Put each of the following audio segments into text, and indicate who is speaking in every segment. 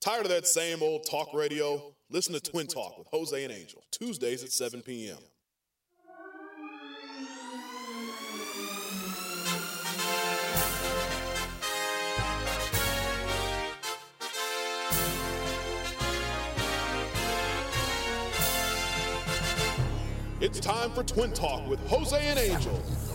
Speaker 1: Tired of that same old talk radio? Listen to Twin Talk with Jose and Angel, Tuesdays at 7 p.m. It's time for Twin Talk with Jose and Angel,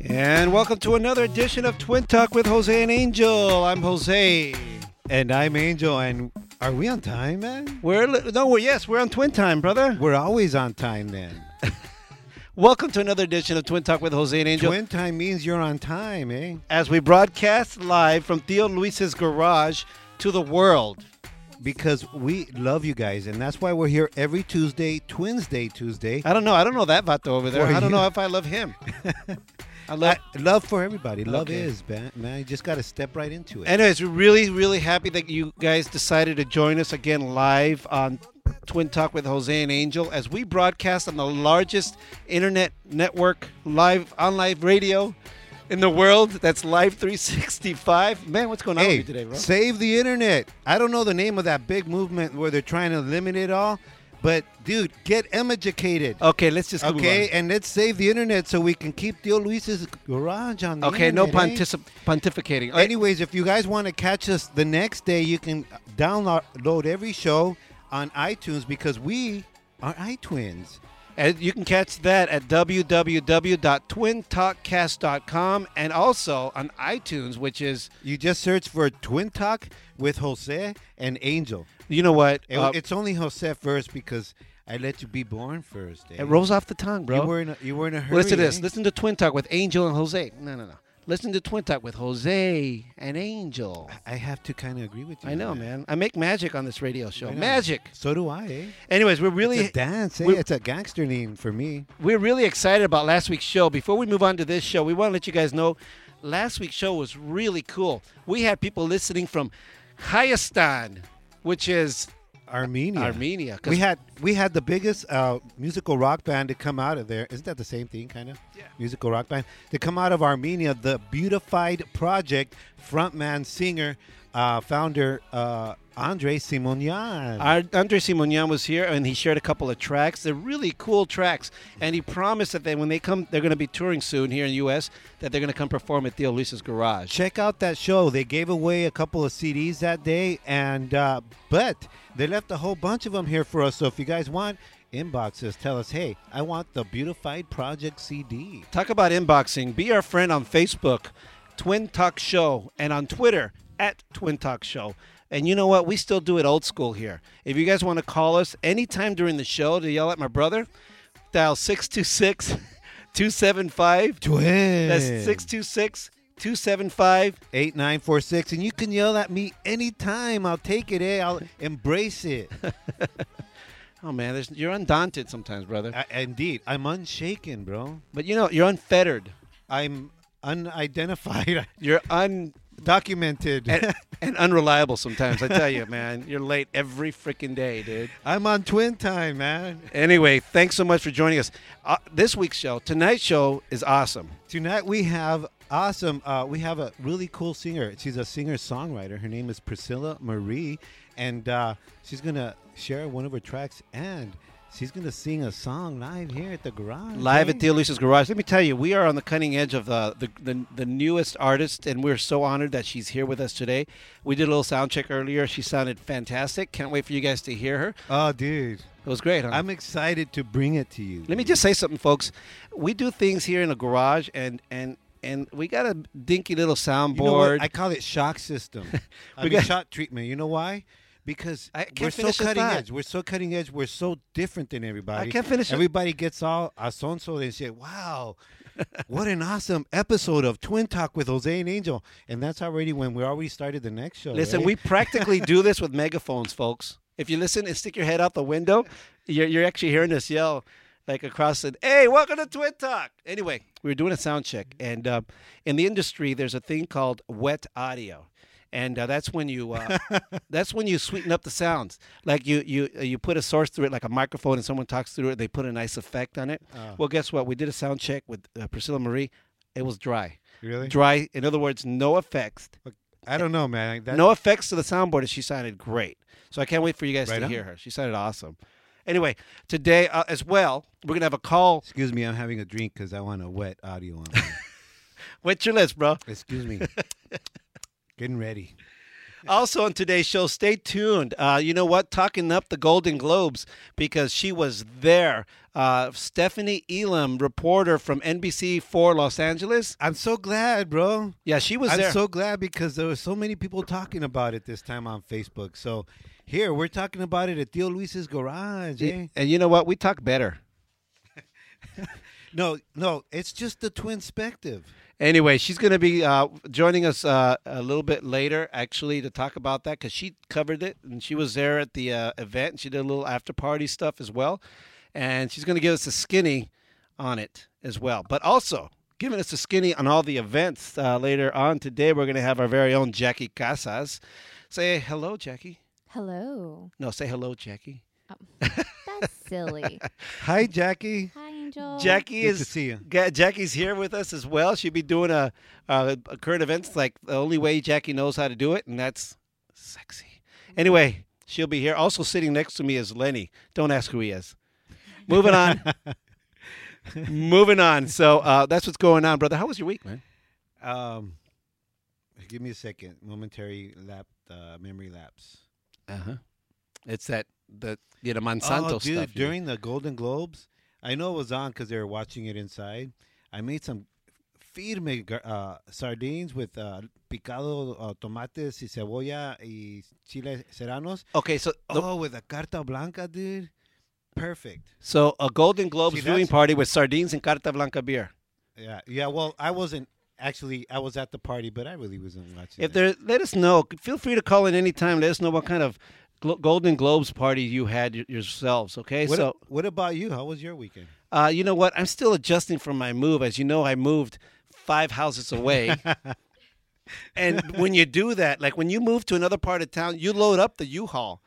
Speaker 2: And welcome to another edition of Twin Talk with Jose and Angel. I'm Jose, and I'm Angel. And are we on time, man? We're li- no, we're yes, we're on Twin Time, brother.
Speaker 3: We're always on time then.
Speaker 2: Welcome to another edition of Twin Talk with Jose and Angel.
Speaker 3: Twin time means you're on time, eh?
Speaker 2: As we broadcast live from Theo Luis's garage to the world.
Speaker 3: Because we love you guys, and that's why we're here every Tuesday, Twins Day Tuesday.
Speaker 2: I don't know. I don't know that vato over there.
Speaker 3: For
Speaker 2: I don't
Speaker 3: you.
Speaker 2: know if I love him. I love.
Speaker 3: I- love for everybody. Love
Speaker 2: Okay.
Speaker 3: is, man. man. You just got to step right into it.
Speaker 2: Anyways, we're really, really happy that you guys decided to join us again live on Twin Talk with Jose and Angel as we broadcast on the largest internet network live on live radio in the world. That's Live 365. Man, what's going on with
Speaker 3: hey,
Speaker 2: you today, bro?
Speaker 3: save the internet. I don't know the name of that big movement where they're trying to limit it all, but dude, get educated.
Speaker 2: okay, let's just move
Speaker 3: Okay,
Speaker 2: on.
Speaker 3: and let's save the internet so we can keep Theo Luis's garage on the
Speaker 2: Okay, no
Speaker 3: internet, eh?
Speaker 2: pontici- pontificating. Any-
Speaker 3: Anyways, if you guys want to catch us the next day, you can download every show on iTunes because we are iTwins.
Speaker 2: And you can catch that at www.twintalkcast.com and also on iTunes, which is,
Speaker 3: You just search for Twin Talk with Jose and Angel.
Speaker 2: you know what?
Speaker 3: It-
Speaker 2: Uh,
Speaker 3: it's only Jose first because I let you be born first. eh?
Speaker 2: it rolls off the tongue, bro.
Speaker 3: You were in a, you were in a hurry.
Speaker 2: Listen to this.
Speaker 3: eh?
Speaker 2: Listen to Twin Talk with Angel and Jose. No, no, no. Listen to Twin Talk with Jose and Angel.
Speaker 3: I have to kind of agree with you.
Speaker 2: I
Speaker 3: on
Speaker 2: know,
Speaker 3: that.
Speaker 2: man. I make magic on this radio show.
Speaker 3: I know.
Speaker 2: Magic.
Speaker 3: So do I. Eh?
Speaker 2: Anyways, we're really
Speaker 3: It's a dance. Eh?
Speaker 2: we-
Speaker 3: It's a gangster name for me.
Speaker 2: we're really excited about last week's show. Before we move on to this show, we want to let you guys know last week's show was really cool. We had people listening from Hayastan, which is
Speaker 3: Armenia.
Speaker 2: Armenia. 'cause-
Speaker 3: We had we had the biggest uh, musical rock band to come out of there. Isn't that the same thing, kind of?
Speaker 2: Yeah.
Speaker 3: Musical rock band to come out of Armenia. The Beautified Project frontman, singer, uh, founder uh, Andre Simonian.
Speaker 2: Our, Andre Simonian was here, and he shared a couple of tracks. They're really cool tracks, and he promised that they, when they come, they're going to be touring soon here in the U.S. That they're going to come perform at Theo Luis's garage.
Speaker 3: Check out that show. They gave away a couple of CDs that day, and uh, but they left a whole bunch of them here for us. So if you guys want, inbox us. Tell us, hey, I want the Beautified Project CD.
Speaker 2: Talk about inboxing. Be our friend on Facebook, Twin Talk Show, and on Twitter at Twin Talk Show. And you know what? We still do it old school here. If you guys want to call us anytime during the show to yell at my brother, dial 626 275.
Speaker 3: Twin.
Speaker 2: That's 626 275.
Speaker 3: 8946 and you can yell at me anytime i'll take it eh i'll embrace it
Speaker 2: Oh man, there's, you're undaunted sometimes, brother.
Speaker 3: I, indeed i'm unshaken bro
Speaker 2: But you know, you're unfettered.
Speaker 3: i'm unidentified
Speaker 2: You're un
Speaker 3: documented
Speaker 2: and, and unreliable sometimes. I tell you, man, you're late every freaking day, dude.
Speaker 3: i'm on twin time man
Speaker 2: Anyway, thanks so much for joining us. Uh, this week's show, tonight's show, is awesome.
Speaker 3: tonight we have awesome uh, we have a really cool singer she's a singer songwriter her name is priscilla marie and uh, she's gonna share one of her tracks and she's gonna sing a song live here at the garage
Speaker 2: Mm-hmm. Live
Speaker 3: eh?
Speaker 2: at Theo Luis's Garage. Let me tell you, we are on the cutting edge of uh, the, the the newest artist, and we're so honored that she's here with us today. We did a little sound check earlier. She sounded fantastic. Can't wait for you guys to hear her.
Speaker 3: oh dude
Speaker 2: It was great, huh?
Speaker 3: i'm excited to bring it to you
Speaker 2: Let me
Speaker 3: dude.
Speaker 2: just say something, folks. We do things here in a garage, and and and we got a dinky little
Speaker 3: You know what?
Speaker 2: soundboard.
Speaker 3: I call it shock system. I
Speaker 2: We
Speaker 3: mean,
Speaker 2: got-
Speaker 3: shock treatment. You know why? Because
Speaker 2: I can't
Speaker 3: we're so
Speaker 2: finish the
Speaker 3: cutting
Speaker 2: thought.
Speaker 3: edge. We're so cutting edge. We're so different than everybody.
Speaker 2: can't finish it.
Speaker 3: Everybody gets all asonso and say, "Wow, what an awesome episode of Twin Talk with Jose and Angel. And that's already when we already started the next show.
Speaker 2: Listen,
Speaker 3: right?
Speaker 2: we practically do this with megaphones, folks. If you listen and stick your head out the window, you're, you're actually hearing us yell like across the, hey, welcome to Twin Talk. Anyway, we were doing a sound check. And uh, in the industry, there's a thing called wet audio. And uh, that's when you uh, that's when you sweeten up the sounds. Like you you you put a source through it, like a microphone, and someone talks through it. They put a nice effect on it. Well, guess what? We did a sound check with uh, Priscilla Marie. It was dry,
Speaker 3: really.
Speaker 2: dry. In other words, no effects.
Speaker 3: I don't know, man. That,
Speaker 2: No effects to the soundboard, and she sounded great. So I can't wait for you guys
Speaker 3: Right
Speaker 2: to
Speaker 3: on.
Speaker 2: hear her. She sounded awesome. Anyway, today uh, as well, we're gonna have a call.
Speaker 3: Excuse me, I'm having a drink because I want a wet audio on. me.
Speaker 2: What's your list, bro?
Speaker 3: Excuse me. Getting ready.
Speaker 2: Also on today's show, stay tuned. Uh, you know what? Talking up the Golden Globes because she was there. Uh, Stephanie Elam, reporter from NBC for Los Angeles.
Speaker 3: I'm so glad, bro.
Speaker 2: Yeah, she was
Speaker 3: I'm
Speaker 2: there.
Speaker 3: so glad because there were so many people talking about it this time on Facebook. So here we're talking about it at Theo Luis's garage. Eh?
Speaker 2: and you know what? We talk better.
Speaker 3: No, no, it's just the twin spective.
Speaker 2: Anyway, she's going to be uh, joining us uh, a little bit later, actually, to talk about that because she covered it and she was there at the uh, event and she did a little after party stuff as well. And she's going to give us a skinny on it as well. But also, giving us a skinny on all the events uh, later on today, we're going to have our very own Jackie Casas. Say hello, Jackie.
Speaker 4: Hello.
Speaker 2: No, say hello, Jackie.
Speaker 4: That's silly.
Speaker 3: Hi, Jackie.
Speaker 4: Hi, Angel.
Speaker 2: Jackie
Speaker 3: Good
Speaker 2: is
Speaker 3: to see you.
Speaker 2: Ga- Jackie's here with us as well. She'll be doing a, a, a current events like the only way Jackie knows how to do it, and that's sexy.
Speaker 3: Mm-hmm.
Speaker 2: Anyway, she'll be here. Also sitting next to me is Lenny. Don't ask who he is. Moving on. Moving on. So uh, that's what's going on, brother. How was your week, man?
Speaker 3: Um, give me a second. Momentary lap, uh, memory lapse.
Speaker 2: Uh
Speaker 3: Uh-huh.
Speaker 2: huh. It's that the you know
Speaker 3: Oh,
Speaker 2: Monsanto
Speaker 3: dude,
Speaker 2: stuff. you know.
Speaker 3: during the Golden Globes, I know it was on because they were watching it inside. I made some firme gar- uh, sardines with uh, picado uh, tomates y cebolla y chiles serranos.
Speaker 2: okay, so the-
Speaker 3: Oh, with a carta blanca, dude. Perfect.
Speaker 2: so a Golden Globes
Speaker 3: See, that's-
Speaker 2: viewing party with sardines and carta blanca beer.
Speaker 3: Yeah, yeah. Well, I wasn't actually. I was at the party, but I really wasn't watching.
Speaker 2: If
Speaker 3: it.
Speaker 2: there, let us know. Feel free to call in anytime. Let us know what kind of glo- Golden Globes party you had y- yourselves. Okay,
Speaker 3: What,
Speaker 2: so
Speaker 3: what about you? How was your weekend?
Speaker 2: uh, you know what? I'm still adjusting from my move. As you know, I moved five houses away. and when you do that, like when you move to another part of town, you load up the U-Haul,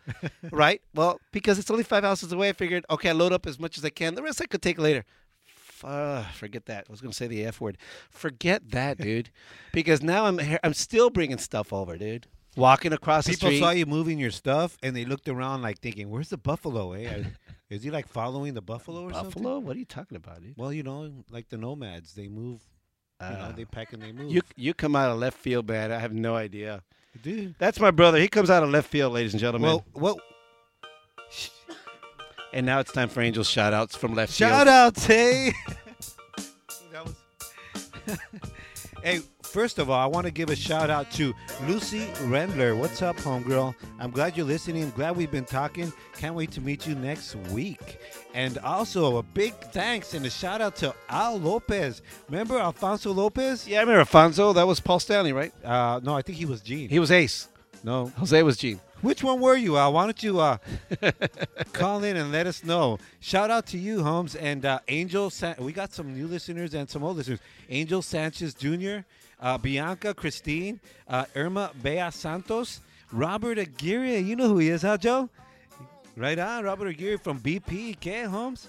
Speaker 2: right? Well, because it's only five houses away, I figured, okay, I load up as much as I can. The rest I could take later. F- Uh, forget that. I was gonna say the F word. Forget that, dude. Because now I'm he- I'm still bringing stuff over, dude. Walking across
Speaker 3: People
Speaker 2: the street.
Speaker 3: saw you moving your stuff, and they looked around like thinking, "Where's the buffalo? Eh? Is he like following the buffalo or something?"
Speaker 2: Buffalo? What are you talking about, dude?
Speaker 3: Well, you know, like the nomads, they move. You know,
Speaker 2: Ah.
Speaker 3: they pack and they move.
Speaker 2: You you come out of left field, man. I have no idea.
Speaker 3: do.
Speaker 2: That's my brother. He comes out of left field, ladies and gentlemen.
Speaker 3: Well, well.
Speaker 2: and now it's time for Angel's shout outs from left field.
Speaker 3: Shout out, hey. that was. hey, first of all, I want to give a shout out to Lucy Rendler. What's up, homegirl? I'm glad you're listening. I'm glad we've been talking. Can't wait to meet you next week. And also a big thanks and a shout out to Al Lopez. Remember Alfonso Lopez?
Speaker 2: Yeah, I remember Alfonso. That was Paul Stanley, right?
Speaker 3: Uh, no, I think he was Gene.
Speaker 2: He was Ace.
Speaker 3: no,
Speaker 2: Jose was Gene.
Speaker 3: Which one were you, Al? Why don't you uh, call in and let us know? Shout out to you, Holmes and uh, Angel. San- we got some new listeners and some old listeners. Angel Sanchez Jr., uh, Bianca Christine, uh, Irma Bea Santos, Robert Aguirre. You know who he is, huh, Joe? Right on, Robert Aguirre from BP. Okay, Holmes.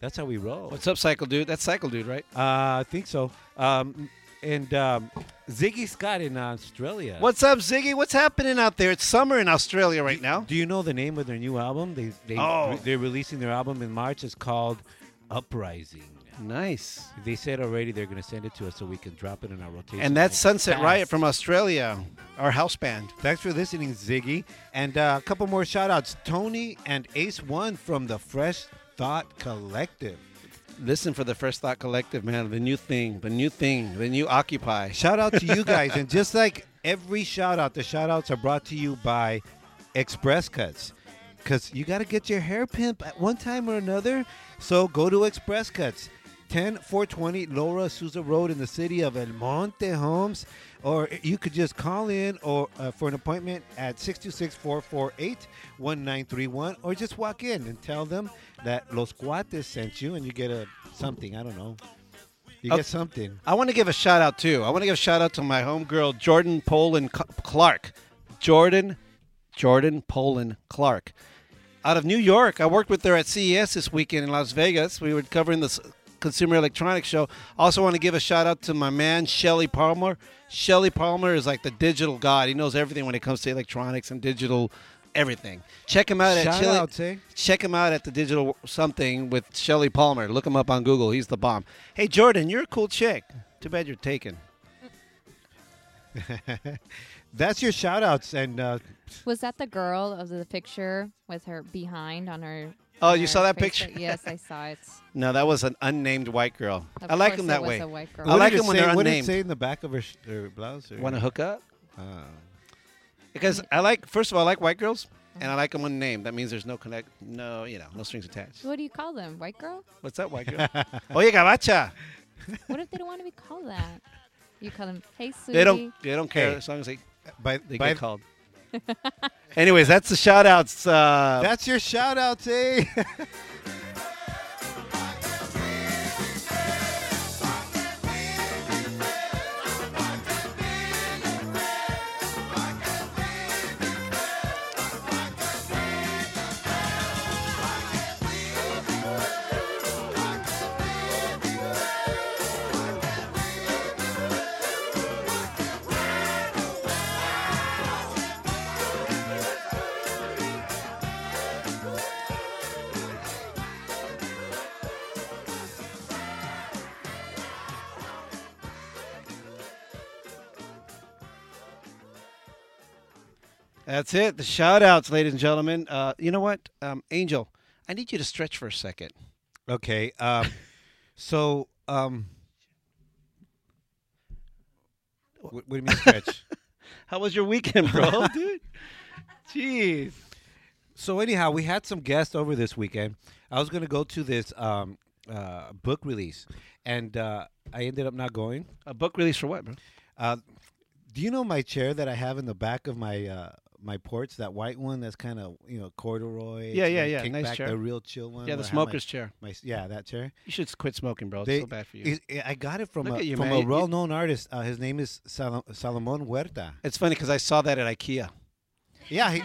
Speaker 3: That's how we roll.
Speaker 2: What's up, Cycle Dude? That's Cycle Dude, right?
Speaker 3: Uh, I think so. Um, and um, Ziggy Scott in Australia.
Speaker 2: What's up, Ziggy? What's happening out there? It's summer in Australia right now.
Speaker 3: Do you know the name of their new album? They they
Speaker 2: Oh.
Speaker 3: they're releasing their album in March. It's called Uprising.
Speaker 2: Nice.
Speaker 3: They said already they're going to send it to us so we can drop it in our rotation.
Speaker 2: And that's Sunset
Speaker 3: Fast.
Speaker 2: Riot from Australia, our house band.
Speaker 3: Thanks for listening, Ziggy. And uh, a couple more shout outs. Tony and Ace One from the Fresh Thought Collective.
Speaker 2: Listen for the First Thought Collective, man. The new thing, the new thing, the new Occupy.
Speaker 3: Shout out to you guys. and just like every shout out, the shout outs are brought to you by Express Cuts. Because you got to get your hair pimp at one time or another. So go to Express Cuts. 10420 Laura Souza Road in the city of El Monte Homes. Or you could just call in or uh, for an appointment at 626-448-1931 or just walk in and tell them that Los Cuates sent you and you get a something, I don't know. You
Speaker 2: Okay.
Speaker 3: get something.
Speaker 2: I want to give a shout out too. I want to give a shout out to my homegirl Jordan Poland C- Clark. Jordan, Jordan Poland Clark, out of New York. I worked with her at CES this weekend in Las Vegas. We were covering this Consumer Electronics Show. Also, want to give a shout out to my man Shelly Palmer. Shelly Palmer is like the digital god. He knows everything when it comes to electronics and digital everything. Check him out at
Speaker 3: Shout
Speaker 2: Chili-
Speaker 3: outs, eh?
Speaker 2: Check him out at the digital something with Shelly Palmer. Look him up on Google. He's the bomb. Hey, Jordan, you're a cool chick. Too bad you're taken.
Speaker 3: That's your shout outs and uh,
Speaker 4: Was that the girl of the picture with her behind on her?
Speaker 2: Oh,
Speaker 4: on
Speaker 2: you
Speaker 4: her
Speaker 2: saw that
Speaker 4: Facebook?
Speaker 2: picture?
Speaker 4: Yes, I saw it.
Speaker 2: No, that was an unnamed white girl.
Speaker 4: Of
Speaker 2: I like
Speaker 4: course
Speaker 2: them
Speaker 4: it
Speaker 2: that
Speaker 4: was
Speaker 2: way.
Speaker 4: a white girl.
Speaker 2: I
Speaker 3: What
Speaker 2: like
Speaker 3: did it
Speaker 2: them when
Speaker 3: say-
Speaker 2: they're
Speaker 3: What did it
Speaker 2: unnamed.
Speaker 3: say in the back of her, sh- her blouse? or-
Speaker 2: Want to hook up?
Speaker 3: Ah.
Speaker 2: Because I like, first of all, I like white girls, and I like them unnamed. That means there's no connect, no, you know, no strings attached.
Speaker 4: What do you call them? White girl?
Speaker 2: What's that white girl? Oye, gabacha.
Speaker 4: What if they don't want to be called that? You call them, hey, sweetie.
Speaker 2: They don't, they don't care
Speaker 3: Hey.
Speaker 2: as long as they,
Speaker 3: by,
Speaker 2: they
Speaker 3: by,
Speaker 2: get called. Anyways, that's the shout outs. Uh,
Speaker 3: That's your shout outs, eh?
Speaker 2: That's it. The shout outs, ladies and gentlemen. Uh, you know what, um, Angel, I need you to stretch for a second.
Speaker 3: okay. Um, so, um, wh- what, do you mean stretch?
Speaker 2: How was your weekend, bro, dude? Jeez.
Speaker 3: so, anyhow, we had some guests over this weekend. I was going to go to this um, uh, book release, and uh, I ended up not going.
Speaker 2: A book release for what, bro?
Speaker 3: Uh, do you know my chair that I have in the back of my uh, my porch? That white one that's kind of you know corduroy.
Speaker 2: Yeah,
Speaker 3: it's
Speaker 2: yeah,
Speaker 3: kinda
Speaker 2: yeah,
Speaker 3: kicked
Speaker 2: nice
Speaker 3: back,
Speaker 2: chair.
Speaker 3: The real chill one.
Speaker 2: Yeah, the
Speaker 3: where I have my-
Speaker 2: smoker's chair.
Speaker 3: my yeah, that chair.
Speaker 2: You should quit smoking, bro. It's
Speaker 3: They-
Speaker 2: so bad for you.
Speaker 3: is- eh, I got it from
Speaker 2: Look
Speaker 3: a,
Speaker 2: at you,
Speaker 3: from
Speaker 2: man.
Speaker 3: a
Speaker 2: You-
Speaker 3: well-known artist. Uh, his name is Sal- Salomon Huerta.
Speaker 2: It's funny because I saw that at IKEA.
Speaker 3: Yeah, he,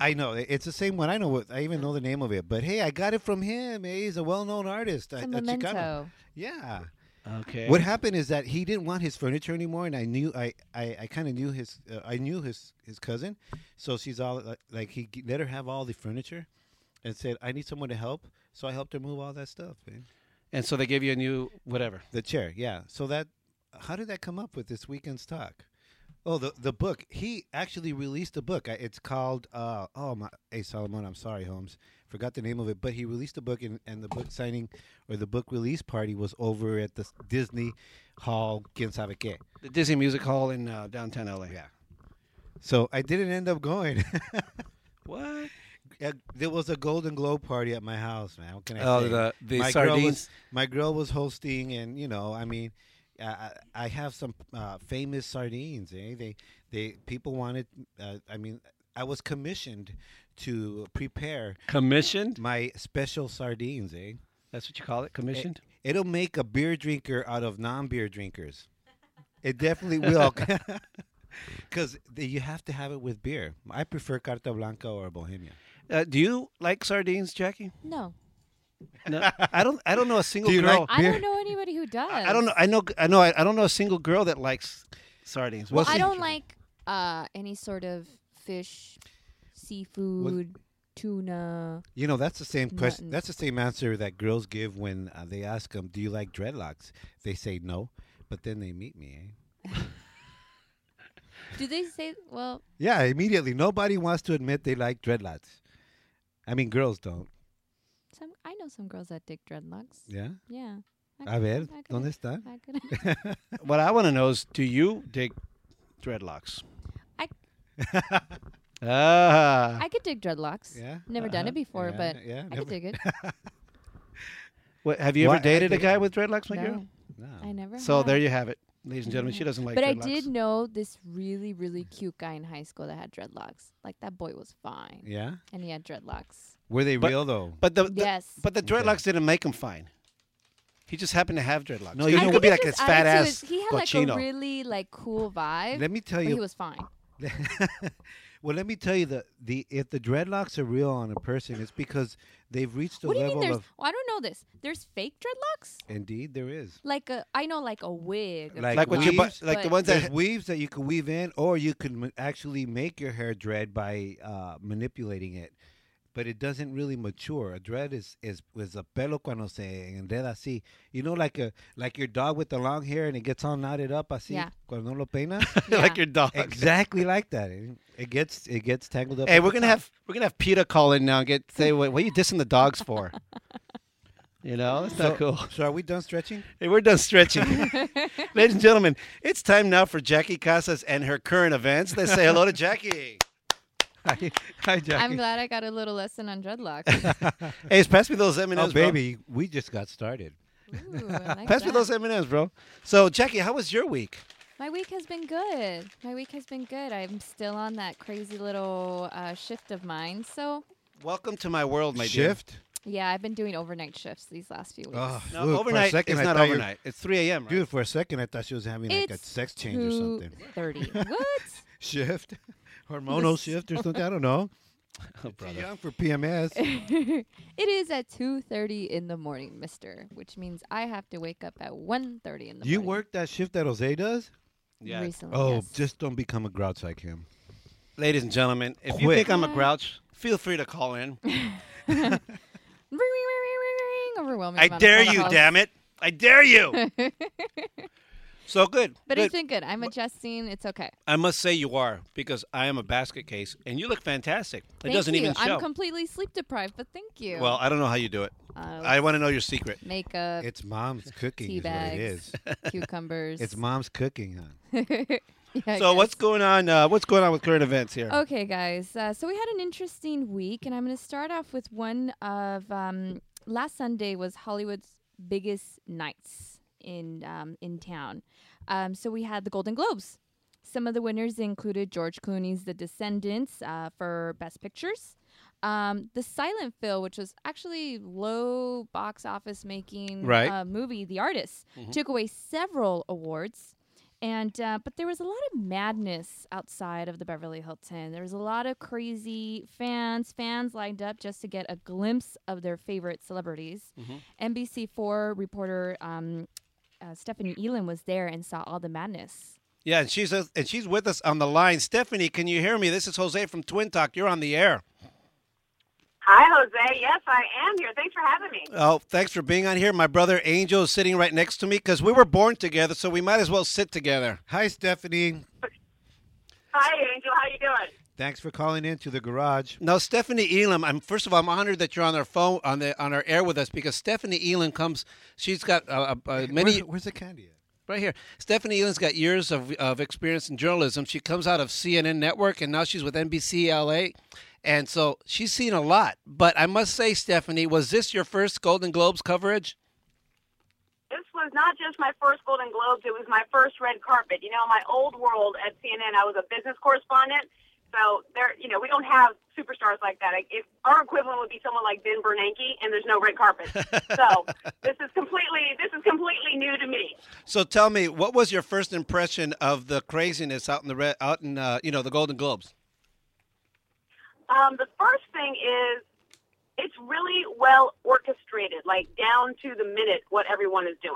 Speaker 3: I know it's the same one. I know. What, I even know the name of it. But hey, I got it from him. eh? He's a well-known artist.
Speaker 4: It's
Speaker 3: a-
Speaker 4: a
Speaker 3: a Chicano.
Speaker 4: memento.
Speaker 3: Yeah.
Speaker 2: Okay.
Speaker 3: What happened is that he didn't want his furniture anymore, and I knew I I, I kind of knew his uh, I knew his his cousin, so she's all like, like he g- let her have all the furniture, and said I need someone to help, so I helped her move all that stuff. eh?
Speaker 2: and so they gave you a new whatever.
Speaker 3: The chair, yeah. So that, how did that come up with this weekend's talk? Oh, the the book. He actually released a book. I- It's called. Uh, oh my, hey Solomon, I'm sorry, Holmes, forgot the name of it. But he released a book, and, and the book signing or the book release party was over at the Disney Hall. Quien sabe qué?
Speaker 2: The Disney Music Hall in uh, downtown LA.
Speaker 3: Yeah. So I didn't end up going.
Speaker 2: What?
Speaker 3: Yeah, there was a Golden Globe party at my house, man. What can I
Speaker 2: Oh,
Speaker 3: say?
Speaker 2: the- the
Speaker 3: my Girl
Speaker 2: sardines.
Speaker 3: was, my girl was hosting, and you know, I mean, I, I- I have some uh, famous sardines. Eh? They, they, people wanted. Uh, I mean, I was commissioned to prepare
Speaker 2: Commissioned?
Speaker 3: my special sardines. Eh?
Speaker 2: That's what you call it? Commissioned?
Speaker 3: It'll make a beer drinker out of non-beer drinkers. It definitely will, because you have to have it with beer. I prefer Carta Blanca or Bohemia.
Speaker 2: Uh, do you like sardines, Jackie?
Speaker 4: No.
Speaker 2: No, I don't. I don't know a single
Speaker 3: Do you
Speaker 2: girl.
Speaker 3: like
Speaker 4: I
Speaker 3: Beer.
Speaker 4: don't know anybody who does.
Speaker 2: I don't know. I know. I know. I, I don't know a single girl that likes sardines.
Speaker 3: Well,
Speaker 4: Well, I
Speaker 3: see-
Speaker 4: don't like uh, any sort of fish, seafood, tuna.
Speaker 3: You know, that's the same question.
Speaker 4: Nothing.
Speaker 3: That's the same answer that girls give when uh, they ask them, "Do you like dreadlocks?" They say no, but then they meet me. Eh?
Speaker 4: Do they say? Well,
Speaker 3: Yeah, immediately. Nobody wants to admit they like dreadlocks. I mean, girls don't.
Speaker 4: some I know some girls that dig dreadlocks.
Speaker 3: Yeah.
Speaker 4: Yeah. I
Speaker 3: A
Speaker 4: could-
Speaker 3: ver,
Speaker 4: I could-
Speaker 3: ¿dónde está?
Speaker 4: I could.
Speaker 2: What I want to know is, do you dig dreadlocks?
Speaker 4: I-
Speaker 2: Ah.
Speaker 4: I could dig dreadlocks.
Speaker 2: Uh,
Speaker 3: Yeah,
Speaker 4: Never done it before,
Speaker 3: yeah,
Speaker 4: but
Speaker 3: yeah,
Speaker 4: I
Speaker 3: never-
Speaker 4: could dig it.
Speaker 2: What, have you
Speaker 3: Why-
Speaker 2: ever dated a
Speaker 3: I-
Speaker 2: guy with dreadlocks, my girl?
Speaker 4: No, I
Speaker 3: No.
Speaker 4: never.
Speaker 2: So
Speaker 4: have.
Speaker 2: there you have it, ladies and gentlemen. She doesn't like
Speaker 4: But I
Speaker 2: dreadlocks.
Speaker 4: did know this really, really cute guy in high school that had dreadlocks. Like that boy was fine,
Speaker 3: Yeah.
Speaker 4: and he had dreadlocks.
Speaker 3: Were they
Speaker 2: But-
Speaker 3: real though?
Speaker 2: But the, the-
Speaker 4: Yes.
Speaker 2: but the dreadlocks didn't make him fine. He just happened to have dreadlocks.
Speaker 3: No,
Speaker 2: 'Cause
Speaker 3: you
Speaker 2: he
Speaker 3: know
Speaker 2: could
Speaker 3: what-
Speaker 2: be like
Speaker 4: His
Speaker 2: this fat
Speaker 4: attitude
Speaker 2: ass
Speaker 4: was- He had
Speaker 2: cochino.
Speaker 4: like a really like cool vibe.
Speaker 3: Let me tell
Speaker 4: but
Speaker 3: you.
Speaker 4: he was fine.
Speaker 3: well, let me tell you the the if the dreadlocks are real on a person, it's because they've reached a
Speaker 4: what do you mean?
Speaker 3: level
Speaker 4: There's?
Speaker 3: of.
Speaker 4: Oh, I don't know this. There's fake dreadlocks.
Speaker 3: Indeed, there is.
Speaker 4: Like a, I know like a wig. of
Speaker 3: Like
Speaker 2: like what you bu-
Speaker 3: weaves,
Speaker 2: like the
Speaker 4: but-
Speaker 2: ones
Speaker 3: There's
Speaker 2: that
Speaker 3: weaves that you can weave in, or you can ma- actually make your hair dread by uh, manipulating it. But it doesn't really mature. A dread is is is a pelo cuando se enreda así. You know, like a like your dog with the long hair and it gets all knotted up así.
Speaker 4: Yeah.
Speaker 3: Cuando lo peinas.
Speaker 2: like
Speaker 4: Yeah.
Speaker 2: your dog.
Speaker 3: exactly like that. It, it gets it gets tangled up.
Speaker 2: Hey,
Speaker 3: at
Speaker 2: we're
Speaker 3: the
Speaker 2: gonna
Speaker 3: top.
Speaker 2: have we're gonna have Peter call in now and get say what, what are you dissing the dogs for? You know, that's not cool.
Speaker 3: So are we done stretching?
Speaker 2: Hey, we're done stretching. Ladies and gentlemen, it's time now for Jackie Casas and her current events. Let's say hello to Jackie.
Speaker 3: Hi,
Speaker 4: I'm glad I got a little lesson on dreadlocks.
Speaker 2: Hey, pass me those M&Ms,
Speaker 3: Oh,
Speaker 2: bro.
Speaker 3: baby, we just got started.
Speaker 4: Ooh, I like
Speaker 2: Pass me
Speaker 4: that.
Speaker 2: those M&Ms, bro. So, Jackie, how was your week?
Speaker 4: My week has been good. My week has been good. I'm still on that crazy little uh, shift of mine. So,
Speaker 2: Welcome to my world, my dear.
Speaker 3: Shift.
Speaker 4: yeah, I've been doing overnight shifts these last few weeks.
Speaker 3: Oh,
Speaker 2: No,
Speaker 3: dude, for a
Speaker 2: overnight.
Speaker 3: second
Speaker 2: it's
Speaker 3: I
Speaker 2: not
Speaker 3: thought you-
Speaker 2: overnight. It's 3 a.m. Right?
Speaker 3: Dude, for a second I thought she was having like a
Speaker 4: It's
Speaker 3: sex change or something.
Speaker 4: 30. what?
Speaker 3: Shift, hormonal shift or something. I don't know.
Speaker 2: Oh,
Speaker 3: Too
Speaker 2: brother.
Speaker 3: young for PMS.
Speaker 4: It is at 2:30 in the morning, mister, which means I have to wake up at 1:30 in the morning.
Speaker 3: you work that shift that Jose does?
Speaker 2: Yeah.
Speaker 4: recently.
Speaker 3: Oh,
Speaker 4: yes.
Speaker 3: just don't become a grouch like him.
Speaker 2: Ladies and gentlemen, if you
Speaker 3: Quit.
Speaker 2: think I'm a grouch, feel free to call in.
Speaker 4: Ring, ring, ring, ring, ring, ring. Overwhelming.
Speaker 2: I
Speaker 4: amount of
Speaker 2: dare
Speaker 4: phone
Speaker 2: you,
Speaker 4: calls.
Speaker 2: damn it. I dare you. so good.
Speaker 4: But
Speaker 2: good.
Speaker 4: it's been good. I'm adjusting. It's okay.
Speaker 2: I must say you are because I am a basket case and you look fantastic. It
Speaker 4: Thank
Speaker 2: doesn't
Speaker 4: you.
Speaker 2: even show.
Speaker 4: I'm completely sleep deprived, but thank you.
Speaker 2: well, I don't know how you do it.
Speaker 4: Uh,
Speaker 2: I want to know your secret.
Speaker 4: makeup,
Speaker 3: It's mom's cooking
Speaker 4: tea
Speaker 3: is what
Speaker 4: bags,
Speaker 3: it is.
Speaker 4: cucumbers.
Speaker 3: It's mom's cooking, huh?
Speaker 4: Yeah, I
Speaker 2: So what's
Speaker 4: guess.
Speaker 2: going on? Uh, what's going on with current events here?
Speaker 4: Okay, guys. Uh, so we had an interesting week, and I'm going to start off with one of um, last Sunday was Hollywood's biggest nights in um, in town. Um, so we had the Golden Globes. Some of the winners included George Clooney's The Descendants uh, for Best Pictures, um, the silent film, which was actually low box office making
Speaker 2: Right. Mm-hmm.
Speaker 4: uh, movie, The Artist, took away several awards. And uh, but there was a lot of madness outside of the Beverly Hilton. There was a lot of crazy fans. Fans lined up just to get a glimpse of their favorite celebrities.
Speaker 3: Mm-hmm.
Speaker 4: NBC4 reporter um, uh, Stephanie Elan was there and saw all the madness.
Speaker 2: Yeah, and she's uh, and she's with us on the line. Stephanie, can you hear me? This is Jose from Twin Talk. You're on the air.
Speaker 5: Hi, Jose. Yes, I am here. Thanks for having me.
Speaker 2: Oh, thanks for being on here. My brother Angel is sitting right next to me because we were born together, so we might as well sit together.
Speaker 3: Hi, Stephanie.
Speaker 5: Hi, Angel. How you doing?
Speaker 3: Thanks for calling in to the garage.
Speaker 2: Now, Stephanie Elam, I'm first of all, I'm honored that you're on our phone on the on our air with us because Stephanie Elam comes. She's got uh, uh, many
Speaker 3: Where's, whe's the candy? At?
Speaker 2: Right here. Stephanie Elan's got years of, of experience in journalism. She comes out of CNN Network and now she's with NBC LA. And so she's seen a lot. But I must say, Stephanie, was this your first Golden Globes coverage?
Speaker 5: This was not just my first Golden Globes. It was my first red carpet. You know, my old world at CNN, I was a business correspondent. So there, you know, we don't have superstars like that. If our equivalent would be someone like Ben Bernanke, and there's no red carpet. so this is completely this is completely new to me.
Speaker 2: So tell me, what was your first impression of the craziness out in the red, out in uh, you know the Golden Globes?
Speaker 5: Um, the first thing is it's really well orchestrated, like down to the minute what everyone is doing,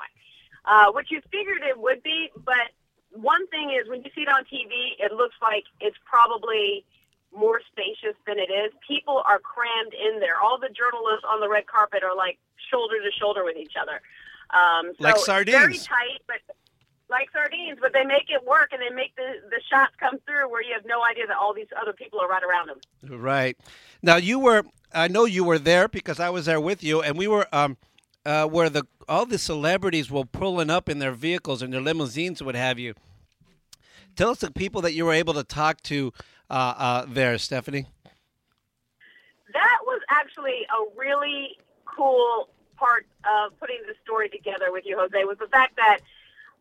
Speaker 5: uh, which you figured it would be. But one thing is when you see it on TV, it looks like it's probably more spacious than it is. People are crammed in there. All the journalists on the red carpet are like shoulder to shoulder with each other. Um, so
Speaker 2: Like
Speaker 5: it's Very
Speaker 2: sardines.
Speaker 5: tight, but like sardines. But they make it work, and they make the the shots come through where you have no idea that all these other people are right around them.
Speaker 2: Right. Now you were I know you were there because I was there with you and we were um uh, where the all the celebrities were pulling up in their vehicles and their limousines what have you. Tell us the people that you were able to talk to uh, uh, there, Stephanie.
Speaker 5: that was actually a really cool part of putting the story together with you, Jose, was the fact that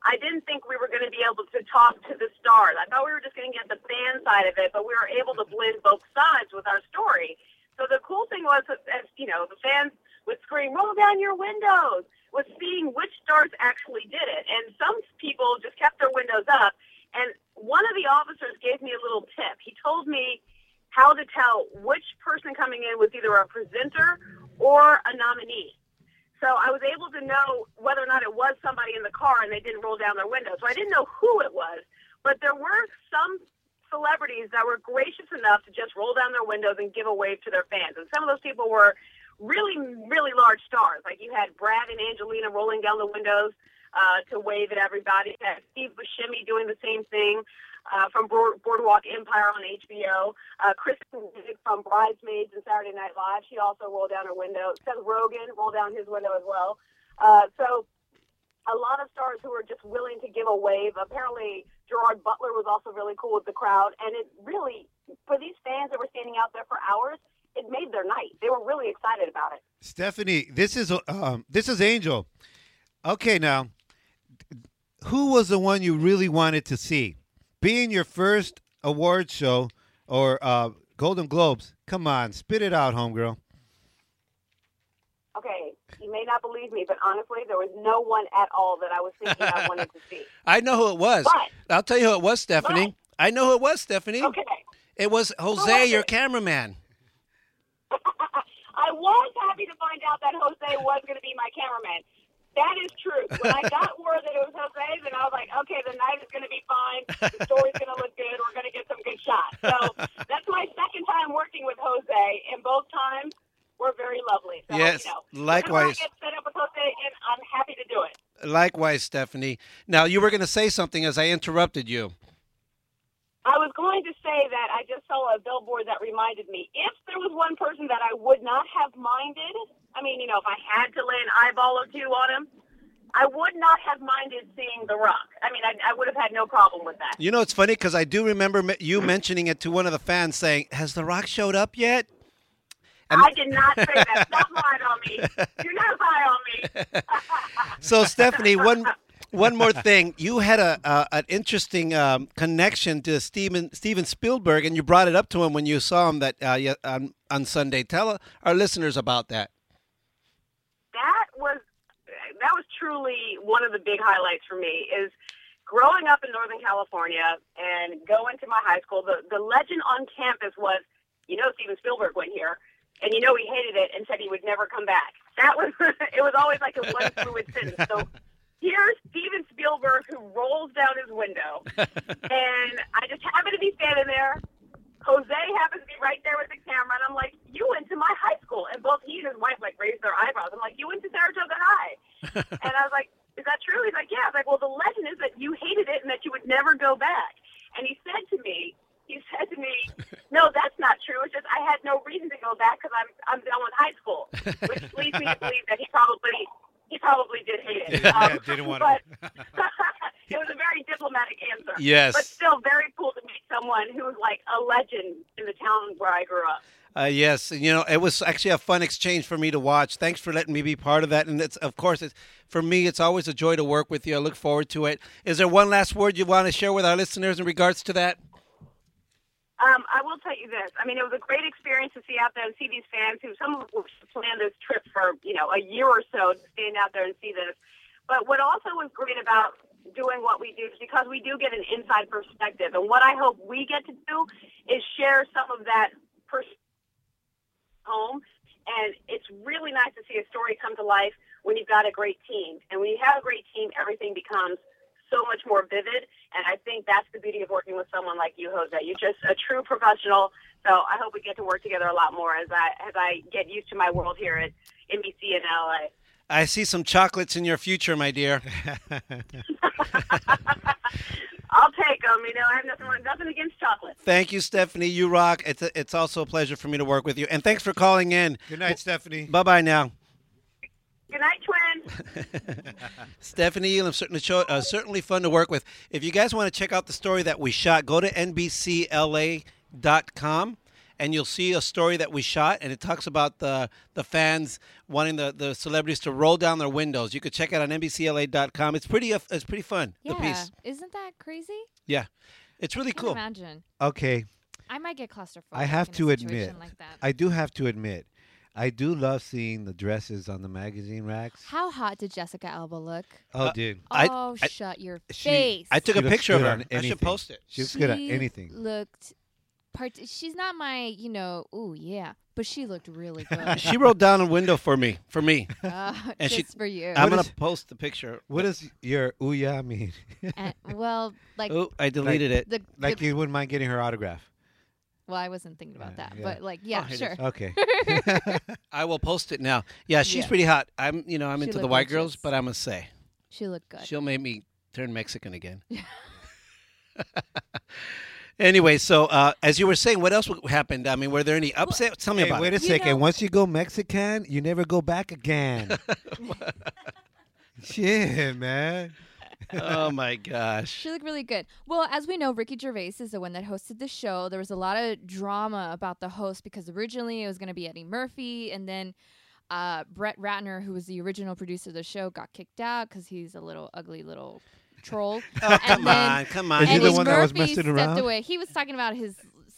Speaker 5: I didn't think we were going to be able to talk to the stars. I thought we were just going to get the fan side of it, but we were able to blend both sides with our story. So the cool thing was that, that you know, the fans would scream, roll down your windows, was seeing which stars actually did it. And some people just kept their windows up. And one of the officers gave me a little tip. He told me how to tell which person coming in was either a presenter or a nominee. So I was able to know whether or not it was somebody in the car and they didn't roll down their window. So I didn't know who it was, but there were some celebrities that were gracious enough to just roll down their windows and give a wave to their fans. And some of those people were really, really large stars. Like you had Brad and Angelina rolling down the windows uh, to wave at everybody. You had Steve Buscemi doing the same thing uh, from Board- Boardwalk Empire on HBO. Uh, Kristen Wiig from Bridesmaids and Saturday Night Live. She also rolled down her window. Seth Rogen rolled down his window as well. Uh, so a lot of stars who were just willing to give a wave. Apparently, Gerard Butler was also really cool with the crowd, and it really for these fans that were standing out there for hours. It made their night. They were really excited about it.
Speaker 3: Stephanie, this is um, this is Angel. Okay, now, who was the one you really wanted to see? Being your first award show or uh, Golden Globes, come on, spit it out, homegirl.
Speaker 5: Okay, you may not believe me, but honestly, there was no one at all that I was thinking I wanted to see.
Speaker 2: I know who it was.
Speaker 5: But-
Speaker 2: I'll tell you who it was, Stephanie. I know who it was, Stephanie.
Speaker 5: Okay.
Speaker 2: It was Jose,
Speaker 5: was
Speaker 2: your
Speaker 5: it?
Speaker 2: cameraman.
Speaker 5: I was happy to find out that Jose was going to be my cameraman. That is true. When I got word that it was Jose, then I was like, okay, the night is going to be fine. The story's going to look good. We're going to get some good shots. So that's my second time working with Jose, and both times were very lovely. So,
Speaker 2: Yes,
Speaker 5: you know, whenever
Speaker 2: likewise.
Speaker 5: I get set up with Jose, and I'm happy to do it.
Speaker 2: Likewise, Stephanie. Now you were going to say something as I interrupted you.
Speaker 5: I was going to say that I just saw a billboard that reminded me. If there was one person that I would not have minded, I mean, you know, if I had to lay an eyeball or two on him, I would not have minded seeing The Rock. I mean, I, I would have had no problem with that.
Speaker 2: You know, it's funny because I do remember me- you mentioning it to one of the fans, saying, "Has The Rock showed up yet?"
Speaker 5: I did not say that. Stop lying on me. Do not lie on me.
Speaker 2: So, Stephanie, one one more thing. You had a, a an interesting um, connection to Steven Steven Spielberg, and you brought it up to him when you saw him that uh, ye- on on Sunday. Tell our listeners about that.
Speaker 5: that was that was truly one of the big highlights for me is growing up in northern california and going to my high school the the legend on campus was you know steven spielberg went here and you know he hated it and said he would never come back that was it was always like a one fluid sentence so here's steven spielberg who rolls down his window and i just happen to be standing there Jose happens to be right there with the camera, and I'm like, "You went to my high school," and both he and his wife like raised their eyebrows. I'm like, "You went to Saratoga High," and I was like, "Is that true?" He's like, "Yeah." I was like, "Well, the legend is that you hated it and that you would never go back." And he said to me, "He said to me, no, that's not true. It's just I had no reason to go back because I'm I'm done with high school," which leads me to believe that he probably he probably did hate it. Um,
Speaker 3: didn't want to-
Speaker 5: but it was a very diplomatic answer.
Speaker 2: Yes.
Speaker 5: But still very cool to meet someone who's like a legend in the town where I grew up.
Speaker 2: Uh, yes, and, you know it was actually a fun exchange for me to watch. Thanks for letting me be part of that, and it's of course it's, for me it's always a joy to work with you. I look forward to it. Is there one last word you want to share with our listeners in regards to that?
Speaker 5: Um, I will tell you this. I mean, it was a great experience to see out there and see these fans who some of whom planned this trip for, you know, a year or so to stand out there and see this. But what also was great about doing what we do is because we do get an inside perspective. And what I hope we get to do is share some of that perspective. home. And it's really nice to see a story come to life when you've got a great team. And when you have a great team, everything becomes so much more vivid. And I think that's the beauty of working with someone like you, Jose. You're just a true professional. So I hope we get to work together a lot more as I as I get used to my world here at NBC in LA.
Speaker 2: I see some chocolates in your future, my dear.
Speaker 5: I'll take them. You know, I have nothing nothing against chocolate.
Speaker 2: Thank you, Stephanie. You rock. It's a, it's also a pleasure for me to work with you, and thanks for calling in.
Speaker 3: Good night, Stephanie.
Speaker 2: Bye bye now,
Speaker 5: Good night, twin.
Speaker 2: Stephanie. I'm certainly show, uh, certainly fun to work with. If you guys want to check out the story that we shot, go to nbcla.com and you'll see a story that we shot, and it talks about the the fans wanting the, the celebrities to roll down their windows. You could check it out on NBCLA.com. It's pretty uh, it's pretty fun.
Speaker 4: Yeah.
Speaker 2: The piece,
Speaker 4: Isn't that crazy?
Speaker 2: yeah, it's really
Speaker 4: Can't
Speaker 2: cool.
Speaker 4: Imagine.
Speaker 3: Okay,
Speaker 4: I might get claustrophobic.
Speaker 3: I have
Speaker 4: in a
Speaker 3: to
Speaker 4: situation
Speaker 3: admit,
Speaker 4: Like that.
Speaker 3: I do have to admit, I do love seeing the dresses on the magazine racks.
Speaker 4: How hot did Jessica Alba look?
Speaker 3: Oh, dude,
Speaker 2: I-
Speaker 4: oh,
Speaker 2: I-
Speaker 4: shut your
Speaker 3: she-
Speaker 4: face.
Speaker 2: I took
Speaker 3: She
Speaker 2: a
Speaker 3: looks
Speaker 2: picture of
Speaker 3: good
Speaker 2: her.
Speaker 3: on
Speaker 2: I
Speaker 3: anything.
Speaker 2: should post it.
Speaker 3: she looks good at
Speaker 4: She
Speaker 3: anything.
Speaker 4: Looked part. She's not my, you know. Ooh, yeah, but she looked really good.
Speaker 2: She rolled down a window for me. For me,
Speaker 4: uh,
Speaker 2: And
Speaker 4: just
Speaker 2: she-
Speaker 4: for you.
Speaker 2: I'm
Speaker 3: What
Speaker 2: gonna
Speaker 3: is-
Speaker 2: post the picture.
Speaker 3: What does your ouya mean?
Speaker 4: And- well, like
Speaker 2: Oh, I deleted it.
Speaker 4: the,
Speaker 3: like
Speaker 4: the-
Speaker 3: you wouldn't mind getting her autograph?
Speaker 4: well, I wasn't thinking about
Speaker 3: Yeah,
Speaker 4: that,
Speaker 3: yeah.
Speaker 4: but like, yeah,
Speaker 2: Oh, here
Speaker 4: sure.
Speaker 2: it is.
Speaker 3: Okay.
Speaker 2: I will post it now. Yeah, she's
Speaker 4: Yeah.
Speaker 2: pretty hot. I'm, you know, I'm
Speaker 4: She
Speaker 2: into the
Speaker 4: looked
Speaker 2: white girls,
Speaker 4: gorgeous.
Speaker 2: but I must say,
Speaker 4: She looked good.
Speaker 2: she'll make me turn Mexican again. anyway, so uh, as you were saying, what else w- happened? I mean, were there any upset? Tell me
Speaker 3: Hey,
Speaker 2: about
Speaker 3: wait
Speaker 2: it.
Speaker 3: a second.
Speaker 4: know-
Speaker 3: Once you go Mexican, you never go back again. Shit, man.
Speaker 2: oh my gosh.
Speaker 4: She looked really good. Well, as we know, Ricky Gervais is the one that hosted the show. There was a lot of drama about the host because originally it was going to be Eddie Murphy, and then uh, Brett Ratner, who was the original producer of the show, got kicked out because he's a little ugly little troll.
Speaker 2: Oh,
Speaker 4: And
Speaker 2: come
Speaker 4: then
Speaker 2: on, come on.
Speaker 3: Is he
Speaker 4: Eddie
Speaker 3: the one
Speaker 4: Murphy
Speaker 3: that was messing
Speaker 4: stepped
Speaker 3: around?
Speaker 4: away. He was talking about his,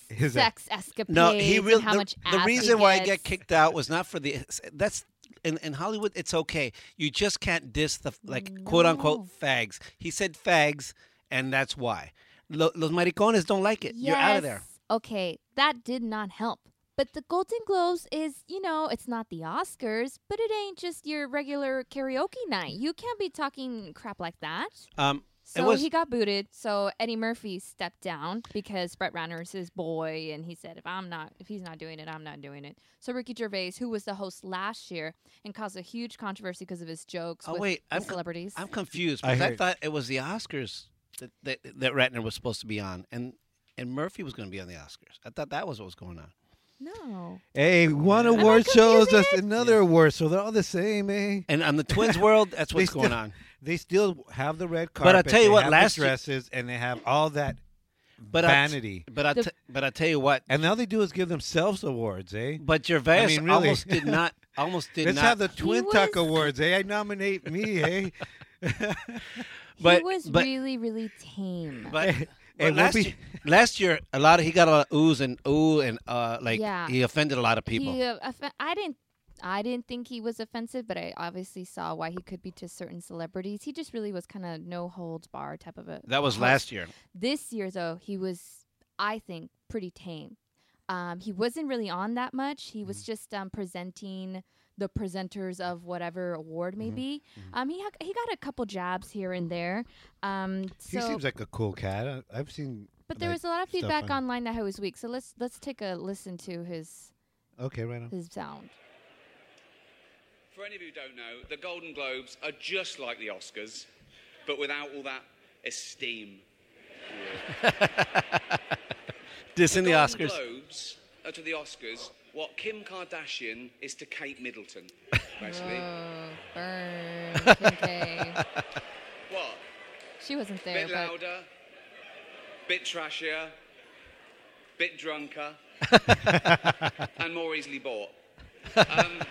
Speaker 3: His-
Speaker 4: sex escapades
Speaker 2: no, he
Speaker 4: and
Speaker 2: really.
Speaker 4: how
Speaker 2: the,
Speaker 4: much
Speaker 2: the
Speaker 4: ass he
Speaker 2: reason why I
Speaker 4: gets.
Speaker 2: get kicked out was not for the. That's in, in Hollywood. It's okay. You just can't diss the like quote unquote fags. He said fags, and that's why. Lo- Los maricones don't like it. You're out of there.
Speaker 4: Yes. Okay, that did not help. But the Golden Globes is, you know, it's not the Oscars, but it ain't just your regular karaoke night. You can't be talking crap like that.
Speaker 2: Um, it
Speaker 4: So
Speaker 2: was-
Speaker 4: he got booted. So Eddie Murphy stepped down because Brett Ratner is his boy, and he said, "If I'm not, if he's not doing it, I'm not doing it." So Ricky Gervais, who was the host last year and caused a huge controversy because of his jokes
Speaker 2: Oh
Speaker 4: with
Speaker 2: wait,
Speaker 4: the
Speaker 2: I'm con-
Speaker 4: celebrities,
Speaker 2: I'm confused
Speaker 3: I
Speaker 2: because I,
Speaker 3: heard-
Speaker 2: thought it was the Oscars that, that that Ratner was supposed to be on, and and Murphy was going to be on the Oscars. I thought that was what was going on.
Speaker 4: no,
Speaker 3: Hey, one award shows us another award, so they're all the same, eh?
Speaker 2: And on the Twins world, that's
Speaker 3: They
Speaker 2: what's going
Speaker 3: still-
Speaker 2: on.
Speaker 3: They still have the red
Speaker 2: But
Speaker 3: carpet.
Speaker 2: I'll tell you
Speaker 3: they
Speaker 2: what,
Speaker 3: have the
Speaker 2: last year-
Speaker 3: dresses and they have all that
Speaker 2: But
Speaker 3: vanity.
Speaker 2: I, but I,
Speaker 4: The-
Speaker 2: t- but I tell you what.
Speaker 3: and all they do is give themselves awards, eh?
Speaker 2: But Gervais
Speaker 3: I mean, really.
Speaker 2: almost did not. Almost did
Speaker 3: Let's
Speaker 2: not.
Speaker 3: have the Twin
Speaker 4: was-
Speaker 3: Tuck Awards, eh? I nominate me, eh?
Speaker 2: but
Speaker 4: he was
Speaker 2: but
Speaker 4: really, really tame.
Speaker 2: but,
Speaker 3: Hey,
Speaker 2: but
Speaker 3: hey, we'll
Speaker 2: last,
Speaker 3: be-
Speaker 2: year, last year, a lot of he got a lot of oohs and ooh and uh like
Speaker 4: Yeah.
Speaker 2: he offended a lot of people.
Speaker 4: He, uh, offen- I didn't. I didn't think he was offensive, but I obviously saw why he could be to certain celebrities. He just really was kind of no holds bar type of a.
Speaker 2: that was
Speaker 4: host.
Speaker 2: last year.
Speaker 4: This year, though, he was, I think, pretty tame. Um, he wasn't really on that much. He
Speaker 3: Mm-hmm.
Speaker 4: was just um, presenting the presenters of whatever award
Speaker 3: Mm-hmm.
Speaker 4: may be. Um, he ha- he got a couple jabs here and there. Um,
Speaker 3: he
Speaker 4: so,
Speaker 3: seems like a cool cat. I, I've seen.
Speaker 4: but there
Speaker 3: like,
Speaker 4: was a lot of
Speaker 3: stuff
Speaker 4: feedback
Speaker 3: on-
Speaker 4: online that he was weak. So let's let's take a listen to his
Speaker 3: Okay, right on.
Speaker 4: his sound.
Speaker 6: For any of you who don't know, the Golden Globes are just like the Oscars, but without all that esteem.
Speaker 2: This in the
Speaker 6: Golden
Speaker 2: Oscars.
Speaker 6: Globes are to the Oscars what Kim Kardashian is to Kate Middleton, basically.
Speaker 4: Oh, burn. Okay.
Speaker 6: what?
Speaker 4: she wasn't there,
Speaker 6: Bit
Speaker 4: but
Speaker 6: louder, bit trashier, bit drunker, and more easily bought. Um,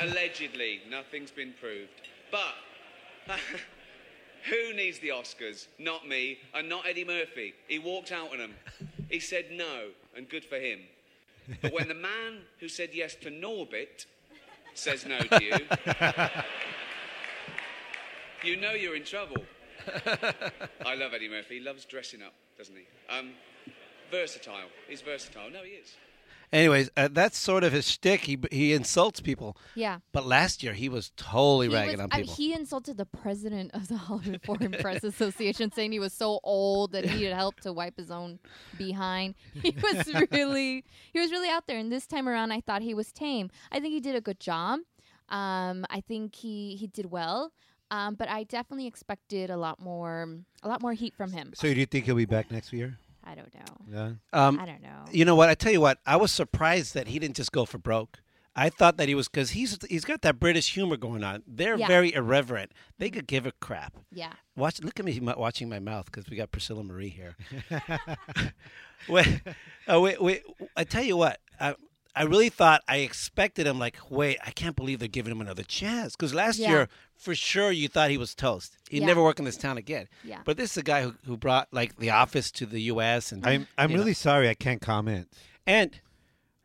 Speaker 6: allegedly, nothing's been proved. But who needs the Oscars? Not me, and not Eddie Murphy. He walked out on them. He said no, and good for him. But when the man who said yes to Norbit says no to you, you know you're in trouble. I love Eddie Murphy. He loves dressing up, doesn't he? Um, versatile. He's versatile. No, he is.
Speaker 2: Anyways, uh, that's sort of his shtick. He he insults people.
Speaker 4: yeah.
Speaker 2: But last year he was totally ragging
Speaker 4: was-
Speaker 2: on
Speaker 4: I-
Speaker 2: people.
Speaker 4: he insulted the president of the Hollywood Foreign Press Association, saying he was so old that he needed help to wipe his own behind. He was really, he was really out there. And this time around, I thought he was tame. I think he did a good job. Um, I think he he did well. Um, but I definitely expected a lot more, a lot more heat from him.
Speaker 3: So, do you think he'll be back next year?
Speaker 4: I don't know.
Speaker 3: Yeah.
Speaker 2: um,
Speaker 4: I don't know.
Speaker 2: You know what? I tell you what. I was surprised that he didn't just go for broke. I thought that he was because he's he's got that British humor going on. They're
Speaker 4: Yeah. Mm-hmm.
Speaker 2: very irreverent. They could give a crap.
Speaker 4: Yeah.
Speaker 2: Watch, look at me mu- watching my mouth because we got Priscilla Marie here. wait, uh, wait, wait, I tell you what, I, I really thought I expected him. Like, wait, I can't believe they're giving him another chance because last
Speaker 4: Yeah.
Speaker 2: year, for sure, you thought he was toast. He'd
Speaker 4: Yeah.
Speaker 2: never work in this town again.
Speaker 4: Yeah.
Speaker 2: But this is a guy who, who brought like the office to the U.S. and
Speaker 3: I'm I'm
Speaker 2: you know.
Speaker 3: really sorry I can't comment.
Speaker 2: Mm-hmm. and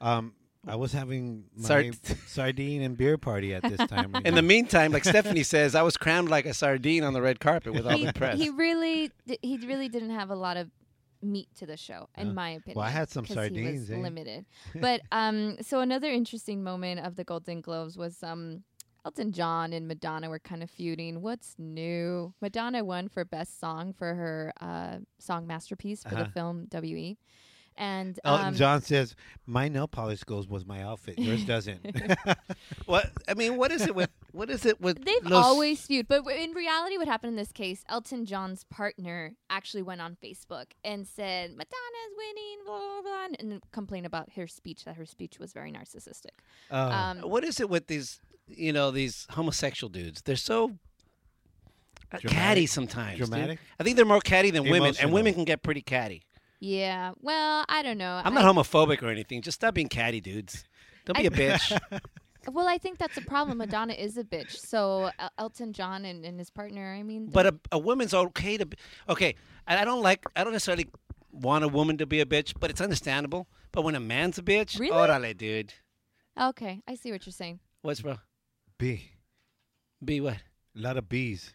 Speaker 3: Um, I was having my
Speaker 2: Sard-
Speaker 3: sardine and beer party at this time. right
Speaker 2: in the
Speaker 3: now.
Speaker 2: meantime, like Stephanie says, I was crammed like a sardine on the red carpet with all
Speaker 4: he,
Speaker 2: the press.
Speaker 4: he really, di- he really didn't have a lot of meat to the show, in my opinion.
Speaker 3: Well, I had some
Speaker 4: 'cause He
Speaker 3: sardines,
Speaker 4: was
Speaker 3: eh?
Speaker 4: limited, but um, so another interesting moment of the Golden Globes was um, Elton John and Madonna were kind of feuding. What's new? Madonna won for best song for her uh, song masterpiece for the film W.E. And
Speaker 3: Uh-huh. Elton
Speaker 4: um,
Speaker 3: John says my nail polish goes with my outfit. Yours doesn't.
Speaker 2: what I mean, what is it with what is it with
Speaker 4: They've
Speaker 2: Los-
Speaker 4: always feud, but in reality, what happened in this case, Elton John's partner actually went on Facebook and said Madonna's winning, blah blah blah, and complained about her speech that her speech was very narcissistic. um,
Speaker 2: uh, What is it with these, you know, these homosexual dudes? They're so uh,
Speaker 3: Dramatic?
Speaker 2: catty sometimes. dude.
Speaker 3: Dramatic?
Speaker 2: I think they're more catty than women, and
Speaker 3: Emotional.
Speaker 2: women can get pretty catty.
Speaker 4: yeah, well, I don't know.
Speaker 2: I'm
Speaker 4: I-
Speaker 2: not homophobic or anything. Just stop being catty, dudes. Don't be a bitch.
Speaker 4: Well, I think that's a problem. Madonna is a bitch, so El- Elton John and, and his partner. I mean,
Speaker 2: but a, a woman's okay to be, okay. And I don't like. I don't necessarily want a woman to be a bitch, but it's understandable. But when a man's a bitch,
Speaker 4: Really?
Speaker 2: órale, dude.
Speaker 4: okay, I see what you're saying.
Speaker 2: What's wrong?
Speaker 3: B,
Speaker 2: Be what?
Speaker 3: a lot of bees.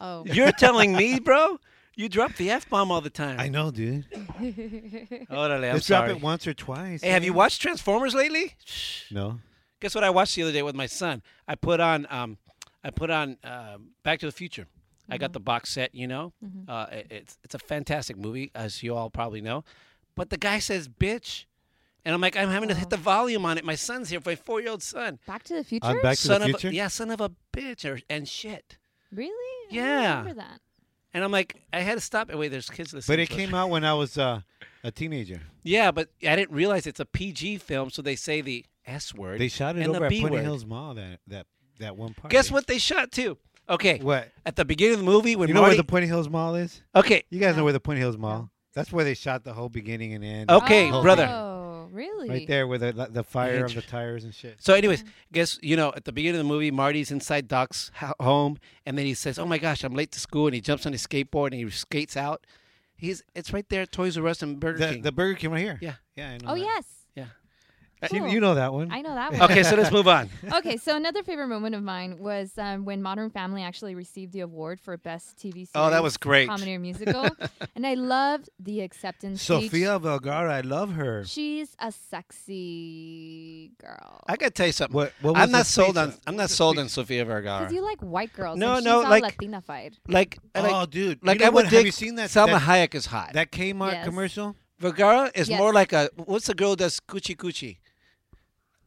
Speaker 4: Oh,
Speaker 2: You're telling me, bro? You drop the f bomb all the time.
Speaker 3: I know, dude.
Speaker 2: Órale, I'm
Speaker 3: Let's
Speaker 2: sorry.
Speaker 3: drop it once or twice.
Speaker 2: Hey, have you
Speaker 3: man.
Speaker 2: watched Transformers lately?
Speaker 3: No.
Speaker 2: Guess what I watched the other day with my son? I put on, um, I put on um Back to the Future. I
Speaker 4: Mm-hmm.
Speaker 2: got the box set, you know. Uh, it- it's it's a fantastic movie, as you all probably know. But the guy says "bitch," and I'm like, I'm having to hit the volume on it. My son's here, my four year old son.
Speaker 4: Oh. Back to the Future.
Speaker 3: On Back to
Speaker 2: son
Speaker 3: the
Speaker 2: of
Speaker 3: Future.
Speaker 2: a, yeah, son of a bitch, or, and shit.
Speaker 4: really? I don't
Speaker 2: Yeah.
Speaker 4: remember that.
Speaker 2: And I'm like, I had to stop. And wait, there's kids listening.
Speaker 3: But it
Speaker 2: to us.
Speaker 3: came out when I was uh, a teenager.
Speaker 2: Yeah, but I didn't realize it's a PG film, so they say the S word.
Speaker 3: They shot it
Speaker 2: and the
Speaker 3: over at
Speaker 2: B
Speaker 3: Pointy
Speaker 2: word.
Speaker 3: Hills Mall. That that that one part.
Speaker 2: Guess what they shot too? Okay.
Speaker 3: What?
Speaker 2: At the beginning of the movie when
Speaker 3: You know
Speaker 2: Marty.
Speaker 3: where the Pointy Hills Mall is?
Speaker 2: okay,
Speaker 3: You guys know where the Pointy Hills Mall? That's where they shot the whole beginning and end.
Speaker 2: Okay,
Speaker 3: whole
Speaker 2: brother.
Speaker 3: thing.
Speaker 4: Oh, really?
Speaker 3: Right there with the, the fire on the
Speaker 2: Interest-
Speaker 3: tires and shit.
Speaker 2: so anyways, guess you know at the beginning of the movie Marty's inside Doc's ho- home, and then he says, "Oh my gosh, I'm late to school," and he jumps on his skateboard and he skates out. He's it's right there, at Toys R Us and Burger
Speaker 3: The,
Speaker 2: King.
Speaker 3: the Burger King right here.
Speaker 2: Yeah.
Speaker 3: Yeah. I know
Speaker 4: Oh
Speaker 3: that.
Speaker 4: yes,
Speaker 2: yeah.
Speaker 3: You,
Speaker 4: Cool.
Speaker 3: you know that one.
Speaker 4: I know that one.
Speaker 2: Okay, so let's move on.
Speaker 4: okay, so another favorite moment of mine was um, when Modern Family actually received the award for best TV series.
Speaker 2: Oh, that was great.
Speaker 4: Comedy or musical, and I loved the acceptance. speech.
Speaker 3: Sofia Vergara. I love her.
Speaker 4: she's a sexy girl.
Speaker 2: I gotta tell you something.
Speaker 3: What- what was
Speaker 2: I'm
Speaker 3: the
Speaker 2: not sold
Speaker 3: speech?
Speaker 2: on.
Speaker 3: What
Speaker 2: I'm
Speaker 3: was
Speaker 2: not
Speaker 3: the
Speaker 2: sold
Speaker 3: speech?
Speaker 2: on Sofia Vergara.
Speaker 4: Because you like white girls.
Speaker 2: No,
Speaker 4: and
Speaker 2: no,
Speaker 4: she's
Speaker 2: like-
Speaker 4: all Latinified.
Speaker 2: like, I like,
Speaker 3: Oh, dude.
Speaker 2: like
Speaker 3: you know
Speaker 2: I would
Speaker 3: what? Have
Speaker 2: dig-
Speaker 3: you seen that?
Speaker 2: Salma
Speaker 3: that,
Speaker 2: Hayek is hot.
Speaker 3: that Kmart
Speaker 4: Yes.
Speaker 3: commercial?
Speaker 2: Vergara is
Speaker 4: Yes.
Speaker 2: more like a what's the girl who does coochie coochie?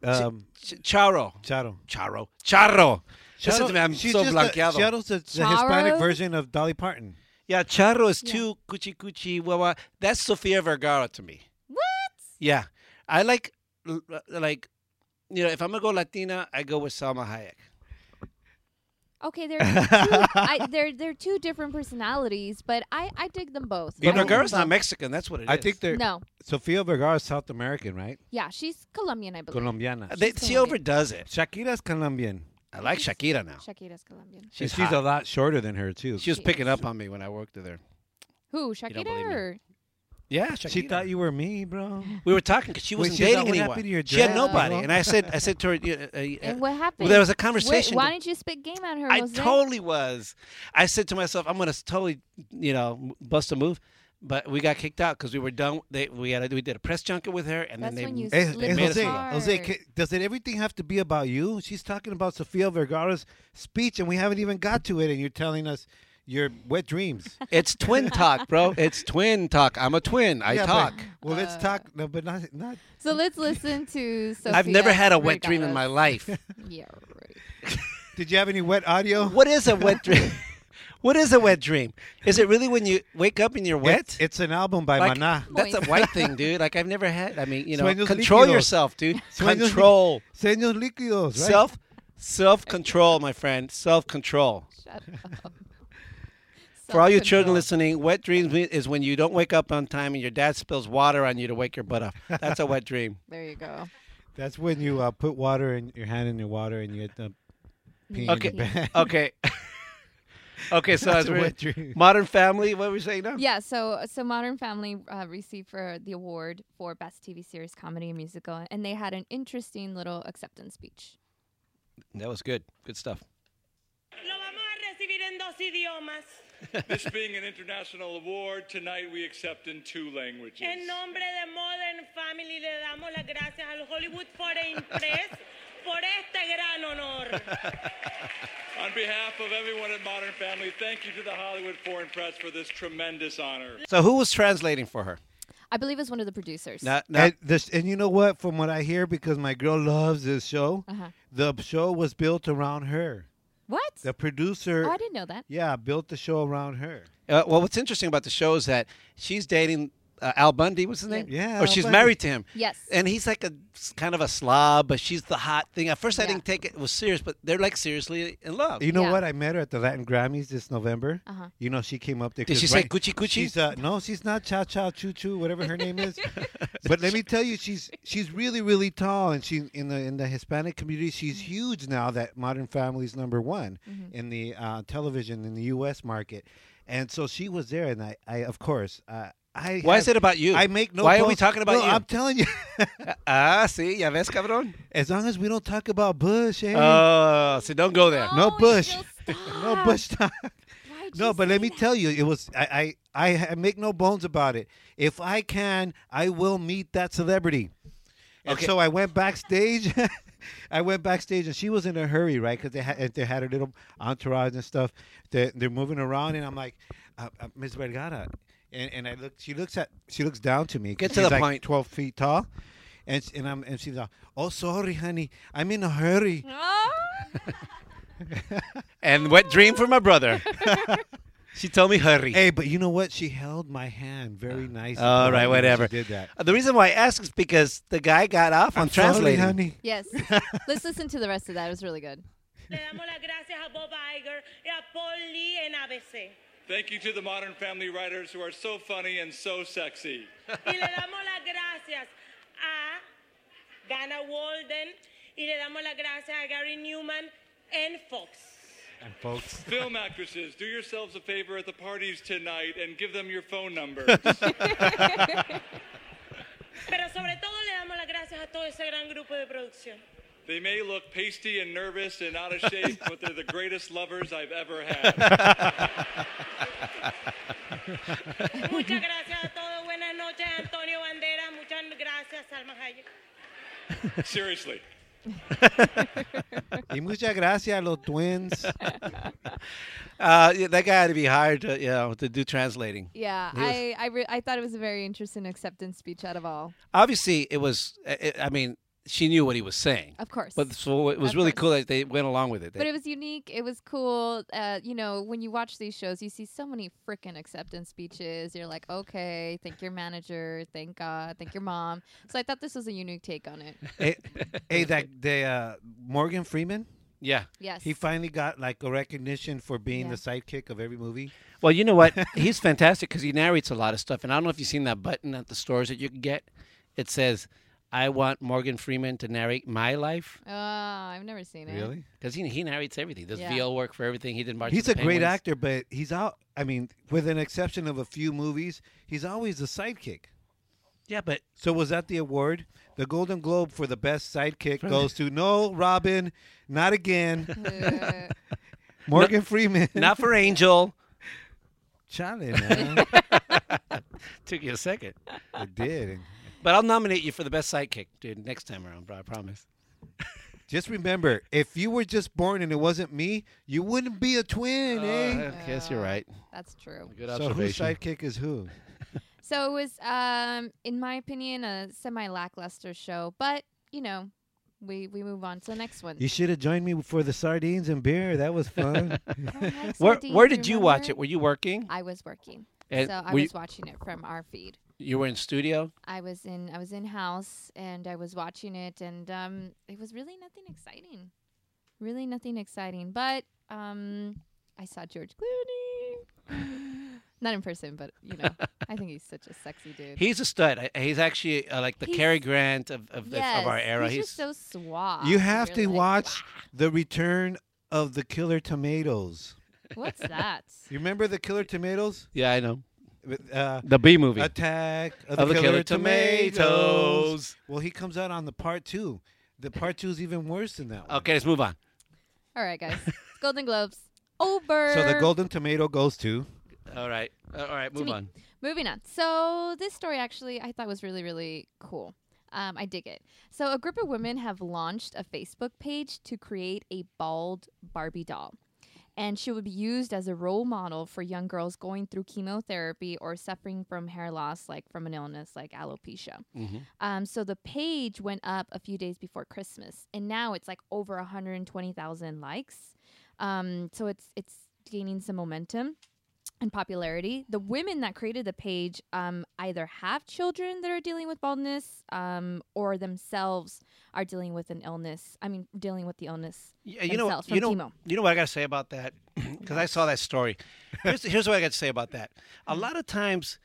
Speaker 3: Um,
Speaker 2: Ch- Charo.
Speaker 3: Charo.
Speaker 2: Charo. Charro. Listen
Speaker 3: Charo-
Speaker 2: to me, I'm
Speaker 3: she's
Speaker 2: so
Speaker 3: just
Speaker 2: blanqueado.
Speaker 3: The, Charo's the, the Hispanic
Speaker 4: Charo?
Speaker 3: version of Dolly Parton.
Speaker 2: yeah, Charro is
Speaker 4: Yeah.
Speaker 2: too coochie coochie wawa. That's Sofia Vergara to me.
Speaker 4: What?
Speaker 2: Yeah, I like l- l- like you know if I'm gonna go Latina, I go with Salma Hayek.
Speaker 4: Okay, they're two, I, they're they're two different personalities, but I I dig them both.
Speaker 2: But
Speaker 4: I like
Speaker 2: Vergara's
Speaker 4: them
Speaker 2: not Mexican. That's what it is.
Speaker 3: I think they're
Speaker 4: both. No,
Speaker 3: Sofia Vergara's South American, right?
Speaker 4: yeah, she's Colombian, I believe.
Speaker 3: Colombiana.
Speaker 2: They-
Speaker 4: She's
Speaker 2: she
Speaker 4: Colombian.
Speaker 2: overdoes it.
Speaker 3: Shakira's Colombian.
Speaker 2: I like Shakira now.
Speaker 4: Shakira's Colombian.
Speaker 2: She's
Speaker 3: and she's a
Speaker 2: hot.
Speaker 3: lot shorter than her too.
Speaker 2: She was
Speaker 4: She
Speaker 2: picking
Speaker 4: is.
Speaker 2: up on me when I worked there.
Speaker 4: Who?
Speaker 2: don't
Speaker 4: Shakira
Speaker 2: believe me.
Speaker 4: or
Speaker 2: Yeah, Shakira.
Speaker 3: she thought you were me, bro.
Speaker 2: We were talking because she
Speaker 3: Wait,
Speaker 2: wasn't
Speaker 3: she's
Speaker 2: dating
Speaker 3: not- what
Speaker 2: anyone.
Speaker 3: happened to your
Speaker 2: she had
Speaker 3: dress,
Speaker 2: nobody,
Speaker 3: bro?
Speaker 2: and I said, I said to her, uh, uh, uh,
Speaker 4: And what happened?
Speaker 2: Well, there was a
Speaker 4: Wh-
Speaker 2: conversation.
Speaker 4: why didn't you spit game at her?
Speaker 2: I
Speaker 4: Jose?
Speaker 2: totally was. I said to myself, I'm gonna s- totally, you know, m- bust a move. But we got kicked out because we were done. They, we had a, we did a press junket with her, and
Speaker 4: That's
Speaker 2: then
Speaker 4: when
Speaker 2: they
Speaker 4: you
Speaker 3: Hey,
Speaker 4: Slim
Speaker 3: hey,
Speaker 2: made us
Speaker 3: Jose,
Speaker 2: go.
Speaker 3: Jose,
Speaker 4: hard.
Speaker 3: ca- does it everything have to be about you? She's talking about Sofia Vergara's speech, and we haven't even got to it, and you're telling us your wet dreams.
Speaker 2: It's twin talk, bro. It's twin talk. I'm a twin. I
Speaker 3: Yeah, but-
Speaker 2: talk.
Speaker 3: well, let's
Speaker 4: Uh,
Speaker 3: talk. No, but not not.
Speaker 4: So let's listen to. Sophia
Speaker 2: I've never had a wet dream in my
Speaker 4: Vergara's-
Speaker 2: life.
Speaker 4: Yeah, right.
Speaker 3: Did you have any wet audio?
Speaker 2: what is a wet dream? What is a wet dream? Is it really when you wake up and you're wet?
Speaker 3: It's, it's an album by
Speaker 2: Like,
Speaker 3: Maná.
Speaker 2: That's a white thing, dude. Like I've never had. I mean, you know,
Speaker 3: Sueños
Speaker 2: control
Speaker 3: líquidos.
Speaker 2: yourself, dude.
Speaker 3: Sueños lí-
Speaker 2: Control
Speaker 3: Sueños líquidos, right?
Speaker 2: self, self control, my friend. Self control.
Speaker 4: Shut up.
Speaker 2: For all you
Speaker 4: Self-control.
Speaker 2: children listening, wet dreams me- is when you don't wake up on time and your dad spills water on you to wake your butt up. That's a wet dream.
Speaker 4: There you go.
Speaker 3: That's when you uh, put water in your hand in your water and you get the pee
Speaker 2: Okay.
Speaker 3: in your bed.
Speaker 2: Okay. okay. So
Speaker 3: That's
Speaker 2: as
Speaker 3: a
Speaker 2: we're,
Speaker 3: wet dream.
Speaker 2: Modern Family. What were we saying now?
Speaker 4: Yeah, so so Modern Family uh, received for the award for best TV series, comedy, and musical, and they had an interesting little acceptance speech.
Speaker 2: That was good. Good stuff.
Speaker 7: Lo vamos a recibir en dos idiomas.
Speaker 8: This being an international award, tonight we accept in two languages.
Speaker 7: En nombre de Modern Family le damos las gracias al Hollywood Foreign Press por este gran honor.
Speaker 8: On behalf of everyone at Modern Family, thank you to the Hollywood Foreign Press for this tremendous honor.
Speaker 2: So who was translating for her?
Speaker 4: I believe it was one of the producers.
Speaker 2: Now, now
Speaker 3: And, this, and you know what? From what I hear, because my girl loves this show,
Speaker 4: Uh-huh.
Speaker 3: the show was built around her.
Speaker 4: what?
Speaker 3: The
Speaker 2: er
Speaker 3: producer,
Speaker 4: Oh, I didn't know that.
Speaker 3: yeah, built the show around her.
Speaker 2: Uh, well, what's interesting about the show is that she's dating uh, Al Bundy. What's his name?
Speaker 3: Yeah,
Speaker 2: Or
Speaker 3: Al
Speaker 2: she's
Speaker 3: Bundy.
Speaker 2: married to him.
Speaker 4: Yes.
Speaker 2: And he's like a s- kind of a slob, but she's the hot thing. At first, I
Speaker 4: Yeah.
Speaker 2: didn't take it was serious, but they're like seriously in love.
Speaker 3: You know
Speaker 4: Yeah.
Speaker 3: what? I met her at the Latin Grammys this November.
Speaker 4: Uh-huh.
Speaker 3: You know, she came up there.
Speaker 2: Did
Speaker 3: 'cause
Speaker 2: she say "Cuchi, cuchi"?
Speaker 3: She's, uh, no, she's not Cha Cha Choo Choo, whatever her name is. but let me tell you, she's she's really really tall, and she in the in the Hispanic community, she's
Speaker 4: Mm-hmm.
Speaker 3: huge now. That Modern Family's number one in the uh, television in the U.S. market, and so she was there, and I, I of course. Uh, I
Speaker 2: Why
Speaker 3: have-
Speaker 2: is it about you?
Speaker 3: I make no.
Speaker 2: Why are we
Speaker 3: bones-
Speaker 2: talking about
Speaker 3: No,
Speaker 2: you?
Speaker 3: I'm telling you,
Speaker 2: ah, see, ya ves, cabrón.
Speaker 3: as long as we don't talk about Bush, eh?
Speaker 2: Oh, so don't go there.
Speaker 3: no
Speaker 4: you
Speaker 3: Bush,
Speaker 4: just
Speaker 3: no
Speaker 4: stop.
Speaker 3: Bush talk.
Speaker 4: Why'd
Speaker 3: No,
Speaker 4: you
Speaker 3: but
Speaker 4: say
Speaker 3: let me
Speaker 4: that?
Speaker 3: tell you, it was I, I I I make no bones about it. If I can, I will meet that celebrity. And
Speaker 2: Okay.
Speaker 3: so I went backstage. I went backstage, and she was in a hurry, right? Because they had they had her little entourage and stuff. They they're moving around, and I'm like, uh, uh, Miss Vergara, and, and I look. She looks at she looks down to me. 'cause
Speaker 2: Get to
Speaker 3: she's
Speaker 2: the
Speaker 3: like
Speaker 2: point.
Speaker 3: Twelve feet tall, and s- and I'm and she's like, Oh, sorry, honey, I'm in a hurry.
Speaker 4: Oh,
Speaker 2: And wet dream for my brother. she told me hurry. Ah.
Speaker 3: Hey, but you know what? She held my hand very nicely.
Speaker 2: All right, whatever.
Speaker 3: She did that.
Speaker 2: Uh, The reason why I asked is because the guy got off on translating.
Speaker 4: yes. Let's listen to the rest of that. It was really good.
Speaker 7: Le damos las gracias a Bob Iger y a Paul Lee en ABC.
Speaker 8: Thank you to the Modern Family writers who are so funny and so sexy.
Speaker 7: Y le damos las gracias a Dana Walden y le damos las gracias a Gary Newman en Fox.
Speaker 3: And folks,
Speaker 8: Film actresses, do yourselves a favor at the parties tonight and give them your phone numbers.
Speaker 7: Pero sobre todo le damos las gracias a todo ese gran grupo de producción.
Speaker 8: They may look pasty and nervous and out of shape, but they're the greatest lovers I've ever had.
Speaker 7: Muchas gracias a todos. Buenas noches, Antonio Bandera. Muchas gracias, Salma Hayek.
Speaker 8: Seriously.
Speaker 3: y muchas gracias a los twins.
Speaker 2: Uh, yeah, that guy had to be hired to, you know, to do translating.
Speaker 4: Yeah,
Speaker 2: He was-
Speaker 4: I I, re- I thought it was a very interesting acceptance speech out of all.
Speaker 2: Obviously, it was. I I- I mean, she knew what he was saying.
Speaker 4: Of course.
Speaker 2: But so it was
Speaker 4: Of
Speaker 2: really
Speaker 4: course.
Speaker 2: cool that they went along with it. They-
Speaker 4: But it was unique. It was cool. Uh, you know, when you watch these shows, you see so many freaking acceptance speeches. You're like, okay, thank your manager, thank God, thank your mom. So I thought this was a unique take on it.
Speaker 3: hey, hey, that the uh, Morgan Freeman.
Speaker 2: yeah.
Speaker 4: Yes.
Speaker 3: He finally got like a recognition for being
Speaker 4: Yeah.
Speaker 3: the sidekick of every movie.
Speaker 2: Well, you know what? He's fantastic because he narrates a lot of stuff. And I don't know if you've seen that button at the stores that you can get. It says, "I want Morgan Freeman to narrate my life."
Speaker 4: uh, I've never seen it.
Speaker 2: Because he, he narrates everything. Does
Speaker 4: Yeah.
Speaker 2: VL work for everything? He did March. of
Speaker 3: He's
Speaker 2: the
Speaker 3: a great
Speaker 2: Penguins.
Speaker 3: actor, but he's out. I mean, with an exception of a few movies, he's always the sidekick.
Speaker 2: Yeah, but
Speaker 3: So was that the award? The Golden Globe for the best sidekick goes to no Robin, not again.
Speaker 4: Uh,
Speaker 3: Morgan Freeman.
Speaker 2: not for Angel.
Speaker 3: Charlie, man.
Speaker 2: Took you a second.
Speaker 3: it did.
Speaker 2: But I'll nominate you for the best sidekick, dude, next time around, bro. I promise.
Speaker 3: Just remember, if you were just born and it wasn't me, you wouldn't be a twin, eh?
Speaker 2: Uh, I guess you're right.
Speaker 4: that's true.
Speaker 2: Good
Speaker 3: So whose
Speaker 2: observation.
Speaker 3: sidekick is who?
Speaker 4: So it was, um, in my opinion, a semi lackluster show, but you know, we we move on to the next one.
Speaker 3: You should have joined me for the sardines and beer. That was fun.
Speaker 4: I don't like
Speaker 2: Where
Speaker 4: sardines,
Speaker 2: where did you watch
Speaker 4: remember?
Speaker 2: it? Were you working?
Speaker 4: I was working,
Speaker 2: And
Speaker 4: so I
Speaker 2: were
Speaker 4: was
Speaker 2: you-
Speaker 4: watching it from our feed.
Speaker 2: You were in studio.
Speaker 4: I was in I was in house and I was watching it, and um, it was really nothing exciting, really nothing exciting. But um, I saw George Clooney, not in person, but you know, I think he's such a sexy dude.
Speaker 2: He's a stud. I- He's actually uh, like the
Speaker 4: He's-
Speaker 2: Cary Grant of of, the-
Speaker 4: yes,
Speaker 2: of our era.
Speaker 4: he's, just so suave.
Speaker 3: you have
Speaker 4: You're
Speaker 3: to
Speaker 4: like,
Speaker 3: watch The Return of the Killer Tomatoes.
Speaker 4: What's that?
Speaker 3: You remember the Killer Tomatoes?
Speaker 2: yeah, I know
Speaker 3: With, Uh,
Speaker 2: the B movie.
Speaker 3: Attack of,
Speaker 2: Of
Speaker 3: the, Killer, tomatoes.
Speaker 2: Tomatoes.
Speaker 3: Well, he comes out on the part two. The part two is even worse than that one.
Speaker 2: okay, let's move on.
Speaker 4: All right, guys, Golden Globes over.
Speaker 3: So the Golden Tomato goes to.
Speaker 2: All right, Uh, all right, move
Speaker 4: me.
Speaker 2: on.
Speaker 4: Moving on. So this story actually I thought was really really cool. Um, I dig it. So a group of women have launched a Facebook page to create a bald Barbie doll. And she will be used as a role model for young girls going through chemotherapy or suffering from hair loss, like from an illness like alopecia. Um, so the page went up a few days before Christmas, and now it's like over 120,000 likes. Um, so it's it's gaining some momentum and popularity. The women that created the page um, either have children that are dealing with baldness, um, or themselves are dealing with an illness. I mean, dealing with the illness.
Speaker 2: Yeah, you know, what-
Speaker 4: themselves
Speaker 2: you know,
Speaker 4: from chemo.
Speaker 2: you know what I got to say about that because I saw that story. Here's, here's what I got to say about that. A
Speaker 4: Mm.
Speaker 2: lot of times,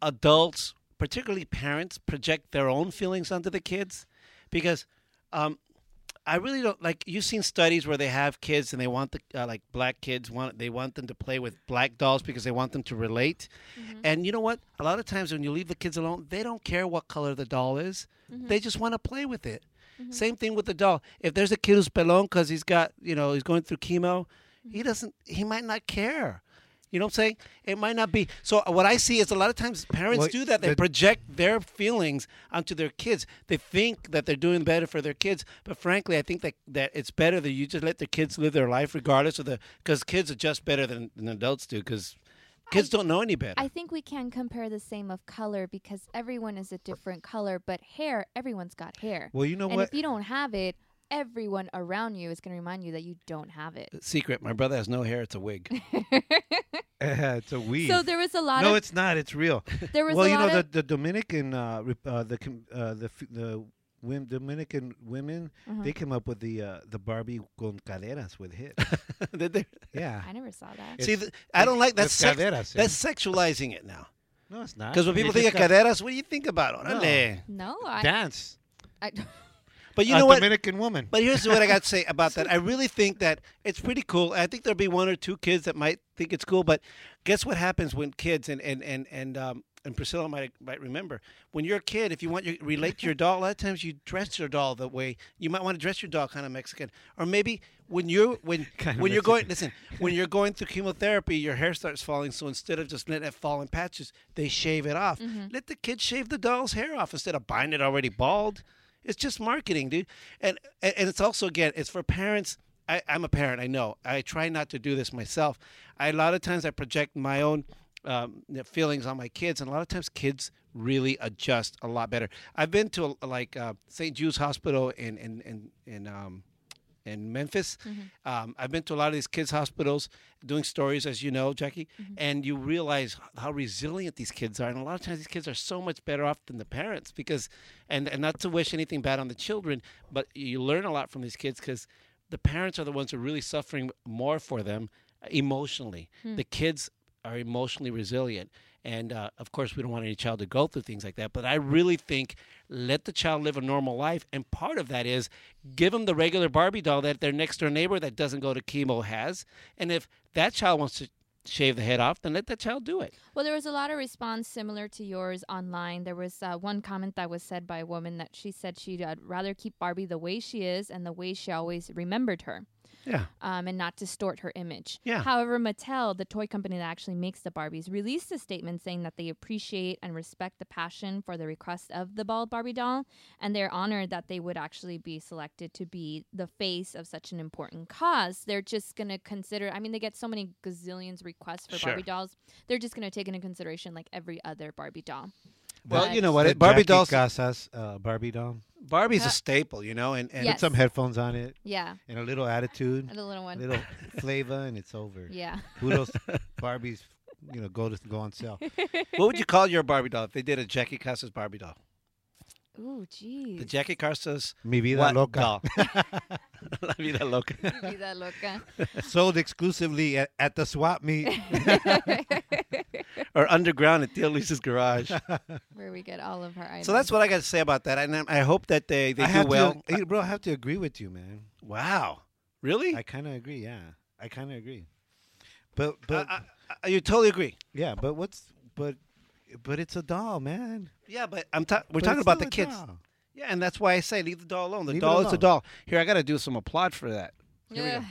Speaker 2: adults, particularly parents, project their own feelings onto the kids because um, I really don't like. You've seen studies where they have kids and they want the uh, like black kids want they want them to play with black dolls because they want them to relate.
Speaker 4: Mm-hmm.
Speaker 2: And you know what? A lot of times when you leave the kids alone, they don't care what color the doll is.
Speaker 4: Mm-hmm.
Speaker 2: They just want to play with it. Same thing with the doll. If there's a kid who's pelon because he's got you know he's going through chemo,
Speaker 4: Mm-hmm.
Speaker 2: he doesn't. He might not care. You know what I'm saying? It might not be. So uh, what I see is a lot of times parents
Speaker 3: Well,
Speaker 2: do that. They
Speaker 3: the-
Speaker 2: project their feelings onto their kids. They think that they're doing better for their kids, but frankly, I think that, that it's better that you just let the kids live their life regardless of the because kids are just better than, than adults do because kids don't know any better.
Speaker 4: I think we can compare the same of color because everyone is a different color, but hair, everyone's got hair.
Speaker 3: Well, you know
Speaker 4: and
Speaker 3: what?
Speaker 4: if you don't have it, everyone around you is going to remind you that you don't have it.
Speaker 2: Secret. My brother has no hair. It's a wig.
Speaker 3: it's a weed.
Speaker 4: So there was a lot
Speaker 3: no,
Speaker 4: of
Speaker 3: it's not. It's real.
Speaker 4: there was
Speaker 3: well,
Speaker 4: a
Speaker 3: you know
Speaker 4: lot
Speaker 3: the,
Speaker 4: of
Speaker 3: the Dominican, uh, rep- uh, the com- uh, the f- the wom- Dominican women,
Speaker 4: Uh-huh.
Speaker 3: they came up with the uh, the Barbie con caderas with hips.
Speaker 2: They- they-
Speaker 3: yeah.
Speaker 4: I never saw that.
Speaker 2: See, th- I don't like that's
Speaker 3: it's
Speaker 2: sex-
Speaker 3: caderas, yeah.
Speaker 2: that's sexualizing it now.
Speaker 3: No, it's not.
Speaker 2: Because when people
Speaker 3: They
Speaker 2: think of
Speaker 3: just got
Speaker 2: caderas, what do you think about? Orale.
Speaker 4: No, I,
Speaker 3: dance,
Speaker 4: I
Speaker 2: But you
Speaker 3: a
Speaker 2: know what?
Speaker 3: Dominican woman.
Speaker 2: But here's what I got to say about that. I really think that it's pretty cool. I think there'll be one or two kids that might think it's cool, but guess what happens when kids and and and and um, and Priscilla might might remember when you're a kid. If you want your relate to your doll, a lot of times you dress your doll that way. You might want to dress your doll kind of Mexican, or maybe when you're when
Speaker 3: Kinda
Speaker 2: when you're
Speaker 3: Mexican.
Speaker 2: going listen when you're going through chemotherapy, your hair starts falling. So instead of just letting it fall in patches, they shave it off. Let the kid shave the doll's hair off instead of buying it already bald. It's just marketing, dude. And and, and it's also again, it's for parents. I, I'm a parent. I know. I try not to do this myself. I, a lot of times I project my own um, feelings on my kids, and a lot of times kids really adjust a lot better. I've been to like uh, St. Jude's Hospital in in in, in um, in Memphis. Um, I've been to a lot of these kids' hospitals doing stories, as you know, Jackie, and you realize h- how resilient these kids are. And a lot of times these kids are so much better off than the parents because, and, and not to wish anything bad on the children, but you learn a lot from these kids because the parents are the ones who are really suffering more for them emotionally. The kids are emotionally resilient. And uh, of course, we don't want any child to go through things like that. But I really think let the child live a normal life. And part of that is give them the regular Barbie doll that their next door neighbor that doesn't go to chemo has. And if that child wants to shave the head off, then let that child do it.
Speaker 4: Well, there was a lot of response similar to yours online. There was uh, one comment that was said by a woman that she said she'd uh, rather keep Barbie the way she is and the way she always remembered her.
Speaker 2: Yeah.
Speaker 4: Um, and not distort her image.
Speaker 2: Yeah.
Speaker 4: However, Mattel, the toy company that actually makes the Barbies, released a statement saying that they appreciate and respect the passion for the request of the bald Barbie doll, and they're honored that they would actually be selected to be the face of such an important cause. They're just going to consider, I mean, they get so many gazillions requests for
Speaker 2: Sure.
Speaker 4: Barbie dolls. They're just going to take into consideration like every other Barbie doll.
Speaker 2: Well,
Speaker 4: But-
Speaker 2: you know what? eh,
Speaker 3: The
Speaker 2: Barbie
Speaker 3: Jackie
Speaker 2: dolls.
Speaker 3: Casas, uh, Barbie doll.
Speaker 2: Barbie's a staple, you know, and, and
Speaker 3: Put
Speaker 4: Yes.
Speaker 3: some headphones on it
Speaker 4: Yeah,
Speaker 3: and a little attitude,
Speaker 4: a little
Speaker 3: a
Speaker 4: one.
Speaker 3: little flavor, and it's over.
Speaker 4: Yeah.
Speaker 3: Kudos, Barbie's. You know, go to go on sale.
Speaker 2: what would you call your Barbie doll if they did a Jackie Casas Barbie doll?
Speaker 4: Ooh,
Speaker 2: The
Speaker 4: jeez.
Speaker 2: Jackie Casas
Speaker 3: Mi vida
Speaker 2: what
Speaker 3: loca.
Speaker 2: doll? La vida loca.
Speaker 4: Vida loca.
Speaker 3: Sold exclusively at, at the swap meet.
Speaker 2: or underground at Theo Luis's garage.
Speaker 4: Where we get all of our items.
Speaker 2: so that's what I got to say about that, and I- I hope that they they
Speaker 3: I
Speaker 2: do
Speaker 3: have
Speaker 2: well.
Speaker 3: to, hey, bro. I have to agree with you, man.
Speaker 2: wow, really?
Speaker 3: I kind of agree. Yeah, I kind of agree. But but
Speaker 2: I, I, you totally agree.
Speaker 3: yeah, but what's but but it's a doll, man.
Speaker 2: Yeah, but I'm ta- we're
Speaker 3: But
Speaker 2: talking
Speaker 3: it's
Speaker 2: about
Speaker 3: still
Speaker 2: the
Speaker 3: a
Speaker 2: kids.
Speaker 3: doll.
Speaker 2: Yeah, and that's why I say leave the doll alone. The
Speaker 3: Leave it
Speaker 2: doll is the
Speaker 3: alone.
Speaker 2: doll. Here, I got to do some applaud for that.
Speaker 4: Yeah.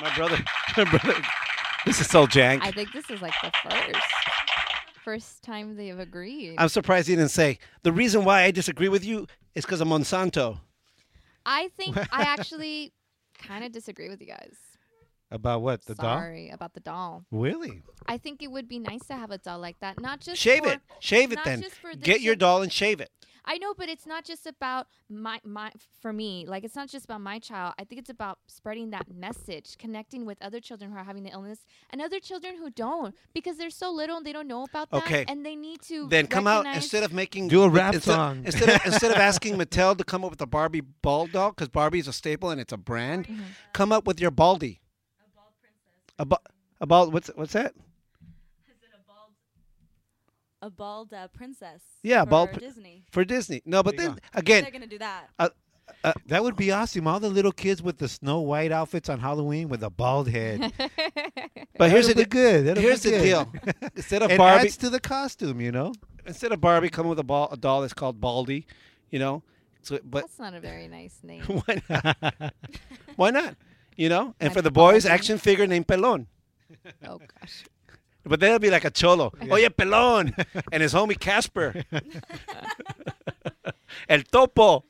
Speaker 2: My brother, my brother. This is so jank.
Speaker 4: I think this is like the first. First time they have agreed.
Speaker 2: I'm surprised he didn't say the reason why I disagree with you is because of Monsanto.
Speaker 4: I think I actually kind of disagree with you guys.
Speaker 3: About what the
Speaker 4: Sorry about the doll.
Speaker 3: doll? Really?
Speaker 4: I think it would be nice to have a doll like that. Not just
Speaker 2: Shave
Speaker 4: for-
Speaker 2: it, shave it.
Speaker 4: not
Speaker 2: Then
Speaker 4: just for the
Speaker 2: get your
Speaker 4: chil-
Speaker 2: doll and shave it.
Speaker 4: I know, but it's not just about my my for me. Like it's not just about my child. I think it's about spreading that message, connecting with other children who are having the illness and other children who don't because they're so little and they don't know about that.
Speaker 2: Okay.
Speaker 4: and they need to
Speaker 2: Then come out
Speaker 4: recognize-
Speaker 2: instead of making
Speaker 3: Do a rap
Speaker 2: instead,
Speaker 3: song.
Speaker 2: instead of, instead of asking Mattel to come up with a Barbie ball doll because Barbie is a staple and it's a brand. Come up with your Baldy. A bald princess. A, bald. What's what's that?
Speaker 9: a bald uh, princess.
Speaker 2: Yeah, a
Speaker 9: for
Speaker 2: bald pr-
Speaker 9: Disney.
Speaker 2: for Disney. No, but
Speaker 3: There you
Speaker 2: then
Speaker 3: go.
Speaker 2: again,
Speaker 9: They're gonna do that.
Speaker 3: uh, That would be awesome. All the little kids with the Snow White outfits on Halloween with a bald head.
Speaker 2: but here's the
Speaker 3: That'll be
Speaker 2: de-
Speaker 3: good. That'll be
Speaker 2: here's the
Speaker 3: good.
Speaker 2: deal. Instead of
Speaker 3: It
Speaker 2: Barbie,
Speaker 3: adds to the costume, you know.
Speaker 2: instead of Barbie coming with a, ball, a doll that's called Baldy, you know. So, but
Speaker 4: That's not a very nice name.
Speaker 2: why not? why not? You know. And
Speaker 4: Like
Speaker 2: for the boys,
Speaker 4: Baldy.
Speaker 2: action figure named Pelon.
Speaker 4: oh gosh.
Speaker 2: But that'll be like a cholo. Oye, Pelon, and his homie Casper. El Topo.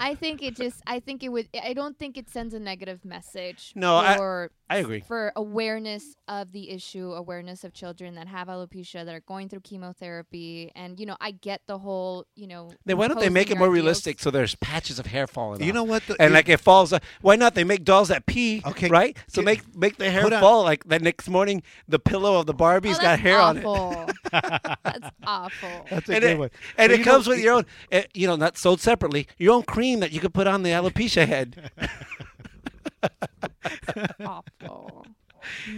Speaker 4: I think it just. I think it would. I don't think it sends a negative message.
Speaker 2: No, I-
Speaker 4: for,
Speaker 2: I agree.
Speaker 4: for awareness of the issue, awareness of children that have alopecia that are going through chemotherapy, and you know, I get the whole. You know,
Speaker 2: Then why don't they make it
Speaker 4: imposing
Speaker 2: more
Speaker 4: your ideals.
Speaker 2: realistic so there's patches of hair falling?
Speaker 3: You
Speaker 2: off?
Speaker 3: know what the-
Speaker 2: and
Speaker 3: you-
Speaker 2: like it falls. off. Why not? They make dolls that pee.
Speaker 3: Okay,
Speaker 2: Right. So
Speaker 3: get-
Speaker 2: make make the hair
Speaker 3: Hold on.
Speaker 2: fall. Like the next morning, the pillow of the Barbie's
Speaker 4: Oh, that's
Speaker 2: got hair on it.
Speaker 4: awful. that's awful.
Speaker 3: That's a
Speaker 2: And
Speaker 3: good
Speaker 2: it,
Speaker 3: one.
Speaker 2: and
Speaker 3: But
Speaker 2: it
Speaker 3: you know-
Speaker 2: comes with your own, eh, you know, not sold separately. Your own cream that you could put on the alopecia head,
Speaker 4: awful.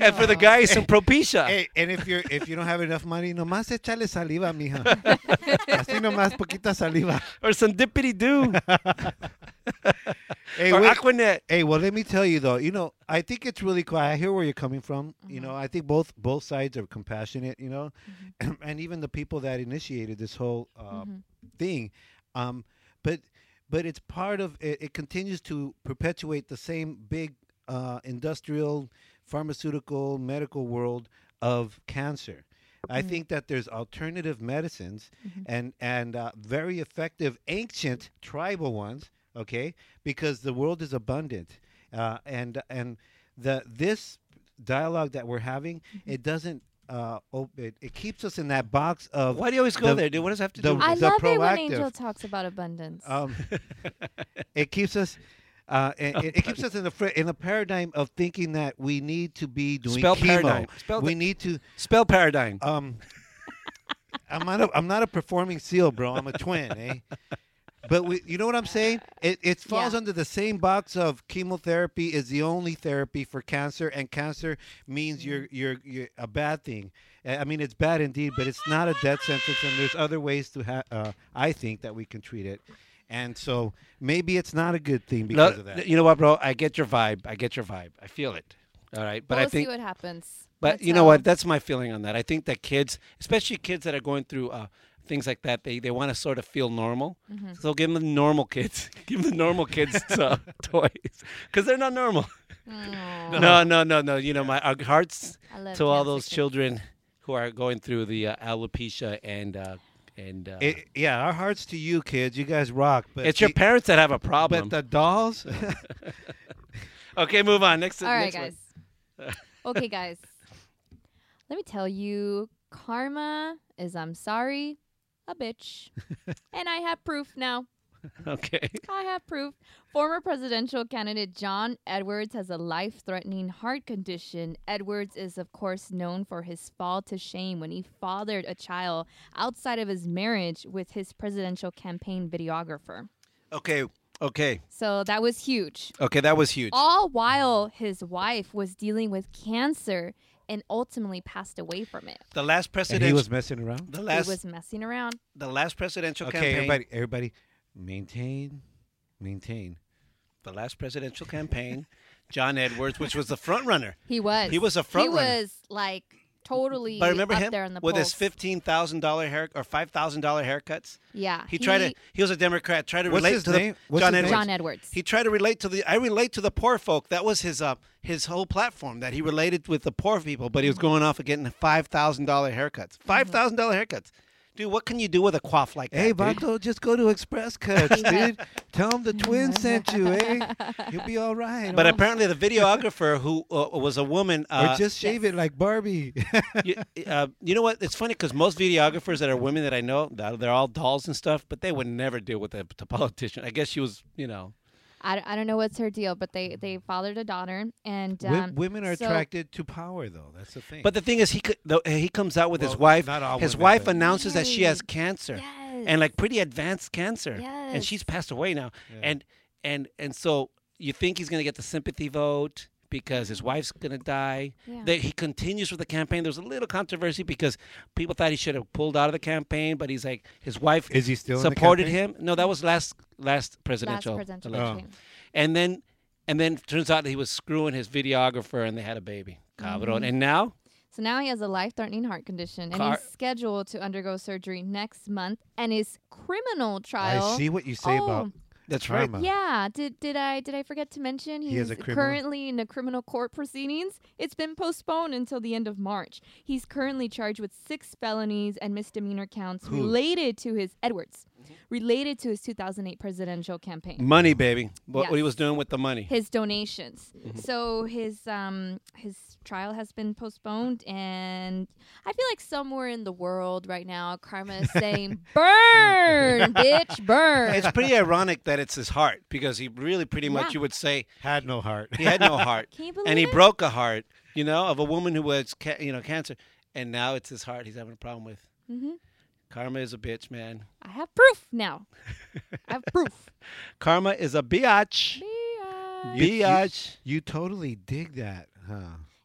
Speaker 2: and for the guys some propecia.
Speaker 3: Hey, and if you're if you don't have enough money, nomás échale saliva, mija. Así nomás poquita saliva.
Speaker 2: or some dippity doo,
Speaker 3: Hey,
Speaker 2: or
Speaker 3: wait.
Speaker 2: Aquanet.
Speaker 3: Hey, well, let me tell you though. You know, I think it's really cool. I hear where you're coming from. You know, I think both both sides are compassionate. You know, and even the people that initiated this whole uh, thing, um, but but it's part of it. It continues to perpetuate the same big uh, industrial, pharmaceutical, medical world of cancer. I think that there's alternative medicines and and uh, very effective ancient tribal ones. Okay, because the world is abundant, uh, and and the this dialogue that we're having
Speaker 4: Mm-hmm.
Speaker 3: it doesn't. Uh, op- it, it keeps us in that box of
Speaker 2: Why do you always go
Speaker 3: the-
Speaker 2: there, dude? What does it have to
Speaker 3: the-
Speaker 2: do? with
Speaker 4: I
Speaker 2: it?
Speaker 4: love it when
Speaker 3: proactive.
Speaker 4: Angel talks about abundance.
Speaker 3: um, it keeps us. Uh,
Speaker 2: Oh,
Speaker 3: it, it- it keeps us in the fr- in a paradigm of thinking that we need to be doing
Speaker 2: Spell
Speaker 3: chemo.
Speaker 2: paradigm. Spell the-
Speaker 3: we need to
Speaker 2: Spell paradigm.
Speaker 3: um, I'm not a I'm not a performing seal, bro. I'm a twin, eh? But we, you know what I'm saying? It, it falls
Speaker 4: Yeah.
Speaker 3: under the same box of chemotherapy is the only therapy for cancer, and cancer means you're
Speaker 4: Mm-hmm.
Speaker 3: you're, you're a bad thing. Uh, I mean, it's bad indeed, but it's not a death sentence, and there's other ways to ha- uh, I think that we can treat it, and so maybe it's not a good thing
Speaker 2: No,
Speaker 3: because of that.
Speaker 2: You know what, bro? I get your vibe. I get your vibe. I feel it. All right, but
Speaker 4: we'll
Speaker 2: I think,
Speaker 4: see what happens.
Speaker 2: but
Speaker 4: Let's
Speaker 2: you know
Speaker 4: hope.
Speaker 2: what? That's my feeling on that. I think that kids, especially kids that are going through uh, things like that, they, they want to sort of feel normal.
Speaker 4: Mm-hmm.
Speaker 2: So give them the normal kids. give them the normal kids uh, toys because they're not normal.
Speaker 4: Aw.
Speaker 2: No, no, no, no. You know, my our hearts
Speaker 4: I love
Speaker 2: to all
Speaker 4: cancer
Speaker 2: those
Speaker 4: kids.
Speaker 2: children who are going through the uh, alopecia and uh, and uh,
Speaker 3: It- yeah, our hearts to you, kids. You guys rock. But
Speaker 2: it's your
Speaker 3: the-
Speaker 2: parents that have a
Speaker 3: but
Speaker 2: problem.
Speaker 3: the dolls.
Speaker 2: okay, move on. Next,
Speaker 4: All right,
Speaker 2: next one.
Speaker 4: guys. okay, guys. Let me tell you, karma is I'm sorry, a bitch, and I have proof now.
Speaker 2: Okay.
Speaker 4: I have proof. Former presidential candidate John Edwards has a life threatening heart condition. Edwards is, of course, known for his fall to shame when he fathered a child outside of his marriage with his presidential campaign videographer.
Speaker 2: Okay. Okay.
Speaker 4: So that was huge.
Speaker 2: Okay. That was huge.
Speaker 4: All while his wife was dealing with cancer and ultimately passed away from it.
Speaker 2: The last
Speaker 3: And he
Speaker 2: presidential.
Speaker 3: was messing around.
Speaker 2: The
Speaker 4: He
Speaker 2: last.
Speaker 4: was messing around.
Speaker 2: the last presidential
Speaker 3: Okay,
Speaker 2: campaign.
Speaker 3: everybody, everybody, maintain, maintain.
Speaker 2: The last presidential campaign. John Edwards, which was the front runner.
Speaker 4: He was.
Speaker 2: He was a front
Speaker 4: He
Speaker 2: runner.
Speaker 4: was like totally
Speaker 2: But remember
Speaker 4: up
Speaker 2: him
Speaker 4: there in the
Speaker 2: with his
Speaker 4: polls.
Speaker 2: fifteen thousand dollar hair or five thousand dollar haircuts.
Speaker 4: Yeah,
Speaker 2: he, tried to.
Speaker 4: he-
Speaker 2: He was a Democrat. Tried to
Speaker 3: What's
Speaker 2: relate
Speaker 3: his
Speaker 2: to
Speaker 3: name?
Speaker 2: the
Speaker 3: What's
Speaker 2: John
Speaker 3: his
Speaker 2: Edwards.
Speaker 3: name?
Speaker 4: John Edwards.
Speaker 2: He tried to relate to the. I relate to the poor folk. That was his uh his whole platform that he related with the poor people. But he was going off and getting five thousand dollar haircuts.
Speaker 4: Mm-hmm.
Speaker 2: Five thousand dollar haircuts. Dude, what can you do with a coif like that?
Speaker 3: Hey,
Speaker 2: dude?
Speaker 3: Bato, just go to Express Cuts, dude. Tell them the twins sent you, eh? You'll be all right.
Speaker 2: But
Speaker 3: huh?
Speaker 2: apparently, the videographer who uh, was a woman. Uh,
Speaker 3: or just shave it like Barbie.
Speaker 2: you, uh, you know what? It's funny because most videographers that are women that I know, they're they're all dolls and stuff, but they would never deal with a, a politician. I guess she was, you know.
Speaker 4: I, I don't know what's her deal, but they they fathered a daughter, and
Speaker 3: Wo-
Speaker 4: um,
Speaker 3: women are
Speaker 4: so-
Speaker 3: attracted to power, though. That's the thing.
Speaker 2: But the thing is, he could, the, he comes out with his
Speaker 3: Well,
Speaker 2: wife.
Speaker 3: not all
Speaker 2: His
Speaker 3: women,
Speaker 2: wife
Speaker 3: but-
Speaker 2: announces that she has cancer, and like pretty advanced cancer, and
Speaker 4: Yes.
Speaker 2: she's passed away now. And and and so you think he's gonna get the sympathy vote because his wife's gonna die.
Speaker 4: Yeah.
Speaker 2: That he continues with the campaign. There's a little controversy because people thought he should have pulled out of the campaign, but he's like his wife
Speaker 3: Is he still in the
Speaker 2: supported
Speaker 3: campaign? Oh.
Speaker 2: him. No, that was last last presidential.
Speaker 4: last presidential
Speaker 2: election.
Speaker 4: campaign.
Speaker 2: And then and then turns out he was screwing his videographer, and they had a baby.
Speaker 4: Mm-hmm.
Speaker 2: Cabron. And now.
Speaker 4: So now he has a life-threatening heart condition, and
Speaker 2: Car-
Speaker 4: he's scheduled to undergo surgery next month. And his criminal trial.
Speaker 3: I see what you say about
Speaker 4: Oh.
Speaker 2: That's right.
Speaker 3: karma.
Speaker 4: Yeah, did did I did I forget to mention he's
Speaker 3: He has a criminal-
Speaker 4: currently in the criminal court proceedings? It's been postponed until the end of March. He's currently charged with six felonies and misdemeanor counts related to his Edwards, related to his 2008 presidential campaign,
Speaker 2: Money, baby. What, what he
Speaker 4: Yes.
Speaker 2: was doing with the money.
Speaker 4: his donations.
Speaker 3: Mm-hmm.
Speaker 4: So his um his trial has been postponed, and I feel like somewhere in the world right now, karma is saying, "Burn, bitch, burn."
Speaker 2: It's pretty ironic that it's his heart because he really, pretty much,
Speaker 4: Yeah.
Speaker 2: you would say
Speaker 3: Had no heart.
Speaker 2: he had no heart,
Speaker 4: Can you
Speaker 2: and he
Speaker 4: believe it?
Speaker 2: broke a heart, you know, of a woman who was, ca- you know, cancer, and now it's his heart he's having a problem with.
Speaker 4: Mhm.
Speaker 2: Karma is a bitch, man.
Speaker 4: I have proof now. I have proof.
Speaker 2: Karma is a biatch. Biatch.
Speaker 3: you totally dig that, huh?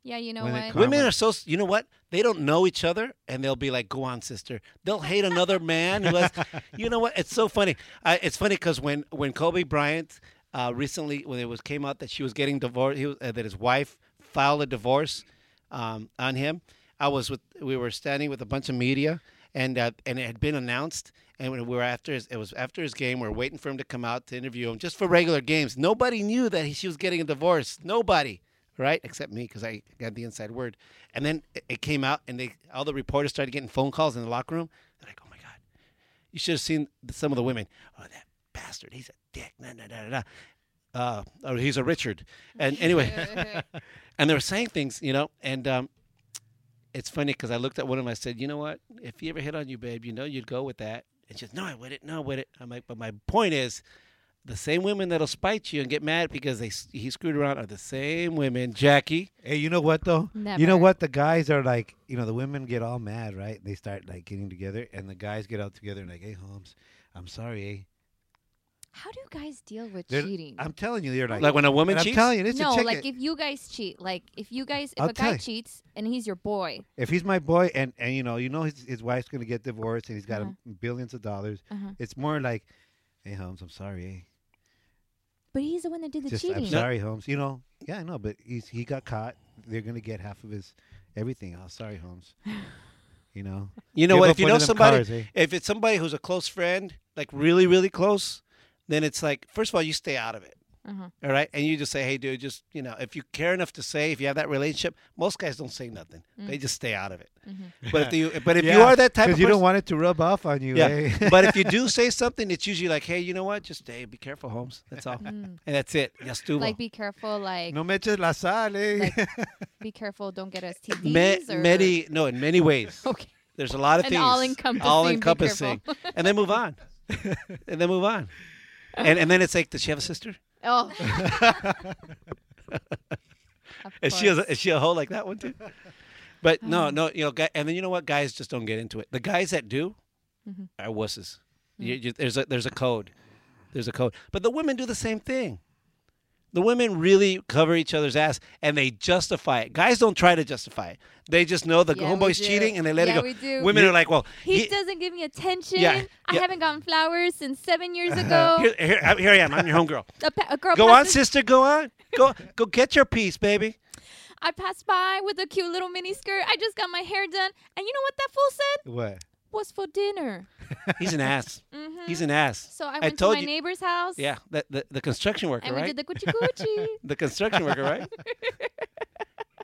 Speaker 4: Yeah, you know
Speaker 3: When it
Speaker 4: what?
Speaker 3: comes-
Speaker 2: Women
Speaker 3: Karma.
Speaker 2: are so, you know what? They don't know each other, and they'll be like, "Go on, sister." They'll hate another man who has, you know what? It's so funny. I, it's funny because when when Kobe Bryant uh, recently, when it was came out that she was getting divorced, he was, uh, that his wife filed a divorce um, on him. I was with, we were standing with a bunch of media, and uh, and it had been announced. And when we were after his, it was after his game. We are waiting for him to come out to interview him just for regular games. Nobody knew that he, she was getting a divorce. Nobody right? Except me, because I got the inside word. And then it- it came out, and they all the reporters started getting phone calls in the locker room. They're like, "Oh my god, you should have seen th- some of the women. Oh, that bastard, he's a dick. Nah, nah, nah, nah, nah. Uh, oh, he's a Richard." And anyway, and they were saying things, you know. And um, it's funny because I looked at one of them. I said, "You know what? If he ever hit on you, babe, you know you'd go with that." And she says, "No, I wouldn't. No, I wouldn't." I'm like, "But my point is." The same women that'll spite you and get mad because they s- he screwed around are the same women, Jackie.
Speaker 3: Hey, you know what though? You know
Speaker 4: Never.
Speaker 3: what? The guys are like, you know, the women get all mad, right? They start like getting together, and the guys get out together and like, hey, Holmes, I'm sorry, eh?
Speaker 4: How do you guys deal with
Speaker 3: They're-
Speaker 4: cheating?
Speaker 3: I'm telling you, they're like,
Speaker 2: Like when a woman
Speaker 3: and
Speaker 2: cheats?
Speaker 3: I'm telling you, it's a
Speaker 4: no,
Speaker 3: chicken.
Speaker 4: like if you guys cheat, like if you guys, if
Speaker 3: I'll
Speaker 4: a
Speaker 3: tell
Speaker 4: guy
Speaker 3: you.
Speaker 4: cheats and he's your boy,
Speaker 3: if he's my boy, and and you know, you know, his his wife's gonna get divorced, and he's got a, billions of dollars.
Speaker 4: Uh-huh.
Speaker 3: It's more like, hey, Holmes, I'm sorry, eh?
Speaker 4: but he's the one that did the
Speaker 3: Just
Speaker 4: cheating.
Speaker 3: I'm sorry, Holmes. You know, yeah, I know, but he's he got caught. They're gonna get half of his everything. Oh, sorry, Holmes. You know,
Speaker 2: You know
Speaker 3: Give
Speaker 2: what?
Speaker 3: up
Speaker 2: If you
Speaker 3: one
Speaker 2: know
Speaker 3: of them
Speaker 2: somebody,
Speaker 3: cars, eh?
Speaker 2: if it's somebody who's a close friend, like really, really close, then it's like, first of all, you stay out of it.
Speaker 4: Uh-huh.
Speaker 2: All right. And you just say, hey, dude, just, you know, if you care enough to say, if you have that relationship, most guys don't say nothing. They just stay out of it.
Speaker 4: Mm-hmm.
Speaker 3: Mm-hmm.
Speaker 2: But if you, but if you
Speaker 3: Yeah,
Speaker 2: are that type
Speaker 3: 'cause
Speaker 2: of
Speaker 3: you
Speaker 2: person,
Speaker 3: don't want it to rub off on you, eh?
Speaker 2: yeah. but if you do say something, it's usually like, hey, you know what? Just, hey, be careful, Holmes. That's all. and that's it. Ya estuvo.
Speaker 4: Like be careful, like
Speaker 3: No me eches la sal, eh?
Speaker 4: be careful, don't get us
Speaker 2: Ma-
Speaker 4: TVs or
Speaker 2: many, no, in many ways.
Speaker 4: Okay.
Speaker 2: There's a lot of
Speaker 4: An
Speaker 2: things.
Speaker 4: all-encompassing, be
Speaker 2: all-encompassing.
Speaker 4: careful.
Speaker 2: and then move on. and then move on. and and then it's like, does she have a sister?
Speaker 4: Oh. Of
Speaker 2: Is she a,
Speaker 4: course. Um.
Speaker 2: is she a hoe like that one too? But no, no, you know, guy, and then you know what? Guys just don't get into it. The guys that do
Speaker 4: Mm-hmm.
Speaker 2: are wusses. You,
Speaker 4: Mm.
Speaker 2: you, there's a there's a code, there's a code. But the women do the same thing. The women really cover each other's ass and they justify it. Guys don't try to justify it. They just know the
Speaker 4: Yeah, we
Speaker 2: homeboy's
Speaker 4: do.
Speaker 2: cheating and they let
Speaker 4: Yeah,
Speaker 2: it go.
Speaker 4: we do.
Speaker 2: Women
Speaker 4: Yeah.
Speaker 2: are like, well,
Speaker 4: He,
Speaker 2: he-
Speaker 4: doesn't give me attention. I
Speaker 2: yeah. Uh-huh.
Speaker 4: haven't gotten flowers since seven years ago.
Speaker 2: uh, here, here, here I am. I'm your homegirl.
Speaker 4: a, pa- a girl
Speaker 2: Go on,
Speaker 4: passes,
Speaker 2: sister. Go on. Go go get your piece, baby.
Speaker 4: I passed by with a cute little mini skirt. I just got my hair done. And you know what that fool said?
Speaker 3: What?
Speaker 4: What's for dinner?
Speaker 2: He's an ass. He's an ass.
Speaker 4: Mm-hmm. So I went
Speaker 2: told
Speaker 4: to my
Speaker 2: you.
Speaker 4: neighbor's house.
Speaker 2: Yeah, the, the, the construction worker,
Speaker 4: And we
Speaker 2: right?
Speaker 4: did the coochie coochie.
Speaker 2: The construction worker, right?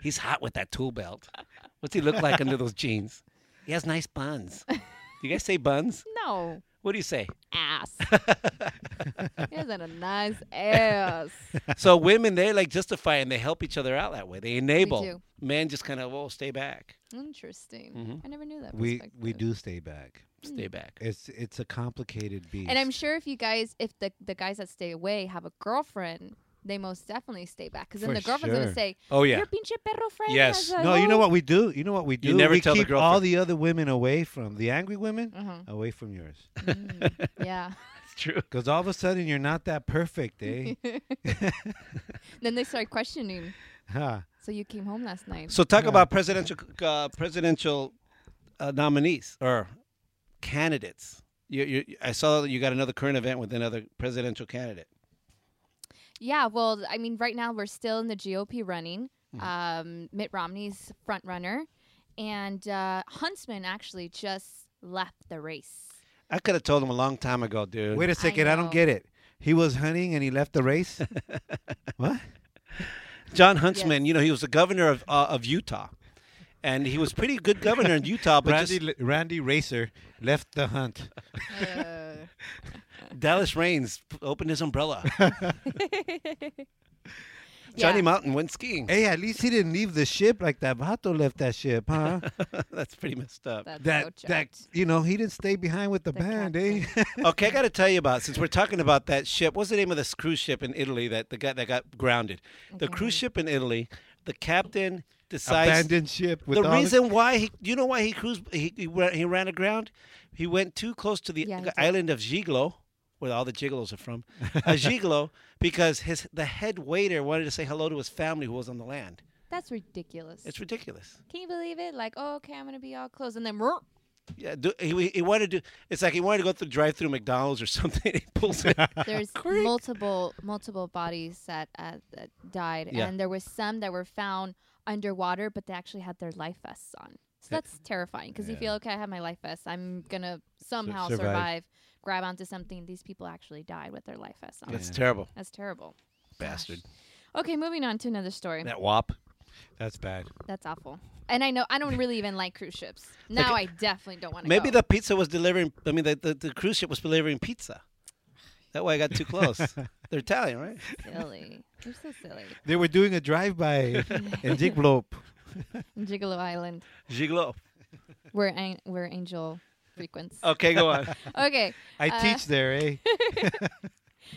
Speaker 2: He's hot with that tool belt. What's he look like under those jeans? He has nice buns. Do you guys say buns?
Speaker 4: no.
Speaker 2: What do you say?
Speaker 4: Ass. he has a nice ass.
Speaker 2: So women, they like justify and they help each other out that way. They enable.
Speaker 4: do.
Speaker 2: Men just kind of, oh, stay back,
Speaker 4: Interesting.
Speaker 2: Mm-hmm.
Speaker 4: I never knew that.
Speaker 3: We we
Speaker 4: perspective.
Speaker 3: do stay back.
Speaker 2: stay back.
Speaker 3: It's it's a complicated beast.
Speaker 4: And I'm sure if you guys, if the, the guys that stay away have a girlfriend, they most definitely stay back. Because then
Speaker 3: For
Speaker 4: the girlfriend's going
Speaker 3: sure.
Speaker 4: to say,
Speaker 2: Oh, yeah.
Speaker 4: Your pinche perro friend.
Speaker 2: Yes.
Speaker 4: has a
Speaker 3: No, you know
Speaker 4: hoe."
Speaker 3: what we do? You know what we do?
Speaker 2: never
Speaker 3: we
Speaker 2: tell the
Speaker 3: keep all the other women away from the angry women
Speaker 4: Mhm.
Speaker 3: away from yours.
Speaker 4: Mm, Yeah.
Speaker 2: It's true.
Speaker 3: Because all of a sudden you're not that perfect, eh?
Speaker 4: then they start questioning.
Speaker 3: huh.
Speaker 4: So you came home last night.
Speaker 2: So talk about presidential uh, presidential uh, nominees or candidates. You, you, I saw that you got another current event with another presidential candidate.
Speaker 4: yeah. Well, I mean, right now we're still in the GOP running.
Speaker 2: Mm-hmm.
Speaker 4: Um, Mitt Romney's front runner, and uh, Huntsman actually just left the race.
Speaker 2: I could have told him a long time ago, dude.
Speaker 3: Wait a second, I,
Speaker 4: know.
Speaker 3: don't get it. He was hunting and he left the race? what?
Speaker 2: John Huntsman, you know, he was the governor of uh, of Utah, and he was pretty good governor in Utah. But
Speaker 3: Randy,
Speaker 2: just
Speaker 3: Randy Racer left the hunt.
Speaker 4: Uh.
Speaker 2: Dallas Raines p- opened his umbrella. Johnny
Speaker 4: Yeah.
Speaker 2: Mountain went skiing.
Speaker 3: hey, at least he didn't leave the ship like that Vato left that ship, huh?
Speaker 2: That's pretty messed up.
Speaker 4: That's so
Speaker 3: that, that,
Speaker 4: jacked.
Speaker 3: you know, he didn't stay behind with the, band, eh?
Speaker 2: okay, I got to tell you about since we're talking about that ship. What's the name of this cruise ship in Italy that the guy that got grounded? The cruise ship in Italy. The captain decides
Speaker 3: Abandoned ship. With
Speaker 2: the
Speaker 3: all the-
Speaker 2: reason why he, you know, why he cruised, he he, ra- he ran aground. He went too close to the
Speaker 4: Yeah, he did.
Speaker 2: island of Gigolo, where all the gigolos are from. A gigolo, because his the head waiter wanted to say hello to his family who was on the land.
Speaker 4: That's ridiculous.
Speaker 2: It's ridiculous.
Speaker 4: Can you believe it? Like, oh, okay, I'm gonna be all closed, and then "Rrr."
Speaker 2: Yeah, do, he, he wanted to. It's like he wanted to go through drive-through McDonald's or something. He pulls it.
Speaker 4: there's multiple multiple bodies that uh, that died,
Speaker 2: Yeah.
Speaker 4: and there was some that were found underwater, but they actually had their life vests on. So that's terrifying because you feel okay. I have my life vest. I'm gonna somehow
Speaker 3: survive.
Speaker 4: survive. grab onto something. These people actually died with their life vests on.
Speaker 2: That's terrible,
Speaker 4: That's terrible.
Speaker 2: bastard.
Speaker 4: Okay, moving on to another story.
Speaker 2: That wop.
Speaker 3: That's bad.
Speaker 4: That's awful. And I know I don't really even like cruise ships. Now I definitely don't want to.
Speaker 2: Maybe the pizza was delivering. I mean, the, the, the cruise ship was delivering pizza. That way, I got too close. They're Italian, right?
Speaker 4: silly. You're so silly.
Speaker 3: They were doing a drive-by in Jiglope.
Speaker 4: Gigolo Island,
Speaker 2: Gigolo.
Speaker 4: where an- where Angel frequents.
Speaker 2: Okay, go on.
Speaker 4: Okay.
Speaker 3: I
Speaker 4: uh,
Speaker 3: teach there, eh?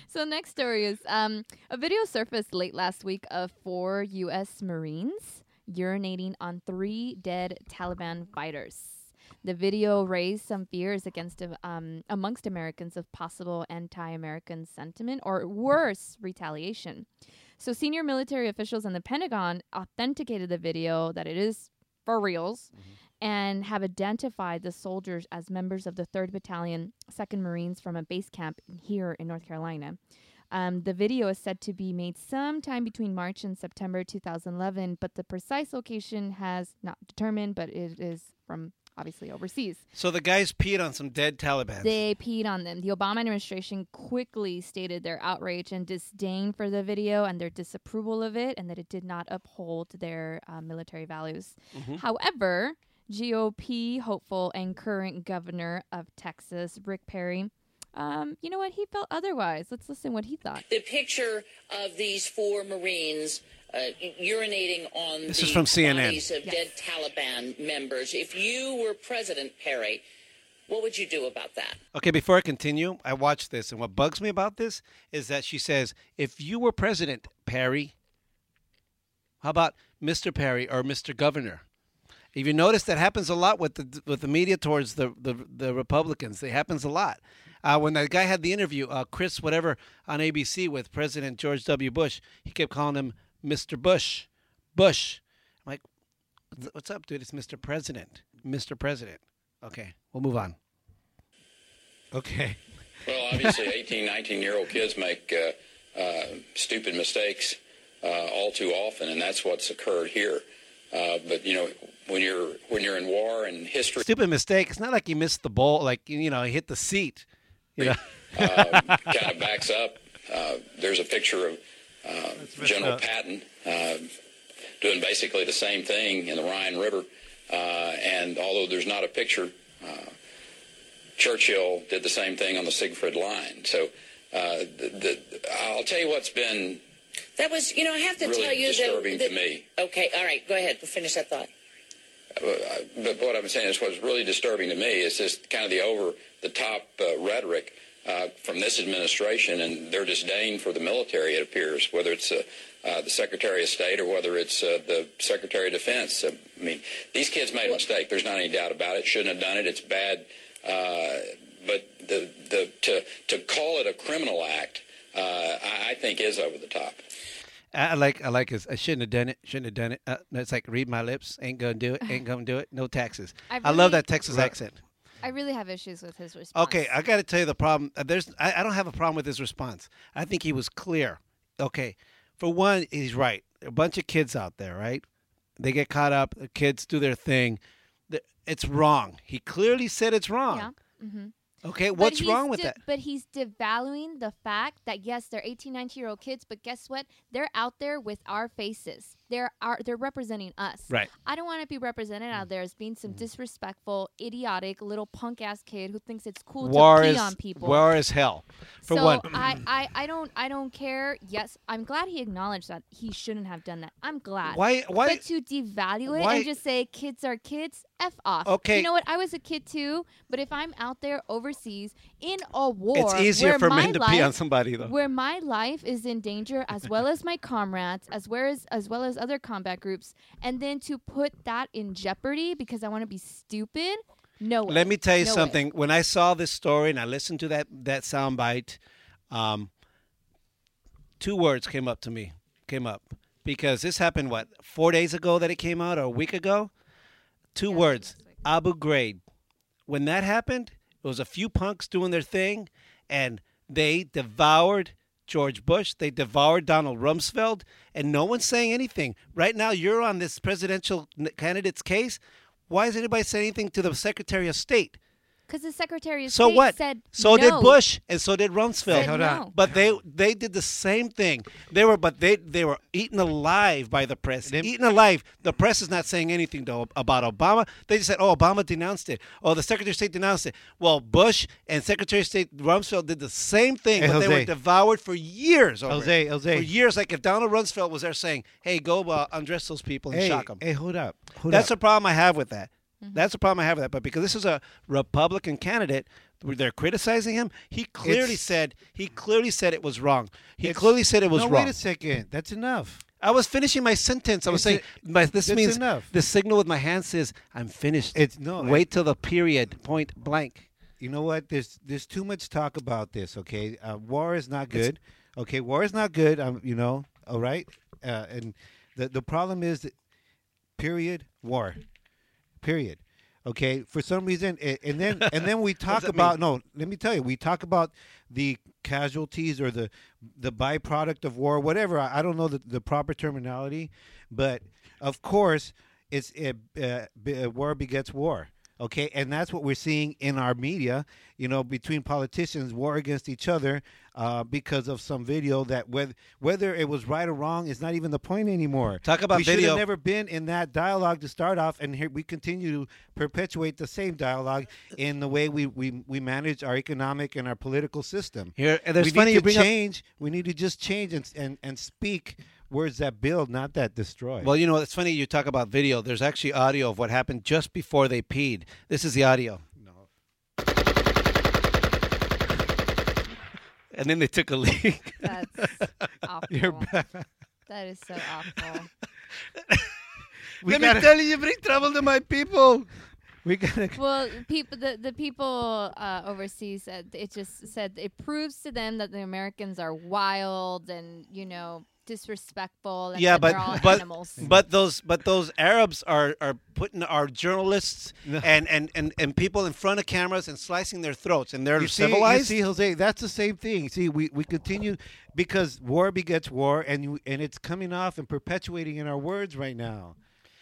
Speaker 4: So next story is um, a video surfaced late last week of four U.S. Marines urinating on three dead Taliban fighters. The video raised some fears against uh, um, amongst Americans of possible anti-American sentiment or worse retaliation. So senior military officials in the Pentagon authenticated the video that it is for reals and have identified the soldiers as members of the 3rd Battalion, 2nd Marines from a base camp in- here in North Carolina. Um, the video is said to be made sometime between March and September 2011, but the precise location has not determined, but it is from obviously overseas.
Speaker 2: So the guys peed on some dead Taliban.
Speaker 4: They peed on them. The Obama administration quickly stated their outrage and disdain for the video and their disapproval of it, and that it did not uphold their uh, military values. However, GOP hopeful and current governor of Texas, Rick Perry, um, you know what? He felt otherwise. Let's listen what he thought.
Speaker 10: the picture of these four Marines uh, urinating on
Speaker 2: This
Speaker 10: the
Speaker 2: is from CNN.
Speaker 10: bodies of dead Taliban members. If you were President Perry, What would you do about that?
Speaker 2: Okay, before I continue, I watched this, and what bugs me about this is that she says, if you were president, Perry, how about Mr. Perry or Mr. Governor? If you notice, that happens a lot with the with the media towards the the, the Republicans. It happens a lot. Uh, when that guy had the interview, uh, Chris whatever on ABC with President George W. Bush, he kept calling him Mr. Bush, Bush. I'm like, "What's- what's up, dude? It's Mr. President, Mr. President. Okay, we'll move on. Okay.
Speaker 11: Well, obviously, 18, 19 year old kids make uh, uh, stupid mistakes uh, all too often, and that's what's occurred here. Uh, but you know, when you're when you're in war and history,
Speaker 2: Stupid mistake. It's not like he missed the ball, like you know, he hit the seat. You know?
Speaker 11: uh, kind of backs up. Uh, there's a picture of uh, General
Speaker 2: up.
Speaker 11: Patton uh, doing basically the same thing in the Rhine River. Uh, and although there's not a picture, uh, Churchill did the same thing on the Siegfried Line. So uh, the, the, I'll tell you what's been
Speaker 10: That was, you know, I have to
Speaker 11: Really
Speaker 10: tell you
Speaker 11: disturbing
Speaker 10: that, that-
Speaker 11: to me.
Speaker 10: Okay, all right, go ahead. We'll finish that thought.
Speaker 11: Uh, but what I'm saying is what's really disturbing to me is just kind of the over the top uh, rhetoric uh, from this administration and their disdain for the military, it appears, whether it's uh, uh, the Secretary of State or whether it's uh, the Secretary of Defense. I mean, these kids made a mistake. There's not any doubt about it. Shouldn't have done it. It's bad. Uh, but the, the, to, to call it a criminal act, uh, I, I think is over the top.
Speaker 2: I I like I like his. I shouldn't have done it. Shouldn't have done it. Uh, no, it's like read my lips. Ain't gonna do it. Ain't gonna do it. No taxes.
Speaker 4: I
Speaker 2: I, love
Speaker 4: really-
Speaker 2: that Texas accent.
Speaker 4: I really have issues with his response.
Speaker 2: Okay, I got to tell you the problem. uh, There's I, I don't have a problem with his response. I think he was clear. Okay, for one, he's right. A bunch of kids out there, right? They get caught up. The kids do their thing. The- It's wrong. He clearly said it's wrong.
Speaker 4: Yeah. Mm-hmm.
Speaker 2: Okay,
Speaker 4: But
Speaker 2: what's
Speaker 4: he's
Speaker 2: wrong with
Speaker 4: de-
Speaker 2: that?
Speaker 4: But he's devaluing the fact that yes, they're 18, 19 year old kids, but guess what? They're out there with our faces. They're our, they're representing us.
Speaker 2: Right. Mm.
Speaker 4: I don't want to be represented out there as being some disrespectful, idiotic little punk ass kid who thinks it's cool
Speaker 2: War
Speaker 4: to pee
Speaker 2: is
Speaker 4: on people.
Speaker 2: war is hell. For
Speaker 4: so
Speaker 2: one,
Speaker 4: I, I, I don't I don't care. Yes, I'm glad he acknowledged that he shouldn't have done that. I'm glad.
Speaker 2: Why- why-
Speaker 4: But to devalue it
Speaker 2: why-
Speaker 4: and just say kids are kids, f off.
Speaker 2: Okay.
Speaker 4: You know what? I was a kid too, but if I'm out there overseas in a war,
Speaker 2: it's easier
Speaker 4: where
Speaker 2: for
Speaker 4: my
Speaker 2: men to pee
Speaker 4: life-
Speaker 2: on somebody though.
Speaker 4: Where my life is in danger, as well as my comrades, as well as as well as other combat groups, and then to put that in jeopardy because I want to be stupid. No. Way.
Speaker 2: Let me tell you
Speaker 4: No way.
Speaker 2: something. When I saw this story and I listened to that that soundbite, um, two words came up to me. Came up because this happened what four days ago that it came out or a week ago. Two words: Abu Ghraib. When that happened, it was a few punks doing their thing, and they devoured George Bush. They devoured Donald Rumsfeld, and no one's saying anything. Right now, you're on this presidential n- candidate's case. Why is anybody saying anything to the Secretary of State?
Speaker 4: Because the Secretary of
Speaker 2: So
Speaker 4: State
Speaker 2: what?
Speaker 4: said no.
Speaker 2: so did Bush, and so did Rumsfeld.
Speaker 4: Said Hold on. no.
Speaker 2: But they they did the same thing. They were, but they they were eaten alive by the press. eaten alive. The press is not saying anything though about Obama. They just said, "Oh, Obama denounced it. Oh, the Secretary of State denounced it." Well, Bush and Secretary of State Rumsfeld did the same thing,
Speaker 3: Hey,
Speaker 2: but they were
Speaker 3: Jose.
Speaker 2: devoured for years. Over
Speaker 3: Jose,
Speaker 2: it.
Speaker 3: Jose.
Speaker 2: for years. Like if Donald Rumsfeld was there saying, "Hey, go uh, undress those people and
Speaker 3: Hey,
Speaker 2: shock them."
Speaker 3: hey, hold up. Hold
Speaker 2: That's
Speaker 3: up.
Speaker 2: the problem I have with that.
Speaker 4: Mm-hmm.
Speaker 2: That's the problem I have with that. But because this is a Republican candidate, where they're criticizing him. He clearly
Speaker 3: It's-
Speaker 2: said he clearly said it was wrong. He clearly said it was
Speaker 3: no,
Speaker 2: wrong.
Speaker 3: Wait a second. That's enough.
Speaker 2: I was finishing my sentence. I was saying
Speaker 3: It's
Speaker 2: my, this
Speaker 3: that's
Speaker 2: means
Speaker 3: enough.
Speaker 2: the signal with my hand says I'm finished.
Speaker 3: It's no. it-
Speaker 2: Wait till the period point blank.
Speaker 3: you know what? There's there's too much talk about this. Okay, uh, war is not good. okay, war is not good. Um, you know, all right. Uh, and the the problem is, that, period. War, period. Okay, for some reason, a- and then and then we talk
Speaker 2: that
Speaker 3: about no. Let me tell you, we talk about the casualties or the the byproduct of war, whatever. I, I don't know the, the proper terminology, but of course, it's it, uh, be- uh, war begets war. Okay, and that's what we're seeing in our media. You know, between politicians, war against each other uh, because of some video that whether whether it was right or wrong is not even the point anymore.
Speaker 2: Talk about
Speaker 3: we should have
Speaker 2: video.
Speaker 3: never been in that dialogue to start off, and here we continue to perpetuate the same dialogue in the way we, we, we manage our economic and our political system.
Speaker 2: Here- and there's
Speaker 3: we
Speaker 2: funny you
Speaker 3: need to
Speaker 2: bring up-
Speaker 3: change. we need to just change and, and and speak words that build, not that destroy.
Speaker 2: Well, you know, it's funny you talk about video. There's actually audio of what happened just before they peed. This is the audio. and then they took a leak.
Speaker 4: That's awful.
Speaker 2: You're back.
Speaker 4: That is so awful.
Speaker 2: Let me tell you, you bring trouble to my people. We gotta.
Speaker 4: Well, people, the, the people uh, overseas said it just said it proves to them that the Americans are wild and you know disrespectful. And
Speaker 2: yeah,
Speaker 4: that they're all
Speaker 2: but but
Speaker 4: animals.
Speaker 2: but those but those Arabs are are putting our journalists and, and and and people in front of cameras and slicing their throats, and they're
Speaker 3: you see,
Speaker 2: civilized.
Speaker 3: You see, Jose, that's the same thing. See, we, we continue because war begets war, and you, and it's coming off and perpetuating in our words right now.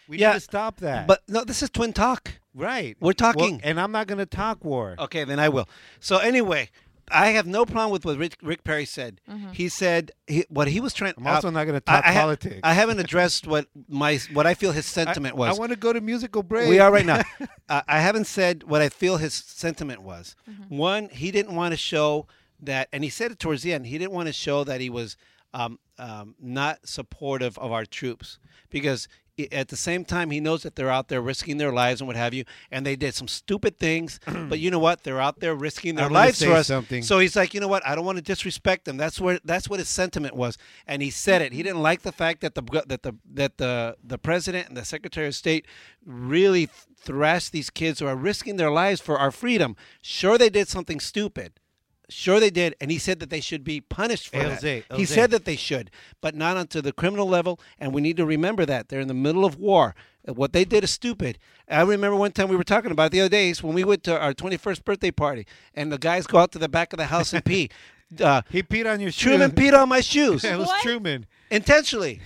Speaker 3: We
Speaker 2: Yeah,
Speaker 3: need to stop that.
Speaker 2: But no, this is twin talk.
Speaker 3: Right.
Speaker 2: We're
Speaker 3: Well,
Speaker 2: talking.
Speaker 3: and I'm not going to talk war.
Speaker 2: Okay, then I will. So anyway, I have no problem with what Rick, Rick Perry said.
Speaker 4: Mm-hmm.
Speaker 3: Mhm.
Speaker 2: He said he, what he was trying.
Speaker 3: I'm also not gonna talk
Speaker 2: I- I ha-
Speaker 3: politics.
Speaker 2: I haven't addressed what my what I feel his sentiment was.
Speaker 3: I want to go to musical break.
Speaker 2: We are right now. uh, I haven't said what I feel his sentiment was.
Speaker 3: Mm-hmm.
Speaker 2: One, he didn't want to show that, and he said it towards the end. He didn't want to show that he was um, um, not supportive of our troops because i- at the same time he knows that they're out there risking their lives and what have you, and they did some stupid things. but you know what? They're out there risking their
Speaker 3: I wanna
Speaker 2: lives
Speaker 3: say
Speaker 2: for us.
Speaker 3: something.
Speaker 2: So he's like, you know what? I don't want to disrespect them. That's where that's what his sentiment was, and he said it. He didn't like the fact that the that the that the the president and the secretary of state really th- thrashed these kids who are risking their lives for our freedom. Sure, they did something stupid. Sure, they did, and he said that they should be punished for
Speaker 3: Hey,
Speaker 2: that.
Speaker 3: Jose,
Speaker 2: He
Speaker 3: Jose.
Speaker 2: said that they should, but not onto the criminal level. And we need to remember that they're in the middle of war. What they did is stupid. I remember one time we were talking about it the other days when we went to our 21st birthday party, and the guys go out to the back of the house and pee. Uh,
Speaker 3: he peed on your shoes.
Speaker 2: Truman peed on my shoes.
Speaker 3: it was Truman.
Speaker 2: Intentionally.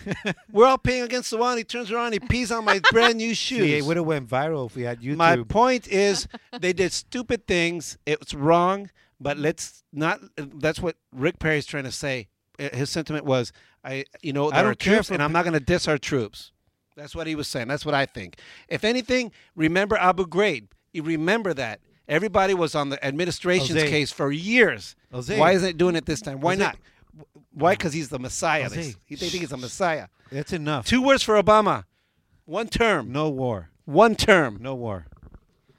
Speaker 2: We're all peeing against the wall, and he turns around, he pees on my brand new shoes.
Speaker 3: See, it would have went viral if we had YouTube.
Speaker 2: My point is, they did stupid things. It's wrong, but let's not. That's what Rick Perry's trying to say. Uh, His sentiment was, "I, you know,
Speaker 3: I
Speaker 2: there are
Speaker 3: don't care
Speaker 2: troops,
Speaker 3: for
Speaker 2: and I'm not going to diss our troops." That's what he was saying. That's what I think. If anything, remember Abu Ghraib. You remember that everybody was on the administration's
Speaker 3: Jose.
Speaker 2: case for years.
Speaker 3: Jose.
Speaker 2: Why isn't it doing it this time? Why
Speaker 3: Jose.
Speaker 2: not? Why? Because he's the Messiah. They,
Speaker 3: Jose.
Speaker 2: they think he's a Messiah.
Speaker 3: That's enough.
Speaker 2: Two words for Obama. One term.
Speaker 3: No war.
Speaker 2: One term.
Speaker 3: No war.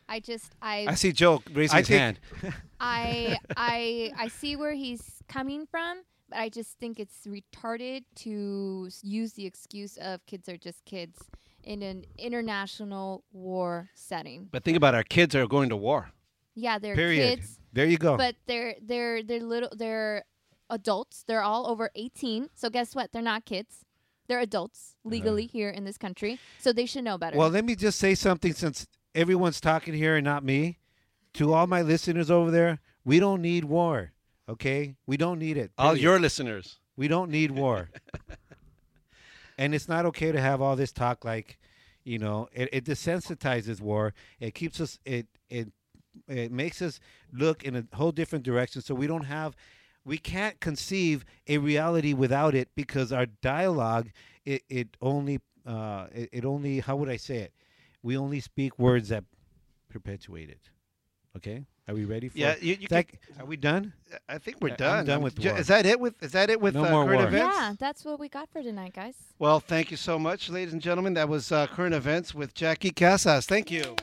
Speaker 4: I just I
Speaker 2: I see Joe raising
Speaker 3: I
Speaker 2: his
Speaker 3: think-
Speaker 2: hand.
Speaker 4: I I I see where he's coming from, but I just think it's retarded to s- use the excuse of kids are just kids in an international war setting.
Speaker 2: But think about it, our kids are going to war.
Speaker 4: Yeah, they're
Speaker 2: Period.
Speaker 4: kids.
Speaker 2: There you go.
Speaker 4: But they're they're they're little they're adults. They're all over 18. So guess what? They're not kids. They're adults legally here in this country. So they should know better.
Speaker 3: Well, let me just say something since everyone's talking here and not me. To all my listeners over there, we don't need war. Okay? We don't need it.
Speaker 2: All
Speaker 3: period.
Speaker 2: your listeners.
Speaker 3: We don't need war. and it's not okay to have all this talk like, you know, it, it desensitizes war. It keeps us it it it makes us look in a whole different direction so we don't have we can't conceive a reality without it because our dialogue it, it only uh it, it only how would I say it? We only speak words that perpetuate it. Okay? Are we ready for
Speaker 2: Yeah, you- you
Speaker 3: Is that-
Speaker 2: can-
Speaker 3: are we done?
Speaker 2: I think we're
Speaker 3: I'm
Speaker 2: done.
Speaker 3: done
Speaker 2: I'm
Speaker 3: with
Speaker 2: ju-
Speaker 3: war.
Speaker 2: Is that it with is that it with
Speaker 3: No
Speaker 2: uh,
Speaker 3: more
Speaker 2: current
Speaker 3: war.
Speaker 2: events?
Speaker 4: yeah, that's what we got for tonight, guys.
Speaker 2: Well, thank you so much, ladies and gentlemen. That was uh, current events with Jackie Casas. Thank you.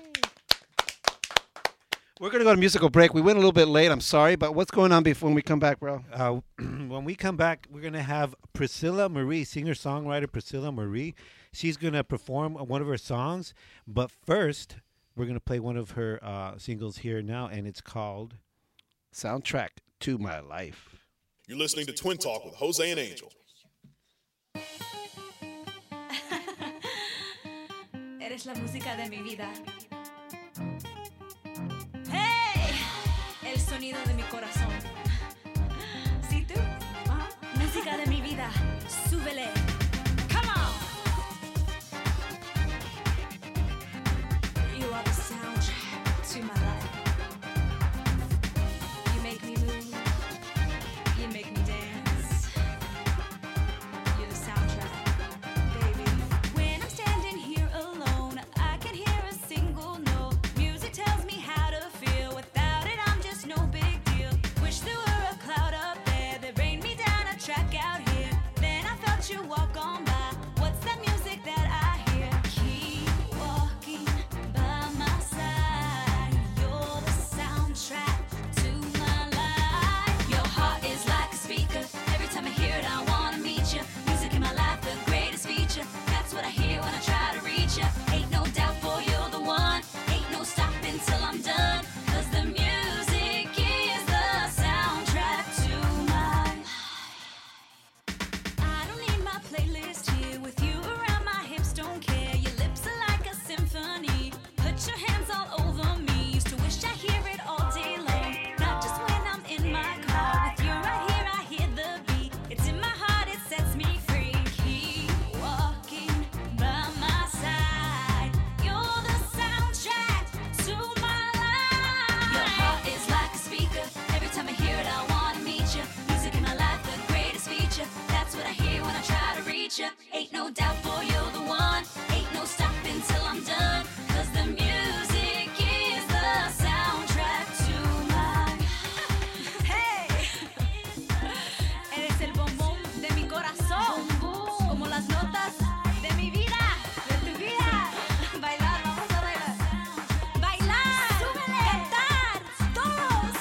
Speaker 2: We're going to go to musical break. We went a little bit late. I'm sorry, but what's going on before when we come back, bro?
Speaker 3: uh, when we come back, we're gonna have Priscilla Marie, singer songwriter Priscilla Marie. She's gonna perform one of her songs, but first we're gonna play one of her uh, singles here now, and it's called
Speaker 2: "Soundtrack to My Life."
Speaker 1: You're listening to Twin Talk with Jose and Angel.
Speaker 12: Eres la música de mi vida. ¡Hey! El sonido de mi corazón. ¿Sí tú? Ajá. Música de mi vida. Súbele. Come on! You are the soundtrack to my life. You make me move. You make me dance. You're the soundtrack, baby. When I'm standing here alone, I can hear a single note. Music tells me how to feel. Without it, I'm just no big deal. Wish want you. Ain't no doubt for you're the one. Ain't no stopping till I'm done. Cause the music is the soundtrack to my. Hey! Eres el bombón de mi corazón. Como las notas de mi vida. De tu vida. Bailar, vamos a bailar. Bailar. Cantar. Todos.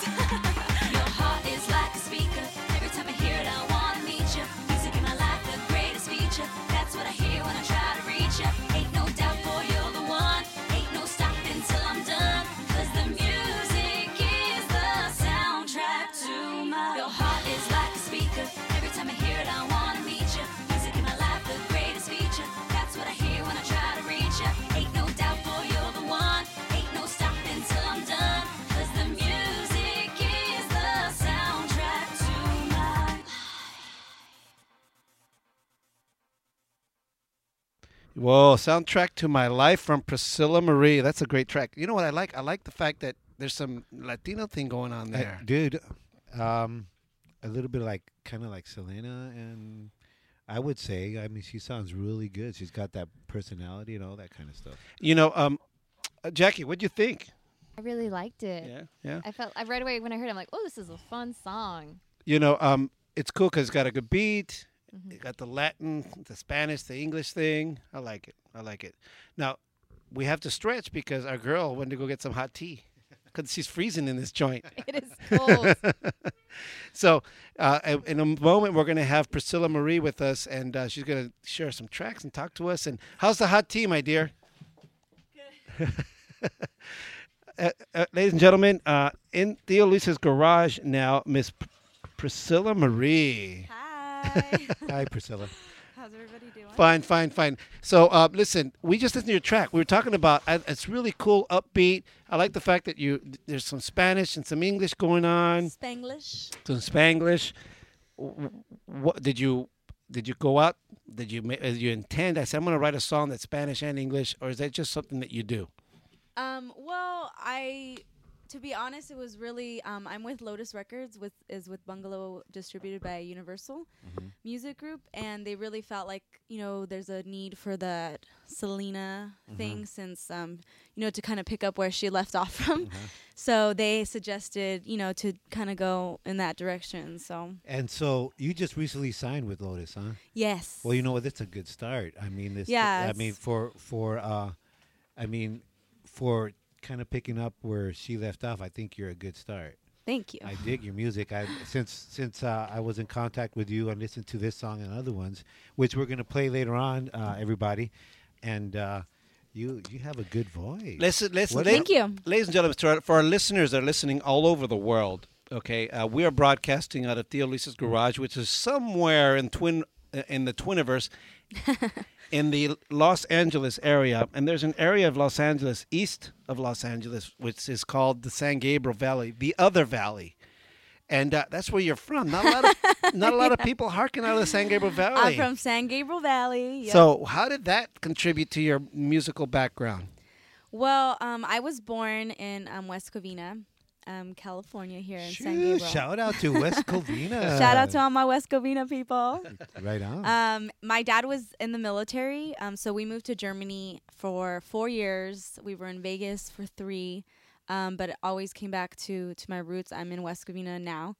Speaker 12: Your heart is like a speaker. Every time I hear it, I wanna meet you. Music in my life, the greatest feature. That's what I hear when I try to reach you. Ain't no doubt, boy, you're the one. Ain't no stopping till I'm done. Cause the music is the soundtrack to my. Your heart is like a speaker. Every time I hear it, I wanna meet you. Music in my life, the greatest feature. That's what I hear when I try to reach you. Ain't no doubt, boy, you're the one. Ain't no stopping till I'm done. Cause the music is the soundtrack to my.
Speaker 2: Whoa, soundtrack to my life from Priscilla Marie. That's a great track. You know what I like? I like the fact that there's some Latino thing going on
Speaker 3: Uh,
Speaker 2: there.
Speaker 3: dude. Um, a little bit like kind of like Selena, and I would say, I mean, she sounds really good. She's got that personality and all that kind of stuff.
Speaker 2: You know, um, uh, Jackie, what'd you think?
Speaker 13: I really liked it.
Speaker 2: Yeah, yeah.
Speaker 13: I felt I right away when I heard it, I'm like, oh, this is a fun song.
Speaker 2: You know, um, it's cool because it's got a good beat.
Speaker 13: Mm-hmm.
Speaker 2: It got the Latin, the Spanish, the English thing. I like it. I like it. Now, we have to stretch because our girl went to go get some hot tea because she's freezing in this joint.
Speaker 13: It is cold.
Speaker 2: so, uh, in- in a moment, we're going to have Priscilla Marie with us, and uh, she's going to share some tracks and talk to us. And how's the hot tea, my dear? uh, uh, ladies and gentlemen, uh, in Theo Luis's garage now, Miss P- Priscilla Marie.
Speaker 9: Hi.
Speaker 3: Hi, Priscilla.
Speaker 9: How's everybody doing?
Speaker 2: Fine, fine, fine. So, uh, listen, we just listened to your track. We were talking about uh, it's really cool, upbeat. I like the fact that you there's some Spanish and some English going on,
Speaker 9: Spanglish.
Speaker 2: some Spanglish. W- What did you did you go out? Did you ma- uh, you intend? I said I'm going to write a song that's Spanish and English, or is that just something that you do?
Speaker 9: Um, well, I, to be honest, it was really. Um, I'm with Lotus Records, with is with Bungalow, distributed by Universal Music Group, and they really felt like you know there's a need for that Selena
Speaker 2: Mm-hmm.
Speaker 9: thing since um, you know to kind of pick up where she left off from.
Speaker 2: Mm-hmm.
Speaker 9: So they suggested you know to kind of go in that direction. So
Speaker 3: And so you just recently signed with Lotus, huh?
Speaker 9: Yes.
Speaker 3: Well, you know what? That's a good start. I mean, this. I
Speaker 9: Yes.
Speaker 3: mean, for for uh, I mean, for kind of picking up where she left off, I think you're a good start.
Speaker 9: Thank you.
Speaker 3: I dig your music. I since since uh, I was in contact with you, I listened to this song and other ones, which we're gonna play later on, uh, everybody, and. Uh, you, you have a good voice.
Speaker 2: Listen, listen.
Speaker 3: What-
Speaker 2: la- ladies and gentlemen. to our- for our listeners that are listening all over the world, okay, uh, we are broadcasting out of Theo Lisa's garage, which is somewhere in twin uh, in the Twiniverse, in the Los Angeles area. And there's an area of Los Angeles east of Los Angeles, which is called the San Gabriel Valley, the other valley. And uh, that's where you're from. Not a lot of not a lot of people hearken out of the San Gabriel
Speaker 9: I'm
Speaker 2: Valley.
Speaker 9: from San Gabriel Valley. yep.
Speaker 2: So, how did that contribute to your musical background?
Speaker 9: Well, um, I was born in um, West Covina, um, California, here in San
Speaker 3: Shoo,
Speaker 9: Gabriel.
Speaker 3: Shout out to West Covina.
Speaker 9: Shout out to all my West Covina people.
Speaker 3: Right on.
Speaker 9: Um, my dad was in the military, um, so we moved to Germany for four years. We were in Vegas for three, um, but it always came back to to my roots. I'm in West Covina now,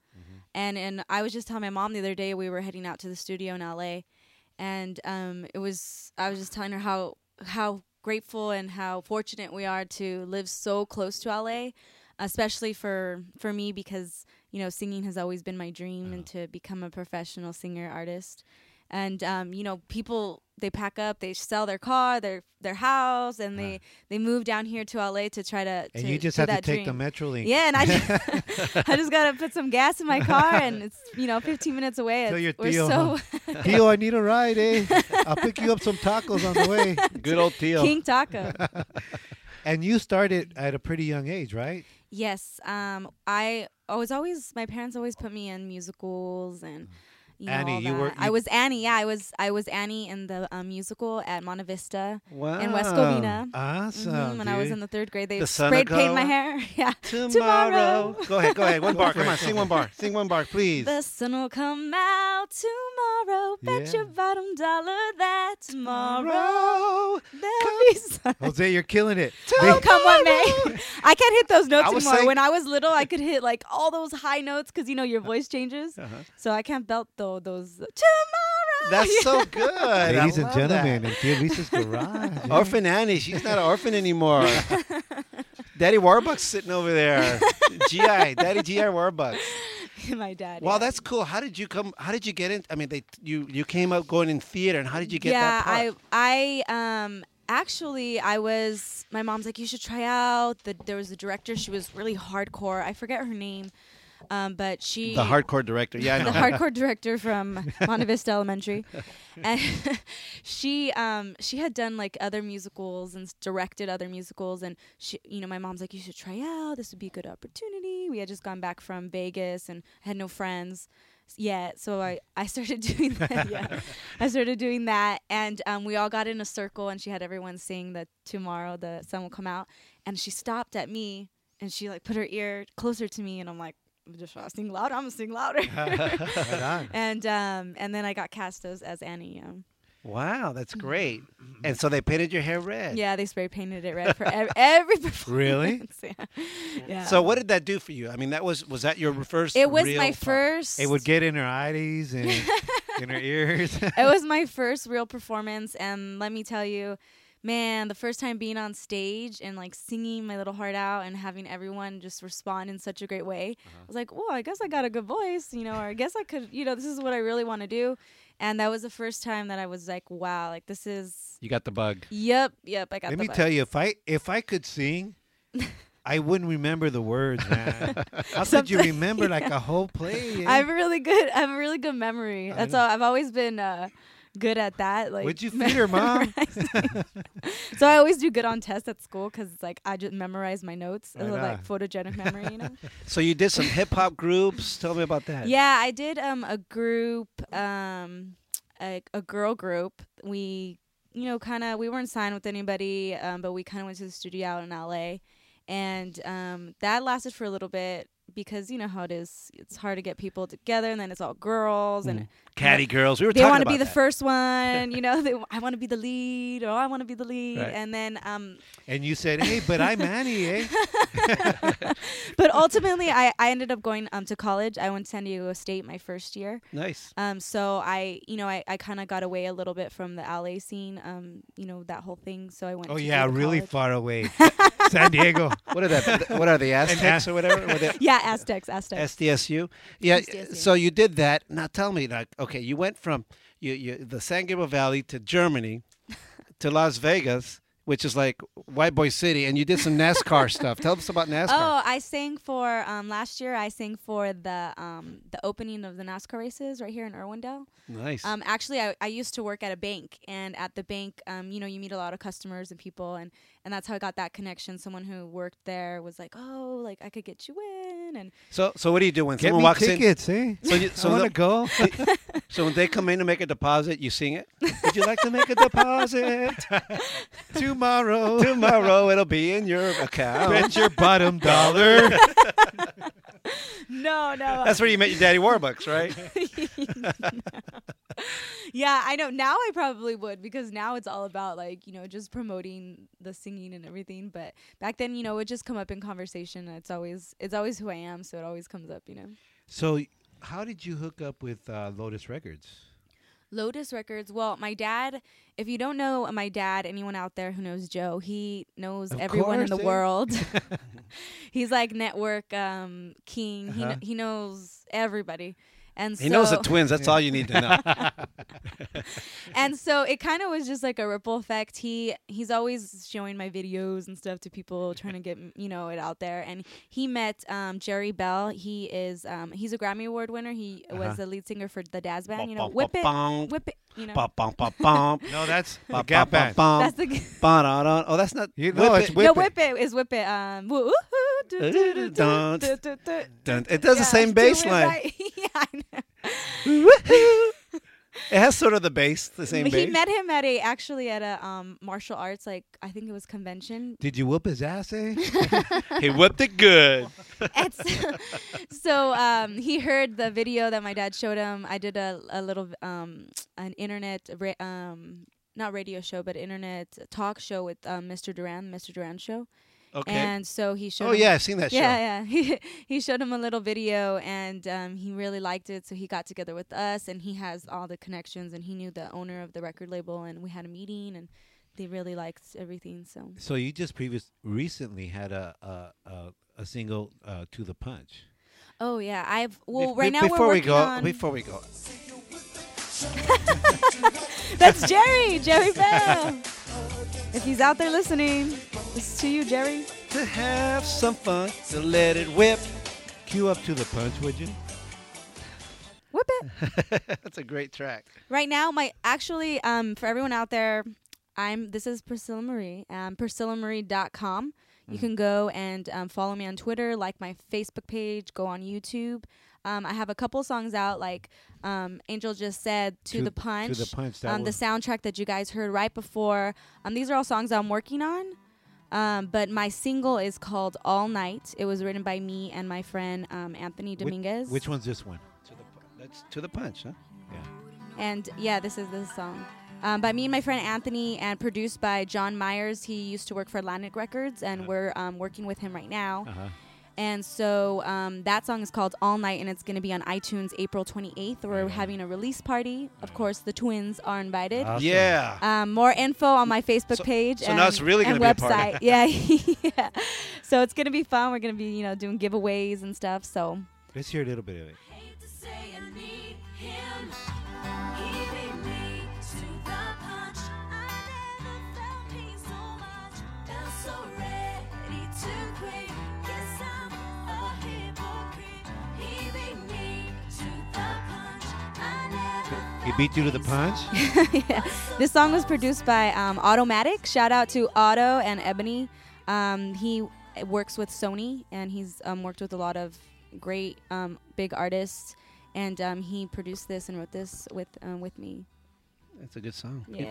Speaker 9: and and I was just telling my mom the other day we were heading out to the studio in LA, and um, it was I was just telling her how how grateful and how fortunate we are to live so close to LA, especially for for me because you know singing has always been my dream and to become a professional singer artist, and um, you know people they pack up they sell their car their their house and they they move down here to LA to try to
Speaker 3: And
Speaker 9: to,
Speaker 3: you just
Speaker 9: to
Speaker 3: have to
Speaker 9: that
Speaker 3: take the
Speaker 9: dream.
Speaker 3: Metrolink.
Speaker 9: yeah and I just, I just gotta put some gas in my car and it's you know 15 minutes away
Speaker 3: Tell
Speaker 9: It's-
Speaker 3: your
Speaker 9: we're
Speaker 3: Theo,
Speaker 9: so
Speaker 3: huh? Theo, I need a ride, eh? I'll pick you up some tacos on the way.
Speaker 2: Good old Theo.
Speaker 9: King Taco.
Speaker 3: and you started at a pretty young age, right?
Speaker 9: Yes. Um, I I was always my parents always put me in musicals and you know, all
Speaker 3: Annie, you were-
Speaker 9: that. I
Speaker 3: you-
Speaker 9: was Annie. Yeah, I was I was Annie in the um, musical at Monta Vista in West
Speaker 3: Wow.
Speaker 9: Covina.
Speaker 3: Awesome,
Speaker 9: Mhm, When I was
Speaker 3: dude.
Speaker 9: in the third grade, they
Speaker 2: The sun
Speaker 9: sprayed paint
Speaker 2: will
Speaker 9: my
Speaker 2: go
Speaker 9: hair. yeah.
Speaker 2: Go ahead, go ahead. One
Speaker 3: Go
Speaker 2: bar.
Speaker 3: for
Speaker 2: Come
Speaker 3: it.
Speaker 2: on, sing one bar. Sing one bar, please.
Speaker 9: The sun will come out tomorrow. tomorrow. Bet
Speaker 3: Yeah.
Speaker 9: your bottom dollar that tomorrow
Speaker 3: Tomorrow.
Speaker 9: there'll be sun.
Speaker 3: Jose, you're killing it.
Speaker 9: Oh, come on, May. I can't hit those notes
Speaker 3: I was
Speaker 9: anymore.
Speaker 3: saying-
Speaker 9: when I was little, I could hit like all those high notes because you know your voice changes.
Speaker 3: Uh-huh.
Speaker 9: So I can't belt though those tomorrow.
Speaker 2: That's so good. I
Speaker 3: Ladies and
Speaker 2: love that.
Speaker 3: gentlemen, in Tia Lisa's garage. eh? yeah.
Speaker 2: Orphan Annie, she's not an orphan anymore. Daddy Warbucks sitting over there. GI, Daddy GI Warbucks.
Speaker 9: My dad.
Speaker 2: Wow,
Speaker 9: yeah.
Speaker 2: that's cool. How did you come? How did you get in? I mean, they you you came up going in theater, and how did you get
Speaker 9: yeah,
Speaker 2: that part?
Speaker 9: I I um actually I was my mom's like you should try out. The, there was a director. She was really hardcore. I forget her name, um, but she
Speaker 2: the hardcore director. Yeah, I know.
Speaker 9: the hardcore director from Monte Vista Elementary, and she um, she had done like other musicals and s- directed other musicals, and she you know my mom's like you should try out. This would be a good opportunity. We had just gone back from Vegas and had no friends yet, so I I started doing that. yeah, I started doing that, and um, we all got in a circle, and she had everyone sing that tomorrow the sun will come out, and she stopped at me. And she like put her ear closer to me, and I'm like, I'm just trying to sing loud. I'm gonna sing louder.
Speaker 2: Right
Speaker 3: Uh-huh.
Speaker 2: on.
Speaker 9: And um, and then I got cast as, as Annie. Um,
Speaker 2: Wow, that's great. And so they painted your hair red.
Speaker 9: Mm-hmm. yeah, they spray painted it red for ev- every performance.
Speaker 2: Really?
Speaker 9: yeah. yeah.
Speaker 2: So what did that do for you? I mean, that was was that your first?
Speaker 9: It was
Speaker 2: real
Speaker 9: my
Speaker 2: part?
Speaker 9: first.
Speaker 3: It would get in her eyes and in her ears.
Speaker 9: it was my first real performance, and let me tell you, man, the first time being on stage and like singing my little heart out and having everyone just respond in such a great way,
Speaker 3: Uh-huh.
Speaker 9: I was like, well, I guess I got a good voice, you know, or I guess I could, you know, this is what I really want to do. And that was the first time that I was like, wow, like this is.
Speaker 2: You got the bug.
Speaker 9: Yep, yep, I got.
Speaker 3: Let
Speaker 9: the
Speaker 3: me
Speaker 9: bug.
Speaker 3: tell you, if I if I could sing, I wouldn't remember the words, man. How could you
Speaker 9: Sometimes-
Speaker 3: remember like
Speaker 9: yeah.
Speaker 3: a whole play?
Speaker 9: I have a really good. I have a really good memory. That's all. I've always been uh, good at that. Like,
Speaker 3: What'd you feed her, Mom?
Speaker 9: memorizing. so I always do good on tests at school because it's like I just memorize my notes.
Speaker 2: Right
Speaker 9: It's
Speaker 2: on.
Speaker 9: like photogenic memory, you know.
Speaker 2: So you did some hip hop groups. Tell me about that.
Speaker 9: yeah, I did um a group, um a, a girl group. We you know kind of we weren't signed with anybody, um, but we kind of went to the studio out in LA, and um that lasted for a little bit because you know how it is. It's hard to get people together, and then it's all girls and.
Speaker 2: Mm. Catty girls. We were
Speaker 9: they
Speaker 2: talking
Speaker 9: want to
Speaker 2: about
Speaker 9: be the
Speaker 2: that.
Speaker 9: first one, you know. They, I want to be the lead, or "Oh, I want to be the lead,
Speaker 3: Right.
Speaker 9: and then, um,
Speaker 3: And you said, "Hey, but I'm Annie, eh?"
Speaker 9: but ultimately, I, I ended up going um to college. I went to San Diego State my first year.
Speaker 2: Nice.
Speaker 9: Um, so I, you know, I, I kind of got away a little bit from the LA scene, um, you know, that whole thing. So I went.
Speaker 3: Oh
Speaker 9: to
Speaker 3: yeah,
Speaker 9: Google
Speaker 3: really
Speaker 9: College.
Speaker 3: far away, San Diego.
Speaker 2: What are that? What are the Aztecs
Speaker 3: Aztecs
Speaker 2: or whatever? Were they-
Speaker 9: Yeah, Aztecs, Aztecs.
Speaker 2: SDSU. Yeah.
Speaker 9: SDSU.
Speaker 2: So you did that. Now tell me, like, okay, you went from you, you the San Gabriel Valley to Germany, to Las Vegas, which is like white boy city, and you did some NASCAR stuff. Tell us about NASCAR.
Speaker 9: Oh, I sang for um, last year. I sang for the um, the opening of the NASCAR races right here in Irwindale.
Speaker 2: Nice.
Speaker 9: Um, actually, I, I used to work at a bank, and at the bank, um, you know, you meet a lot of customers and people, and and that's how I got that connection. Someone who worked there was like, oh, like I could get you in, and
Speaker 2: So, so what do you do when
Speaker 3: Get
Speaker 2: someone
Speaker 3: me
Speaker 2: walks
Speaker 3: tickets,
Speaker 2: in?
Speaker 3: eh?
Speaker 2: So, you,
Speaker 3: I
Speaker 2: so
Speaker 3: wanna
Speaker 2: the-
Speaker 3: go.
Speaker 2: so when they come in to make a deposit, you sing it. Would you like to make a deposit
Speaker 3: Tomorrow,
Speaker 2: tomorrow? It'll be in your account.
Speaker 3: bet your bottom dollar.
Speaker 9: no, no.
Speaker 2: That's where you met your daddy Warbucks, right?
Speaker 9: yeah, I know. Now I probably would because now it's all about like you know just promoting the singing and everything. But back then, you know, it would just come up in conversation. It's always it's always who I am, so it always comes up. You know,
Speaker 3: so, how did you hook up with uh, Lotus Records?
Speaker 9: Lotus Records. Well, my dad. If you don't know my dad, anyone out there who knows Joe, he knows
Speaker 3: Of
Speaker 9: everyone in
Speaker 3: course,
Speaker 9: the
Speaker 3: eh?
Speaker 9: world. He's like network um, king. He
Speaker 2: Uh-huh.
Speaker 9: kn- he knows everybody. And
Speaker 2: He knows the
Speaker 9: so-
Speaker 2: twins. That's all you need to know.
Speaker 9: and so it kind of was just like a ripple effect. He he's always showing my videos and stuff to people, trying to get you know it out there. And he met um, Jerry Bell. He is um, he's a Grammy Award winner. He
Speaker 2: Uh-huh.
Speaker 9: was the lead singer for the Daz Band. You know,
Speaker 2: Bum, bum,
Speaker 9: whip
Speaker 2: bum,
Speaker 9: it,
Speaker 2: bum.
Speaker 9: whip it. You know,
Speaker 2: Bum, bum, bum, bum.
Speaker 3: No, that's the
Speaker 2: Bum,
Speaker 3: Gap
Speaker 2: bum,
Speaker 3: Band.
Speaker 2: bum,
Speaker 9: That's the
Speaker 2: bum.
Speaker 9: g-
Speaker 2: Ba-da-da. Oh, that's not.
Speaker 3: You- no, it's
Speaker 9: no
Speaker 3: Whip It.
Speaker 9: whip it is whip it. Um, woo- woohoo, do- do- do- do-
Speaker 2: Uh, Dun,
Speaker 9: do- do- do. Uh,
Speaker 2: dun. It does the
Speaker 9: Yeah,
Speaker 2: same
Speaker 9: do it
Speaker 2: bass line.
Speaker 9: right. yeah, I know.
Speaker 2: It has sort of the bass, the same
Speaker 9: he
Speaker 2: bass.
Speaker 9: met him at a actually at a um, martial arts like I think it was convention.
Speaker 3: Did you whoop his ass, eh?
Speaker 2: he whipped it good.
Speaker 9: so um, he heard the video that my dad showed him. I did a, a little um, an internet ra- um, not radio show but internet talk show with um, Mr. Duran, Mr. Duran show.
Speaker 2: Okay.
Speaker 9: And so he showed.
Speaker 2: Oh,
Speaker 9: him-
Speaker 2: yeah, I've seen that show.
Speaker 9: Yeah, yeah. He, he showed him a little video, and um, he really liked it. So he got together with us, and he has all the connections, and he knew the owner of the record label, and we had a meeting, and they really liked everything. So
Speaker 3: So you just previous recently had a a, a, a single uh, to the punch.
Speaker 9: Oh yeah, I've well
Speaker 3: Be-
Speaker 9: right now
Speaker 3: before
Speaker 9: we're
Speaker 3: we
Speaker 9: working
Speaker 3: go,
Speaker 9: on.
Speaker 3: before we go,
Speaker 9: That's Jerry, Jerry Bell. if he's out there listening, this is to you, Jerry.
Speaker 2: To have some fun, to let it whip.
Speaker 3: cue up to the punch, would you?
Speaker 9: Whip it.
Speaker 2: That's a great track.
Speaker 9: Right now, my actually um for everyone out there, I'm this is Priscilla Marie. Um, PriscillaMarie.com. You
Speaker 14: Mhm.
Speaker 3: Mm-hmm.
Speaker 9: can go and um, follow me on Twitter, like my Facebook page, go on YouTube. Um, I have a couple songs out, like um, Angel just said, "To,
Speaker 3: To-
Speaker 9: the Punch,"
Speaker 3: To the Punch, that
Speaker 9: um, the
Speaker 3: was-
Speaker 9: soundtrack that you guys heard right before. Um, these are all songs I'm working on, um, but my single is called "All Night." It was written by me and my friend um, Anthony
Speaker 3: Which-
Speaker 9: Dominguez.
Speaker 3: Which, one's this one?
Speaker 2: To the, that's to the punch, huh?
Speaker 9: And yeah, this is the song. Um, by me and my friend Anthony, and produced by John Myers. He used to work for Atlantic Records, and we're um, working with him right now.
Speaker 3: Uh-huh.
Speaker 9: And so um, that song is called All Night, and it's going to be on iTunes April 28th. We're having a release party. Of course, the twins are invited.
Speaker 2: Awesome. Yeah.
Speaker 9: Um, more info on my Facebook page.
Speaker 2: so
Speaker 9: and,
Speaker 2: now it's really
Speaker 9: and
Speaker 2: gonna be a
Speaker 9: website.
Speaker 2: party.
Speaker 9: yeah, yeah. So it's going to be fun. We're going to be, you know, doing giveaways and stuff. So
Speaker 3: Let's hear a little bit of it. He beat you to the punch.
Speaker 9: yeah. This song was produced by um, Automatic. Shout out to Otto and Ebony. Um, he works with Sony, and he's um, worked with a lot of great um, big artists. And um, he produced this and wrote this with um, with me.
Speaker 2: That's a good song.
Speaker 9: Yeah.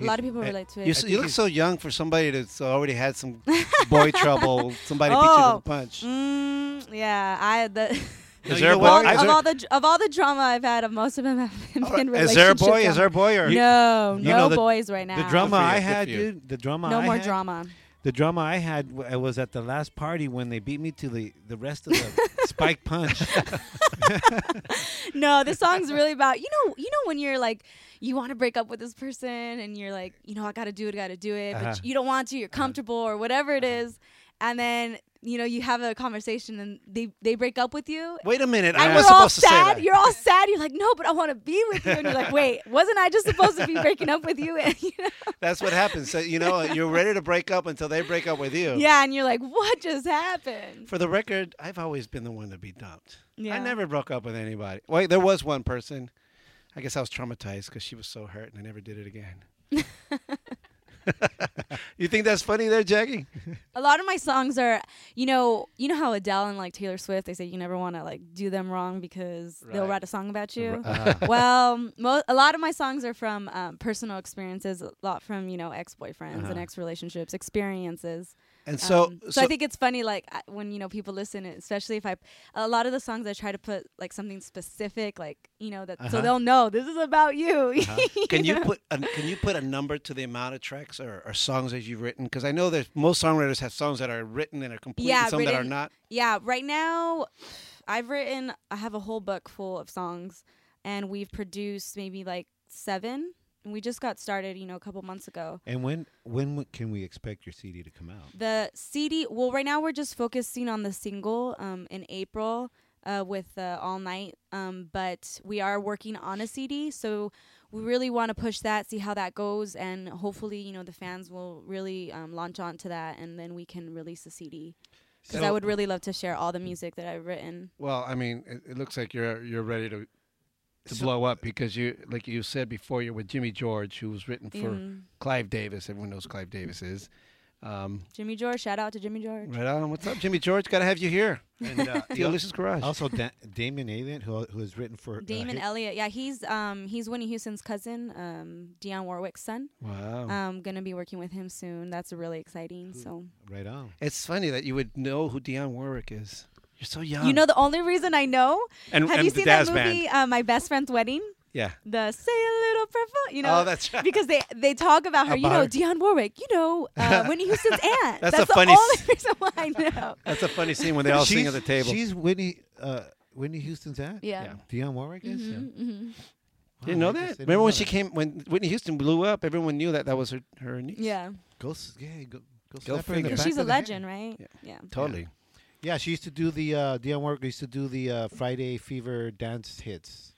Speaker 9: A lot of people relate to it.
Speaker 2: You, s- you look so young for somebody that's already had some boy trouble. Somebody beat you to
Speaker 9: Oh.
Speaker 2: the punch.
Speaker 9: Mm, yeah, I the.
Speaker 2: No, there a
Speaker 9: of
Speaker 2: boy?
Speaker 9: all,
Speaker 2: Is
Speaker 9: of
Speaker 2: there-
Speaker 9: all the dr- of all the drama I've had, of most of them have been in relationships.
Speaker 2: Is there a boy? Is
Speaker 9: drama.
Speaker 2: there a boy? Or
Speaker 9: no,
Speaker 3: You
Speaker 9: no
Speaker 3: know the-
Speaker 9: boys right now.
Speaker 3: The
Speaker 2: Good
Speaker 3: drama
Speaker 2: for you,
Speaker 3: I
Speaker 2: good
Speaker 3: had,
Speaker 2: for you.
Speaker 3: dude. The drama.
Speaker 9: No
Speaker 3: I
Speaker 9: more
Speaker 3: had-
Speaker 9: drama.
Speaker 3: The drama I had w- I was at the last party when they beat me to the the rest of the spike punch.
Speaker 9: no, this song's really about you know you know when you're like you want to break up with this person and you're like you know I got to do it, got to do it,
Speaker 14: Uh-huh.
Speaker 9: but you don't want to, you're comfortable or whatever
Speaker 2: Uh-huh.
Speaker 9: it is, and then you know you have a conversation and they they break up with you.
Speaker 2: Wait a minute.
Speaker 9: and
Speaker 2: I
Speaker 9: you're
Speaker 2: was
Speaker 9: all
Speaker 2: supposed to say
Speaker 9: sad.
Speaker 2: that.
Speaker 9: You're all sad. You're like, no, but I want to be with you. And you're like, wait, wasn't I just supposed to be breaking up with you? And, you know,
Speaker 2: That's what happens. So, you know, uh, you're ready to break up until they break up with you.
Speaker 9: yeah, and you're like, what just happened?
Speaker 2: For the record, I've always been the one to be dumped.
Speaker 9: Yeah.
Speaker 2: I never broke up with anybody. Wait, there was one person. I guess I was traumatized because she was so hurt, and I never did it again. you think that's funny there, Jackie?
Speaker 9: a lot of my songs are you know you know how adele and like taylor swift they say you never want to like do them wrong because they'll
Speaker 14: Right.
Speaker 9: write a song about you
Speaker 14: Uh-huh.
Speaker 9: well mo- a lot of my songs are from um, personal experiences a lot from you know ex-boyfriends and
Speaker 2: Uh-huh.
Speaker 9: ex-relationships experiences
Speaker 2: And so-
Speaker 9: Um, so, I
Speaker 2: so-
Speaker 9: think it's funny, like I- when you know people listen, especially if I, a lot of the songs I try to put like something specific, like you know that,
Speaker 2: Uh-huh.
Speaker 9: so they'll know this is about you.
Speaker 2: Can you
Speaker 9: know?
Speaker 2: put a, can you put a number to the amount of tracks or, or songs that you've written? Because I know that most songwriters have songs that are written and are complete, and some that are
Speaker 9: written-
Speaker 2: not.
Speaker 9: Yeah, right now, I've written. I have a whole book full of songs, and we've produced maybe like seven. And we just got started, you know, a couple months ago.
Speaker 3: and when when w- can we expect your CD to come out?
Speaker 9: The CD. Well, right now we're just focusing on the single. Um, in April. Uh, with uh, all night, um, but we are working on a CD, so we really want to push that, see how that goes, and hopefully, you know, the fans will really um, launch onto that, and then we can release a CD. Because I
Speaker 2: So-
Speaker 9: would really love to share all the music that I've written.
Speaker 2: Well, I mean, it, it looks like you're you're ready to to blow up because you like you said before you're with Jimmy George, who was written for
Speaker 9: Mhm.
Speaker 2: Clive Davis. Everyone knows Clive Davis is. Um,
Speaker 9: Jimmy George, shout out to Jimmy George.
Speaker 2: right on. What's up, Jimmy George? Got to have you here.
Speaker 3: And, uh,
Speaker 2: the
Speaker 3: you al-
Speaker 2: Alicia's Garage.
Speaker 3: Also, da- Damon Elliott, who, who has written for uh,
Speaker 9: Damon
Speaker 3: hit-
Speaker 9: Elliott, yeah, he's um he's Winnie Houston's cousin, um Dionne Warwick's son.
Speaker 2: Wow.
Speaker 9: Um, gonna be working with him soon. That's really exciting. So
Speaker 3: Right on.
Speaker 2: It's funny that you would know who Dionne Warwick is. You're so young.
Speaker 9: you know the only reason I know.
Speaker 2: And-
Speaker 9: have
Speaker 2: and
Speaker 9: you
Speaker 2: the
Speaker 9: seen that
Speaker 2: Daz Band.
Speaker 9: movie, uh, My Best Friend's Wedding?
Speaker 2: Yeah.
Speaker 9: The say a little purple, you know.
Speaker 2: Oh, that's right.
Speaker 9: Because they they talk about her. you
Speaker 2: About
Speaker 9: know,
Speaker 2: her.
Speaker 9: Dionne Warwick. You know, uh, Winnie Houston's aunt.
Speaker 2: That's a
Speaker 9: the
Speaker 2: funny
Speaker 9: only
Speaker 2: s-
Speaker 9: reason why I know.
Speaker 2: That's a funny scene when they all sing at the
Speaker 3: She's-
Speaker 2: table.
Speaker 3: She's Whitney, uh, Whitney Houston's aunt?
Speaker 9: Yeah. Yeah.
Speaker 3: Dionne Warwick is?
Speaker 9: Mm-hmm.
Speaker 2: You know
Speaker 3: I guess I
Speaker 2: that?
Speaker 3: didn't
Speaker 2: Remember
Speaker 3: know
Speaker 2: when she
Speaker 3: that.
Speaker 2: came when Whitney Houston blew up? Everyone knew that that was her her niece.
Speaker 9: Yeah.
Speaker 3: Go, s- yeah, go, go,
Speaker 2: Go
Speaker 3: slap her in the
Speaker 2: figure.
Speaker 3: back
Speaker 9: She's a
Speaker 3: of the head.
Speaker 9: legend, right? Yeah.
Speaker 2: Totally.
Speaker 3: Yeah, she used to do the uh, Dionne Warwick used to do the uh, Friday Fever dance hits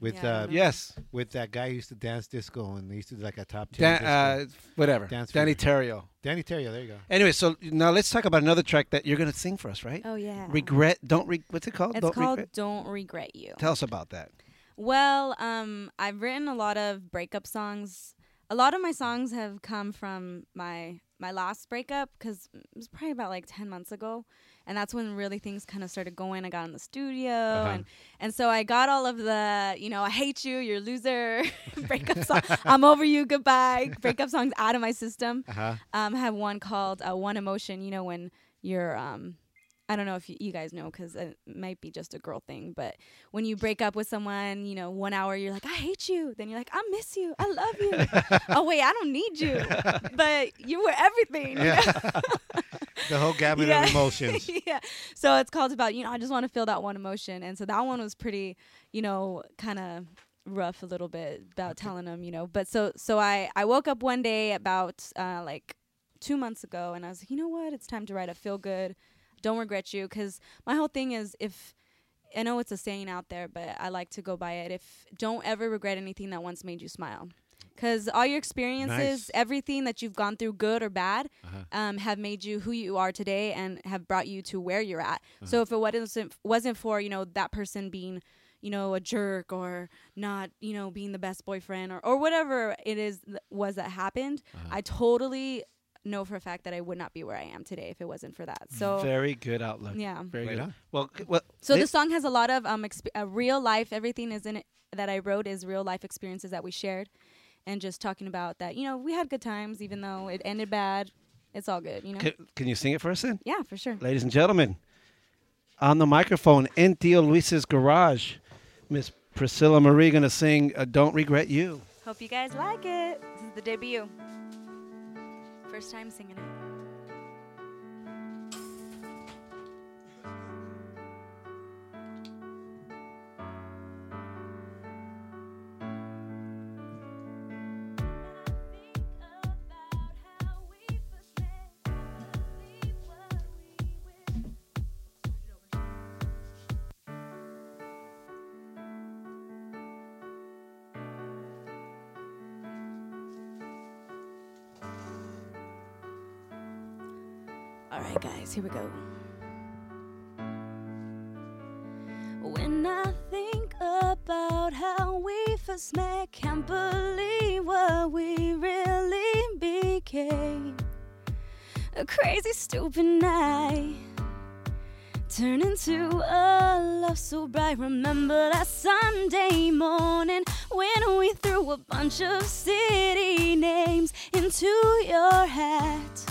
Speaker 3: with
Speaker 9: Yeah, I
Speaker 3: uh,
Speaker 9: remember.
Speaker 2: Yes.
Speaker 3: with that guy who used to dance disco and they used to do like a top
Speaker 2: Da-
Speaker 3: ten.
Speaker 2: uh,
Speaker 3: disco.
Speaker 2: whatever.
Speaker 3: Dance
Speaker 2: Danny
Speaker 3: Fever.
Speaker 2: Terrio.
Speaker 3: Danny Terrio, there you go.
Speaker 2: Anyway, so now let's talk about another track that you're going to sing for us, right?
Speaker 9: Oh, yeah.
Speaker 2: Regret. Don't re- What's it called?
Speaker 9: It's
Speaker 2: don't
Speaker 9: called
Speaker 2: regret.
Speaker 9: Don't Regret You.
Speaker 2: Tell us about that.
Speaker 9: Well, um, I've written a lot of breakup songs. A lot of my songs have come from my my last breakup because it was probably about like ten months ago, and that's when really things kind of started going. I got in the studio,
Speaker 12: Uh-huh.
Speaker 9: and and so I got all of the you know I hate you, you're a loser, breakup song, I'm over you, goodbye, breakup songs out of my system.
Speaker 12: Uh-huh.
Speaker 9: Um, I have one called uh, One Emotion. You know when you're um, I don't know if you, you guys know because it might be just a girl thing, but when you break up with someone, you know, one hour you're like, I hate you. Then you're like, I miss you. I love you. oh, wait, I don't need you. But you were everything. you know?
Speaker 3: the whole gamut of emotions.
Speaker 9: yeah. So it's called about, you know, I just want to feel that one emotion. And so that one was pretty, you know, kind of rough a little bit about telling them, you know. But so so I I woke up one day about uh like 2 months ago and I was like, "You know what? It's time to write a feel good. Don't regret you cuz my whole thing is if I know it's a saying out there, but I like to go by it. If don't ever regret anything that once made you smile. Cuz all your experiences,
Speaker 12: Nice.
Speaker 9: everything that you've gone through good or bad,
Speaker 12: Uh-huh.
Speaker 9: um, have made you who you are today and have brought you to where you're at. So if it wasn't wasn't for you know that person being you know a jerk or not you know being the best boyfriend or or whatever it is th- was that happened, I totally know for a fact that I would not be where I am today if it wasn't for that. So
Speaker 2: very good outlook.
Speaker 9: Yeah.
Speaker 2: Very
Speaker 9: Right
Speaker 2: good.
Speaker 9: on.
Speaker 2: Well, c- well.
Speaker 9: so
Speaker 2: thi-
Speaker 9: the song has a lot of um exp- uh, real life. Everything is in it that I wrote is real life experiences that we shared, and just talking about that. You know, we had good times, even though it ended bad. It's all good. You know.
Speaker 2: Can, can you sing it for us then?
Speaker 9: Yeah, for sure.
Speaker 2: Ladies and gentlemen, on the microphone in Tio Luis's garage, Miss Priscilla Marie going to sing uh, Don't Regret You.
Speaker 9: Hope you guys like it. This is the debut. First time singing it. All right, guys, here we go.
Speaker 12: When I think about how we first met, can't believe what we really became. A crazy, stupid night turned into a love so bright. Remember that Sunday morning when we threw a bunch of city names into your hat.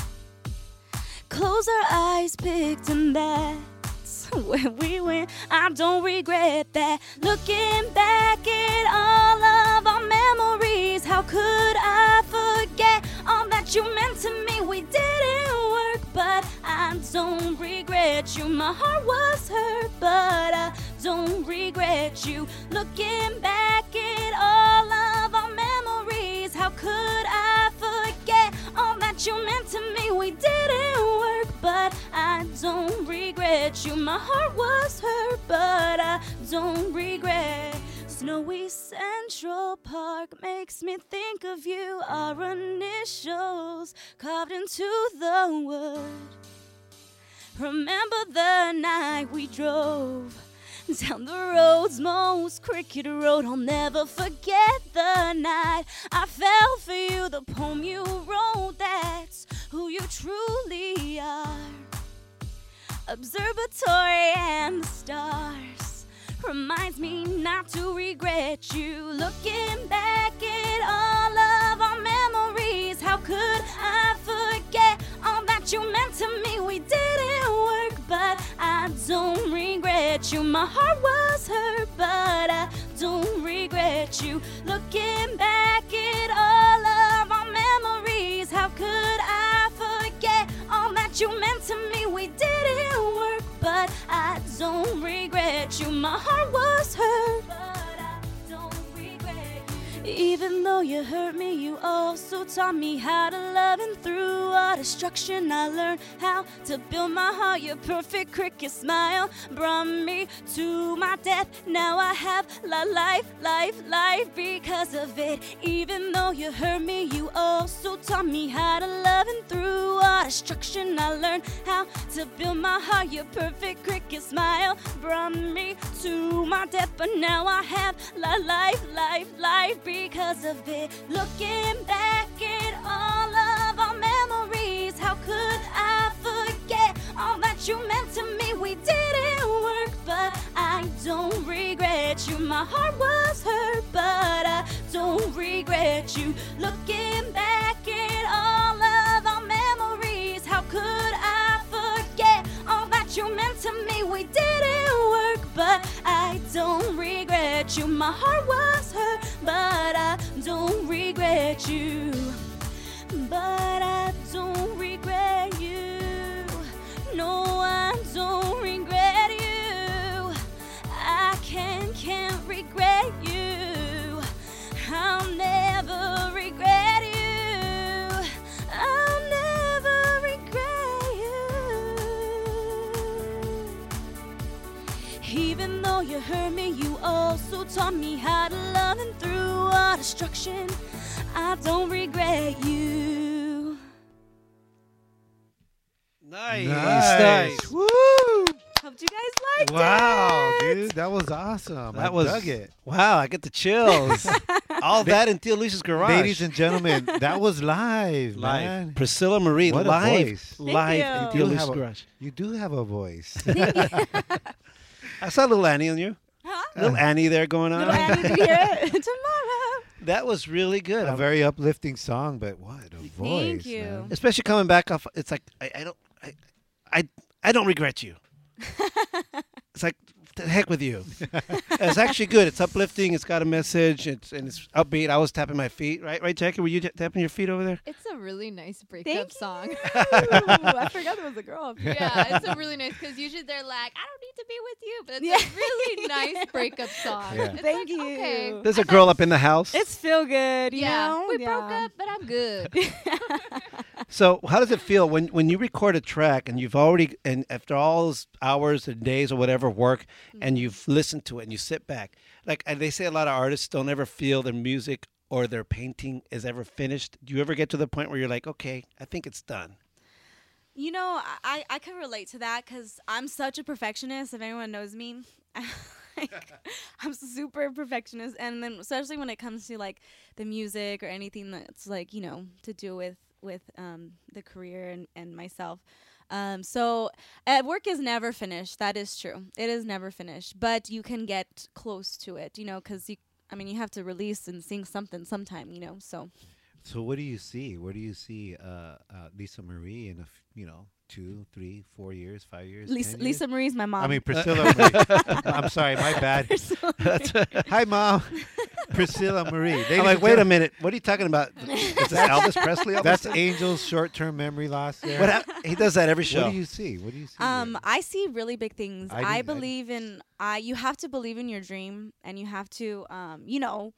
Speaker 12: Close our eyes, picked and bats. Where we went, I don't regret that. Looking back at all of our memories, how could I forget all that you meant to me? We didn't work, but I don't regret you. My heart was hurt, but I don't regret you. Looking back at all of our memories, how could I forget all that you meant to me? We didn't work, but I don't regret you. My heart was hurt, but I don't regret. Snowy Central Park makes me think of you. Our initials carved into the wood. Remember the night we drove down the road's most crooked road. I'll never forget the night I fell for you. The poem you wrote that's who you truly are. Observatory and the stars reminds me not to regret you. Looking back at all of our memories, how could I forget all that you meant to me? We didn't work, but I don't regret you. My heart was hurt, but I don't regret you. Looking back at all of our memories, how could I forget all that you meant to me? We didn't work, but I don't regret you. My heart was hurt. Even though you hurt me, you also taught me how to love, and through our destruction, I learned how to build my heart. Your perfect cricket smile brought me to my death. Now I have la life, life, life because of it. Even though you hurt me, you also taught me how to love, and through our destruction, I learned how to build my heart. Your perfect cricket smile brought me to my death, but now I have la life, life, life because of it. Looking back at all of our memories, how could I forget all that you meant to me? We didn't work, but I don't regret you. My heart was hurt, but I don't regret you. Looking back at all of our memories, how could I forget all that you meant to me? We didn't work, but I don't regret you. My heart was hurt, but I don't regret you. But I don't regret you. No, I don't regret you. I can, can't regret you. I'll never regret you. I'll never regret you. Even though you hurt me, you also taught me how to love, and through our destruction, I don't regret you.
Speaker 2: Nice.
Speaker 3: Nice.
Speaker 2: nice.
Speaker 3: Woo!
Speaker 12: Hope you guys liked
Speaker 3: Wow, dude, that was awesome. I
Speaker 2: That was
Speaker 3: dug it.
Speaker 2: wow! I get the chills. All that in Tia Lucia's garage.
Speaker 3: Ladies and gentlemen, that was live.
Speaker 2: Live.
Speaker 3: man.
Speaker 2: Priscilla Marie
Speaker 3: What a
Speaker 2: live,
Speaker 3: voice.
Speaker 2: live in Tia
Speaker 3: You do
Speaker 2: Lucia's
Speaker 3: have a-
Speaker 2: garage.
Speaker 3: You do have a voice.
Speaker 2: I saw little Annie on you. Little Annie there going on.
Speaker 9: it tomorrow.
Speaker 2: that was really good.
Speaker 3: a
Speaker 2: I'm-
Speaker 3: very uplifting song, but what a voice.
Speaker 9: Thank you.
Speaker 3: man.
Speaker 2: especially coming back off. It's like I, I don't, I, I, I don't regret you. it's like the heck with you. it's actually good. It's uplifting. It's got a message. It's and it's upbeat. I was tapping my feet. Right, right, Jackie. Were you t- tapping your feet over there?
Speaker 13: It's a really nice breakup
Speaker 9: Thank
Speaker 13: song.
Speaker 9: I forgot there was a girl.
Speaker 13: yeah, it's a really nice because usually they're like, I don't need to be with you, but it's a really nice breakup song.
Speaker 2: Yeah.
Speaker 13: It's
Speaker 9: Thank
Speaker 13: like,
Speaker 9: you.
Speaker 13: okay.
Speaker 2: There's a girl up in the house.
Speaker 9: It's feel good, you
Speaker 13: yeah,
Speaker 9: know?
Speaker 13: we broke
Speaker 9: Yeah.
Speaker 13: up, but I'm good.
Speaker 2: So how does it feel when when you record a track and you've already and after all those hours and days or whatever of work and you've listened to it and you sit back like and they say a lot of artists don't ever feel their music or their painting is ever finished. Do you ever get to the point where you're like, okay, I think it's done?
Speaker 9: You know, I, I could relate to that because I'm such a perfectionist. If anyone knows me, like, I'm super perfectionist. And then, especially when it comes to like the music or anything that's like, you know, to do with, with um, the career and, and myself. Um, so, uh, work is never finished. That is true. It is never finished, but you can get close to it, you know, because you, I mean, you have to release and sing something sometime, you know, so.
Speaker 3: So what do you see? Where do you see uh, uh, Lisa Marie in a f- you know two, three, four years, five years?
Speaker 9: Lisa-
Speaker 3: 10
Speaker 9: Lisa
Speaker 3: years?
Speaker 9: Marie's my
Speaker 3: I
Speaker 9: mom.
Speaker 2: Uh,
Speaker 3: mean Priscilla. Marie. I'm sorry, my bad.
Speaker 9: Priscilla
Speaker 3: Hi, mom. Priscilla Marie. Ladies
Speaker 2: I'm like,
Speaker 3: and
Speaker 2: wait a
Speaker 3: gentlemen,
Speaker 2: minute, what are you talking about? Is this Elvis Presley? all of a
Speaker 3: That's
Speaker 2: sudden?
Speaker 3: Angel's short-term memory loss. There.
Speaker 2: What hap- he does that every show.
Speaker 3: What do you see? What do you see?
Speaker 9: Um, I see really big things.
Speaker 3: I
Speaker 9: I,
Speaker 3: didn't- I
Speaker 9: believe in I. You have to believe in your dream, and you have to, um, you know,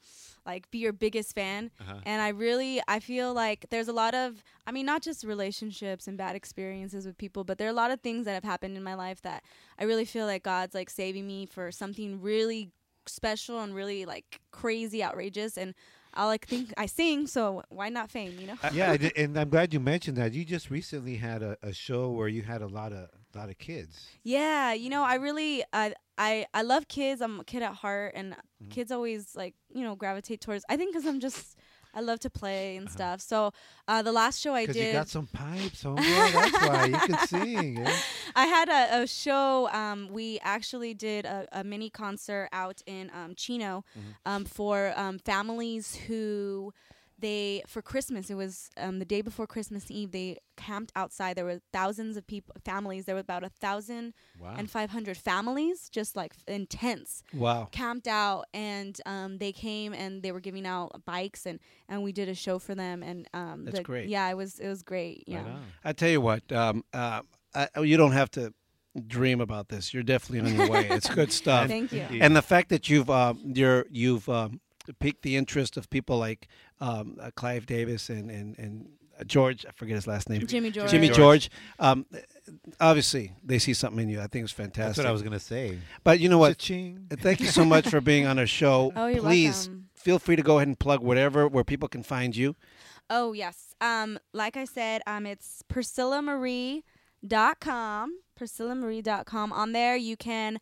Speaker 9: like be your biggest fan.
Speaker 12: Uh-huh.
Speaker 9: And I really, I feel like there's a lot of, I mean, not just relationships and bad experiences with people, but there are a lot of things that have happened in my life that I really feel like God's like saving me for something really special and really like crazy, outrageous, and. I like think I sing, so why not fame? You know.
Speaker 3: yeah, I did- and I'm glad you mentioned that. You just recently had a, a show where you had a lot of lot of kids.
Speaker 9: Yeah, you know, I really I I I
Speaker 3: Mm-hmm.
Speaker 9: love kids. I'm a kid at heart and kids always like, you know, gravitate towards I think cuz I'm just I love to play and stuff. So uh, the last show I
Speaker 3: Uh-huh. Because
Speaker 9: did,
Speaker 3: you got some pipes, homeboy. That's why you can sing. eh?
Speaker 9: I had a, a show. Um, we actually did a, a mini concert out in um, Chino um, for um, families who they for Christmas. It was um, the day before Christmas Eve. They camped outside. There were thousands of people, families. There were about a thousand
Speaker 12: Wow.
Speaker 9: and five hundred families, just like f- in tents.
Speaker 12: Wow.
Speaker 9: Camped out, and um, they came and they were giving out bikes, and and we did a show for them. And um,
Speaker 2: That's
Speaker 9: the-
Speaker 2: great.
Speaker 9: Yeah, it was it was great. Yeah.
Speaker 2: I tell you what, um, uh, I, you don't have to dream about this. You're definitely on your way. It's good stuff.
Speaker 9: Thank you. Indeed.
Speaker 2: And the fact that you've uh, you're you've um, piqued the interest of people like um, uh, Clive Davis and and and uh, George. I forget his last name.
Speaker 9: Jimmy George.
Speaker 2: Jimmy
Speaker 9: George.
Speaker 2: George. Um, obviously, they see something in you. I think it's fantastic.
Speaker 3: what I was gonna say.
Speaker 2: But you know what? Uh,
Speaker 3: Cha-ching.
Speaker 2: Thank you so much for being on our show.
Speaker 9: Oh, you're
Speaker 2: Please
Speaker 9: welcome.
Speaker 2: feel free to go ahead and plug whatever where people can find you.
Speaker 9: Oh yes. Um, like I said, um, it's priscillamarie.com. priscillamarie.com. On there, you can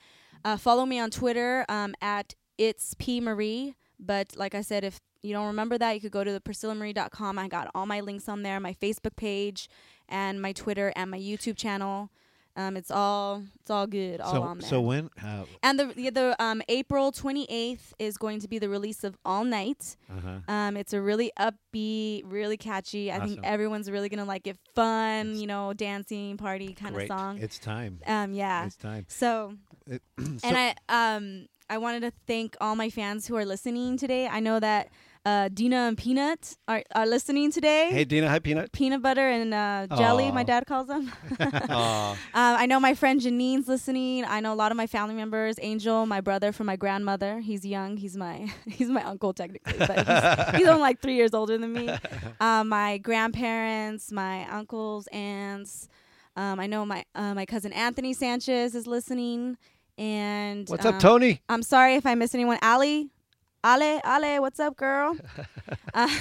Speaker 9: uh, follow me on Twitter um, at it's p marie. But like I said, if you don't remember that, you could go to the priscillamarie.com. I got all my links on there, my Facebook page, and my Twitter and my YouTube channel. Um, it's all it's all good, all
Speaker 3: so,
Speaker 9: on there.
Speaker 3: so when? Uh,
Speaker 9: And the the- the um, April 28th is going to be the release of All Night.
Speaker 3: Uh-huh.
Speaker 9: Um, it's a really upbeat, really catchy. I
Speaker 3: Awesome.
Speaker 9: think everyone's really gonna like it. Fun, you know, dancing, party kind
Speaker 3: great.
Speaker 9: of song.
Speaker 3: It's time.
Speaker 9: Um, yeah.
Speaker 3: It's time.
Speaker 9: So,
Speaker 3: It- so-
Speaker 9: and I um I wanted to thank all my fans who are listening today. I know that uh, Dina and Peanut are are listening today.
Speaker 2: Hey, Dina. Hi, Peanut.
Speaker 9: Peanut butter and uh, jelly,
Speaker 2: Aw.
Speaker 9: my dad calls them.
Speaker 2: Aw.
Speaker 9: Um, I know my friend Janine's listening. I know a lot of my family members. Angel, my brother from my grandmother. He's young. He's my he's my uncle technically, but he's, he's only like three years older than me. Um, my grandparents, my uncles, aunts. Um, I know my uh, my cousin Anthony Sanchez is listening. And
Speaker 2: What's up,
Speaker 9: um,
Speaker 2: Tony?
Speaker 9: I'm sorry if I missed anyone. Ali, Ale, Ale, what's up, girl? Uh,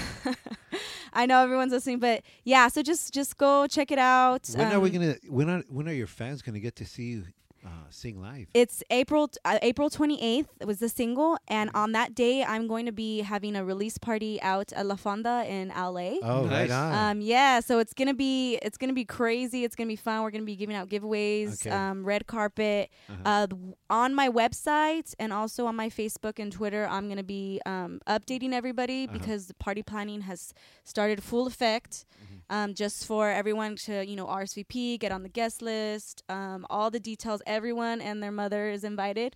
Speaker 9: I know everyone's listening, but yeah. So just just go check it out.
Speaker 3: when are we
Speaker 9: Um,
Speaker 3: gonna? When are when are your fans gonna get to see you uh, sing live?
Speaker 9: It's April t- uh, April 28th was the single, and on that day I'm going to be having a release party out at La Fonda in LA.
Speaker 3: Oh, right Nice. on.
Speaker 9: Um, yeah, so it's gonna be it's gonna be crazy. It's gonna be fun. We're gonna be giving out giveaways,
Speaker 12: Okay.
Speaker 9: um, red carpet,
Speaker 12: Uh-huh.
Speaker 9: uh, th- on my website and also on my Facebook and Twitter. I'm gonna be um, updating everybody
Speaker 12: Uh-huh.
Speaker 9: because the party planning has started full effect. Um, just for everyone to you know RSVP, get on the guest list, um, all the details. Everyone and their mother is invited.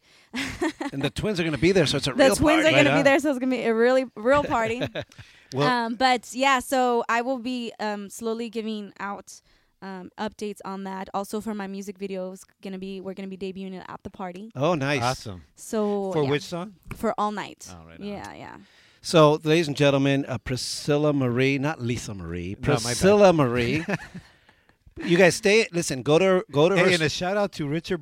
Speaker 2: And the twins are going to be there, so it's a
Speaker 9: the
Speaker 2: real
Speaker 9: twins
Speaker 2: party.
Speaker 9: are gonna be there, so it's gonna be a really real party.
Speaker 2: Well-
Speaker 9: um, but yeah, so I will be um, slowly giving out um, updates on that. Also for my music videos, gonna be we're gonna be debuting it at the party.
Speaker 2: Oh, nice.
Speaker 3: Awesome.
Speaker 9: So
Speaker 2: For
Speaker 9: yeah.
Speaker 2: which song?
Speaker 9: For all night.
Speaker 3: Oh, right on.
Speaker 9: yeah, yeah.
Speaker 2: So, ladies and gentlemen, uh, Priscilla Marie, not Lisa Marie,
Speaker 3: No, my bad.
Speaker 2: Priscilla Marie. you guys stay. Listen, go to go to her.
Speaker 3: Hey, and a shout out to Richard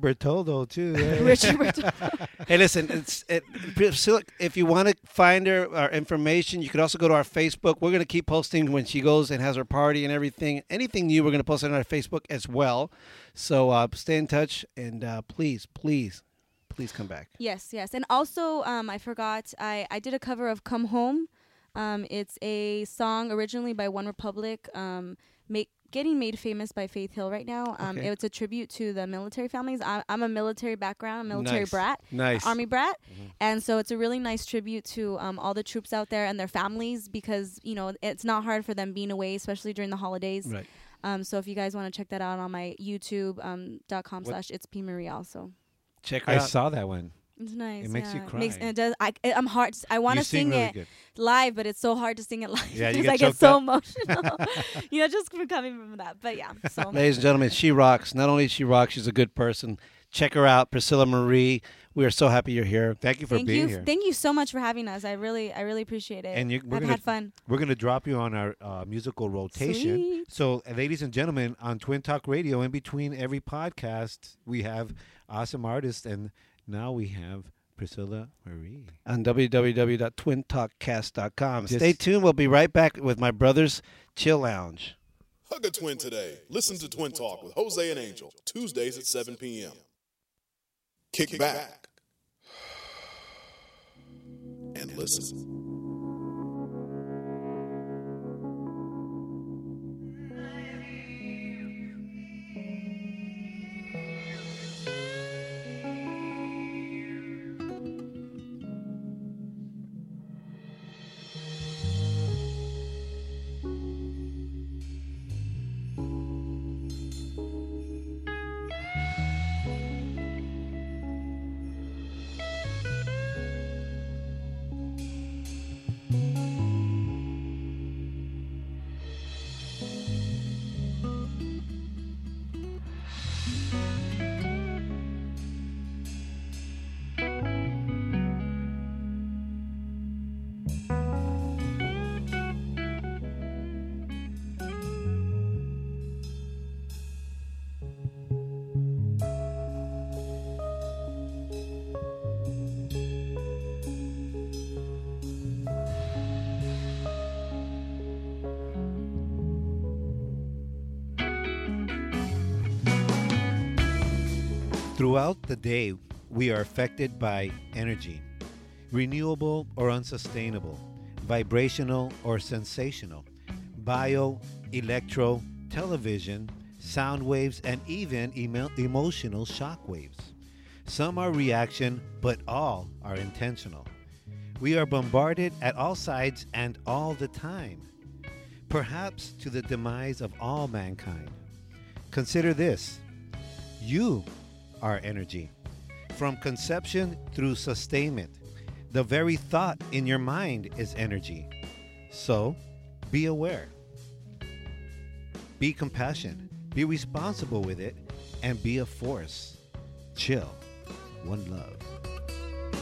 Speaker 3: Bertoldo too. eh?
Speaker 9: Richard Bertoldo.
Speaker 2: hey, listen, it's it, Priscilla. If you want to find her our information, you could also go to our Facebook. We're going to keep posting when she goes and has her party and everything. Anything new, we're going to post it on our Facebook as well. So uh, stay in touch and uh, please, please, please come back.
Speaker 9: Yes, yes. And also, um, I forgot, I, I did a cover of Come Home. Um, it's a song originally by One Republic, um, make, getting made famous by Faith Hill right now. Um,
Speaker 12: Okay.
Speaker 9: It's a tribute to the military families. I, I'm a military background, a military
Speaker 12: Nice.
Speaker 9: brat,
Speaker 12: Nice.
Speaker 9: Army brat. And so it's a really nice tribute to um, all the troops out there and their families because, you know, it's not hard for them being away, especially during the holidays.
Speaker 2: Right.
Speaker 9: Um, so if you guys want to check that out on my YouTube um, dot com
Speaker 3: What-
Speaker 9: slash it's P Marie also.
Speaker 2: Check her
Speaker 3: I
Speaker 2: out.
Speaker 3: saw that one.
Speaker 9: It's nice.
Speaker 3: It makes
Speaker 9: yeah.
Speaker 3: you
Speaker 9: It makes,
Speaker 3: cry.
Speaker 9: it does. I, I- I'm hard. I want
Speaker 3: You
Speaker 9: to
Speaker 3: sing
Speaker 9: sing,
Speaker 3: really
Speaker 9: it
Speaker 3: good.
Speaker 9: live, but it's so hard to sing it live
Speaker 3: Yeah, you
Speaker 9: because
Speaker 3: get
Speaker 9: I get
Speaker 3: choked
Speaker 9: so
Speaker 3: up.
Speaker 9: emotional. you know, just from coming from that. But yeah. So.
Speaker 2: Ladies and gentlemen, she rocks. Not only is she rocks, she's a good person. Check her out, Priscilla Marie. We are so happy you're here.
Speaker 3: Thank you
Speaker 9: thank you. Thank you so much for having us. I really, I really appreciate it.
Speaker 3: and you, we're
Speaker 9: I've
Speaker 3: gonna
Speaker 9: had fun.
Speaker 3: we're gonna drop you on our uh, musical rotation.
Speaker 9: Sweet.
Speaker 3: So, uh, ladies and gentlemen, on Twin Talk Radio, in between every podcast, we have awesome artists, and now we have Priscilla Marie.
Speaker 2: on www.twintalkcast.com.
Speaker 3: Just-
Speaker 2: Stay tuned. We'll be right back with my brother's Chill Lounge.
Speaker 1: Hug a twin today. Listen to Twin Talk with Jose and Angel, Tuesdays at 7 p.m. Kick back and listen.
Speaker 3: Throughout the day, we are affected by energy, renewable or unsustainable, vibrational or sensational, bio, electro, television, sound waves, and even emo- emotional shock waves. Some are reaction, but all are intentional. We are bombarded at all sides and all the time, perhaps to the demise of all mankind. Consider this you are energy. From conception through sustainment, the very thought in your mind is energy. So be aware, be compassionate, be responsible with it, and be a force. Chill. One love.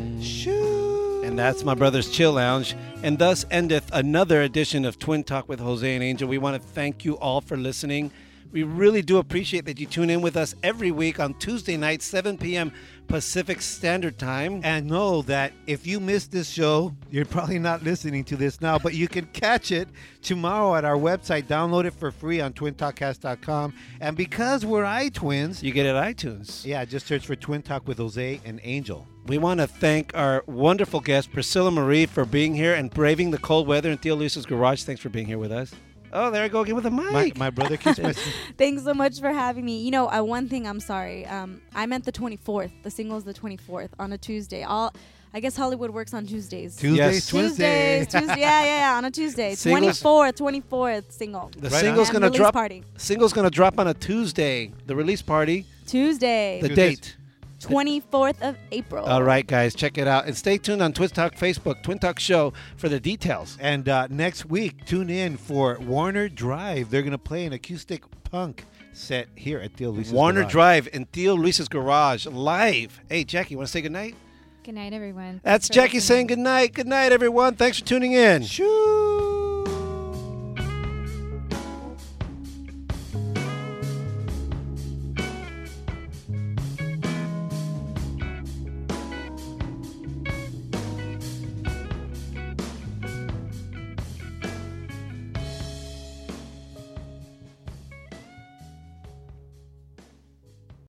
Speaker 2: And that's my brother's Chill Lounge. And thus endeth another edition of Twin Talk with Jose and Angel. We want to thank you all for listening. We really do appreciate that you tune in with us every week on Tuesday night, 7 p.m. Pacific Standard Time.
Speaker 3: And know that if you missed this show, you're probably not listening to this now, but you can catch it tomorrow at our website. Download it for free on twintalkcast.com. And because we're iTwins,
Speaker 2: you get it iTunes.
Speaker 3: Yeah, just search for Twin Talk with Jose and Angel.
Speaker 2: We want to thank our wonderful guest, Priscilla Marie, for being here and braving the cold weather in Theo Luce's garage. Thanks for being here with us. Oh, there I go again with a mic.
Speaker 3: My, my brother keeps messing.
Speaker 9: Thanks so much for having me. You know, uh, one thing I'm sorry. Um, I meant the 24th. The single's the 24th on a Tuesday. All I guess Hollywood works on Tuesdays.
Speaker 3: Tuesdays, Tuesday.
Speaker 9: Tuesdays, Tuesday. Yeah, yeah, yeah. On a Tuesday.
Speaker 2: Singles-
Speaker 9: 24th, 24th single.
Speaker 2: The single's
Speaker 9: And
Speaker 2: gonna
Speaker 9: release
Speaker 2: drop.
Speaker 9: Party.
Speaker 2: Single's gonna drop on a Tuesday. The release party.
Speaker 9: Tuesday.
Speaker 2: The date.
Speaker 9: 24th of April.
Speaker 2: All right, guys, check it out and stay tuned on Twist Talk Facebook, Twin Talk Show for the details.
Speaker 3: And uh, next week, tune in for Warner Drive. They're going to play an acoustic punk set here at Theo Luce's
Speaker 2: Warner
Speaker 3: Garage.
Speaker 2: Drive and Theo Luis's Garage live. Hey, Jackie, want to say goodnight?
Speaker 13: Good night, everyone.
Speaker 2: That's
Speaker 13: Thanks for
Speaker 2: Jackie saying goodnight. Good night, everyone. Thanks for tuning in. Shoo.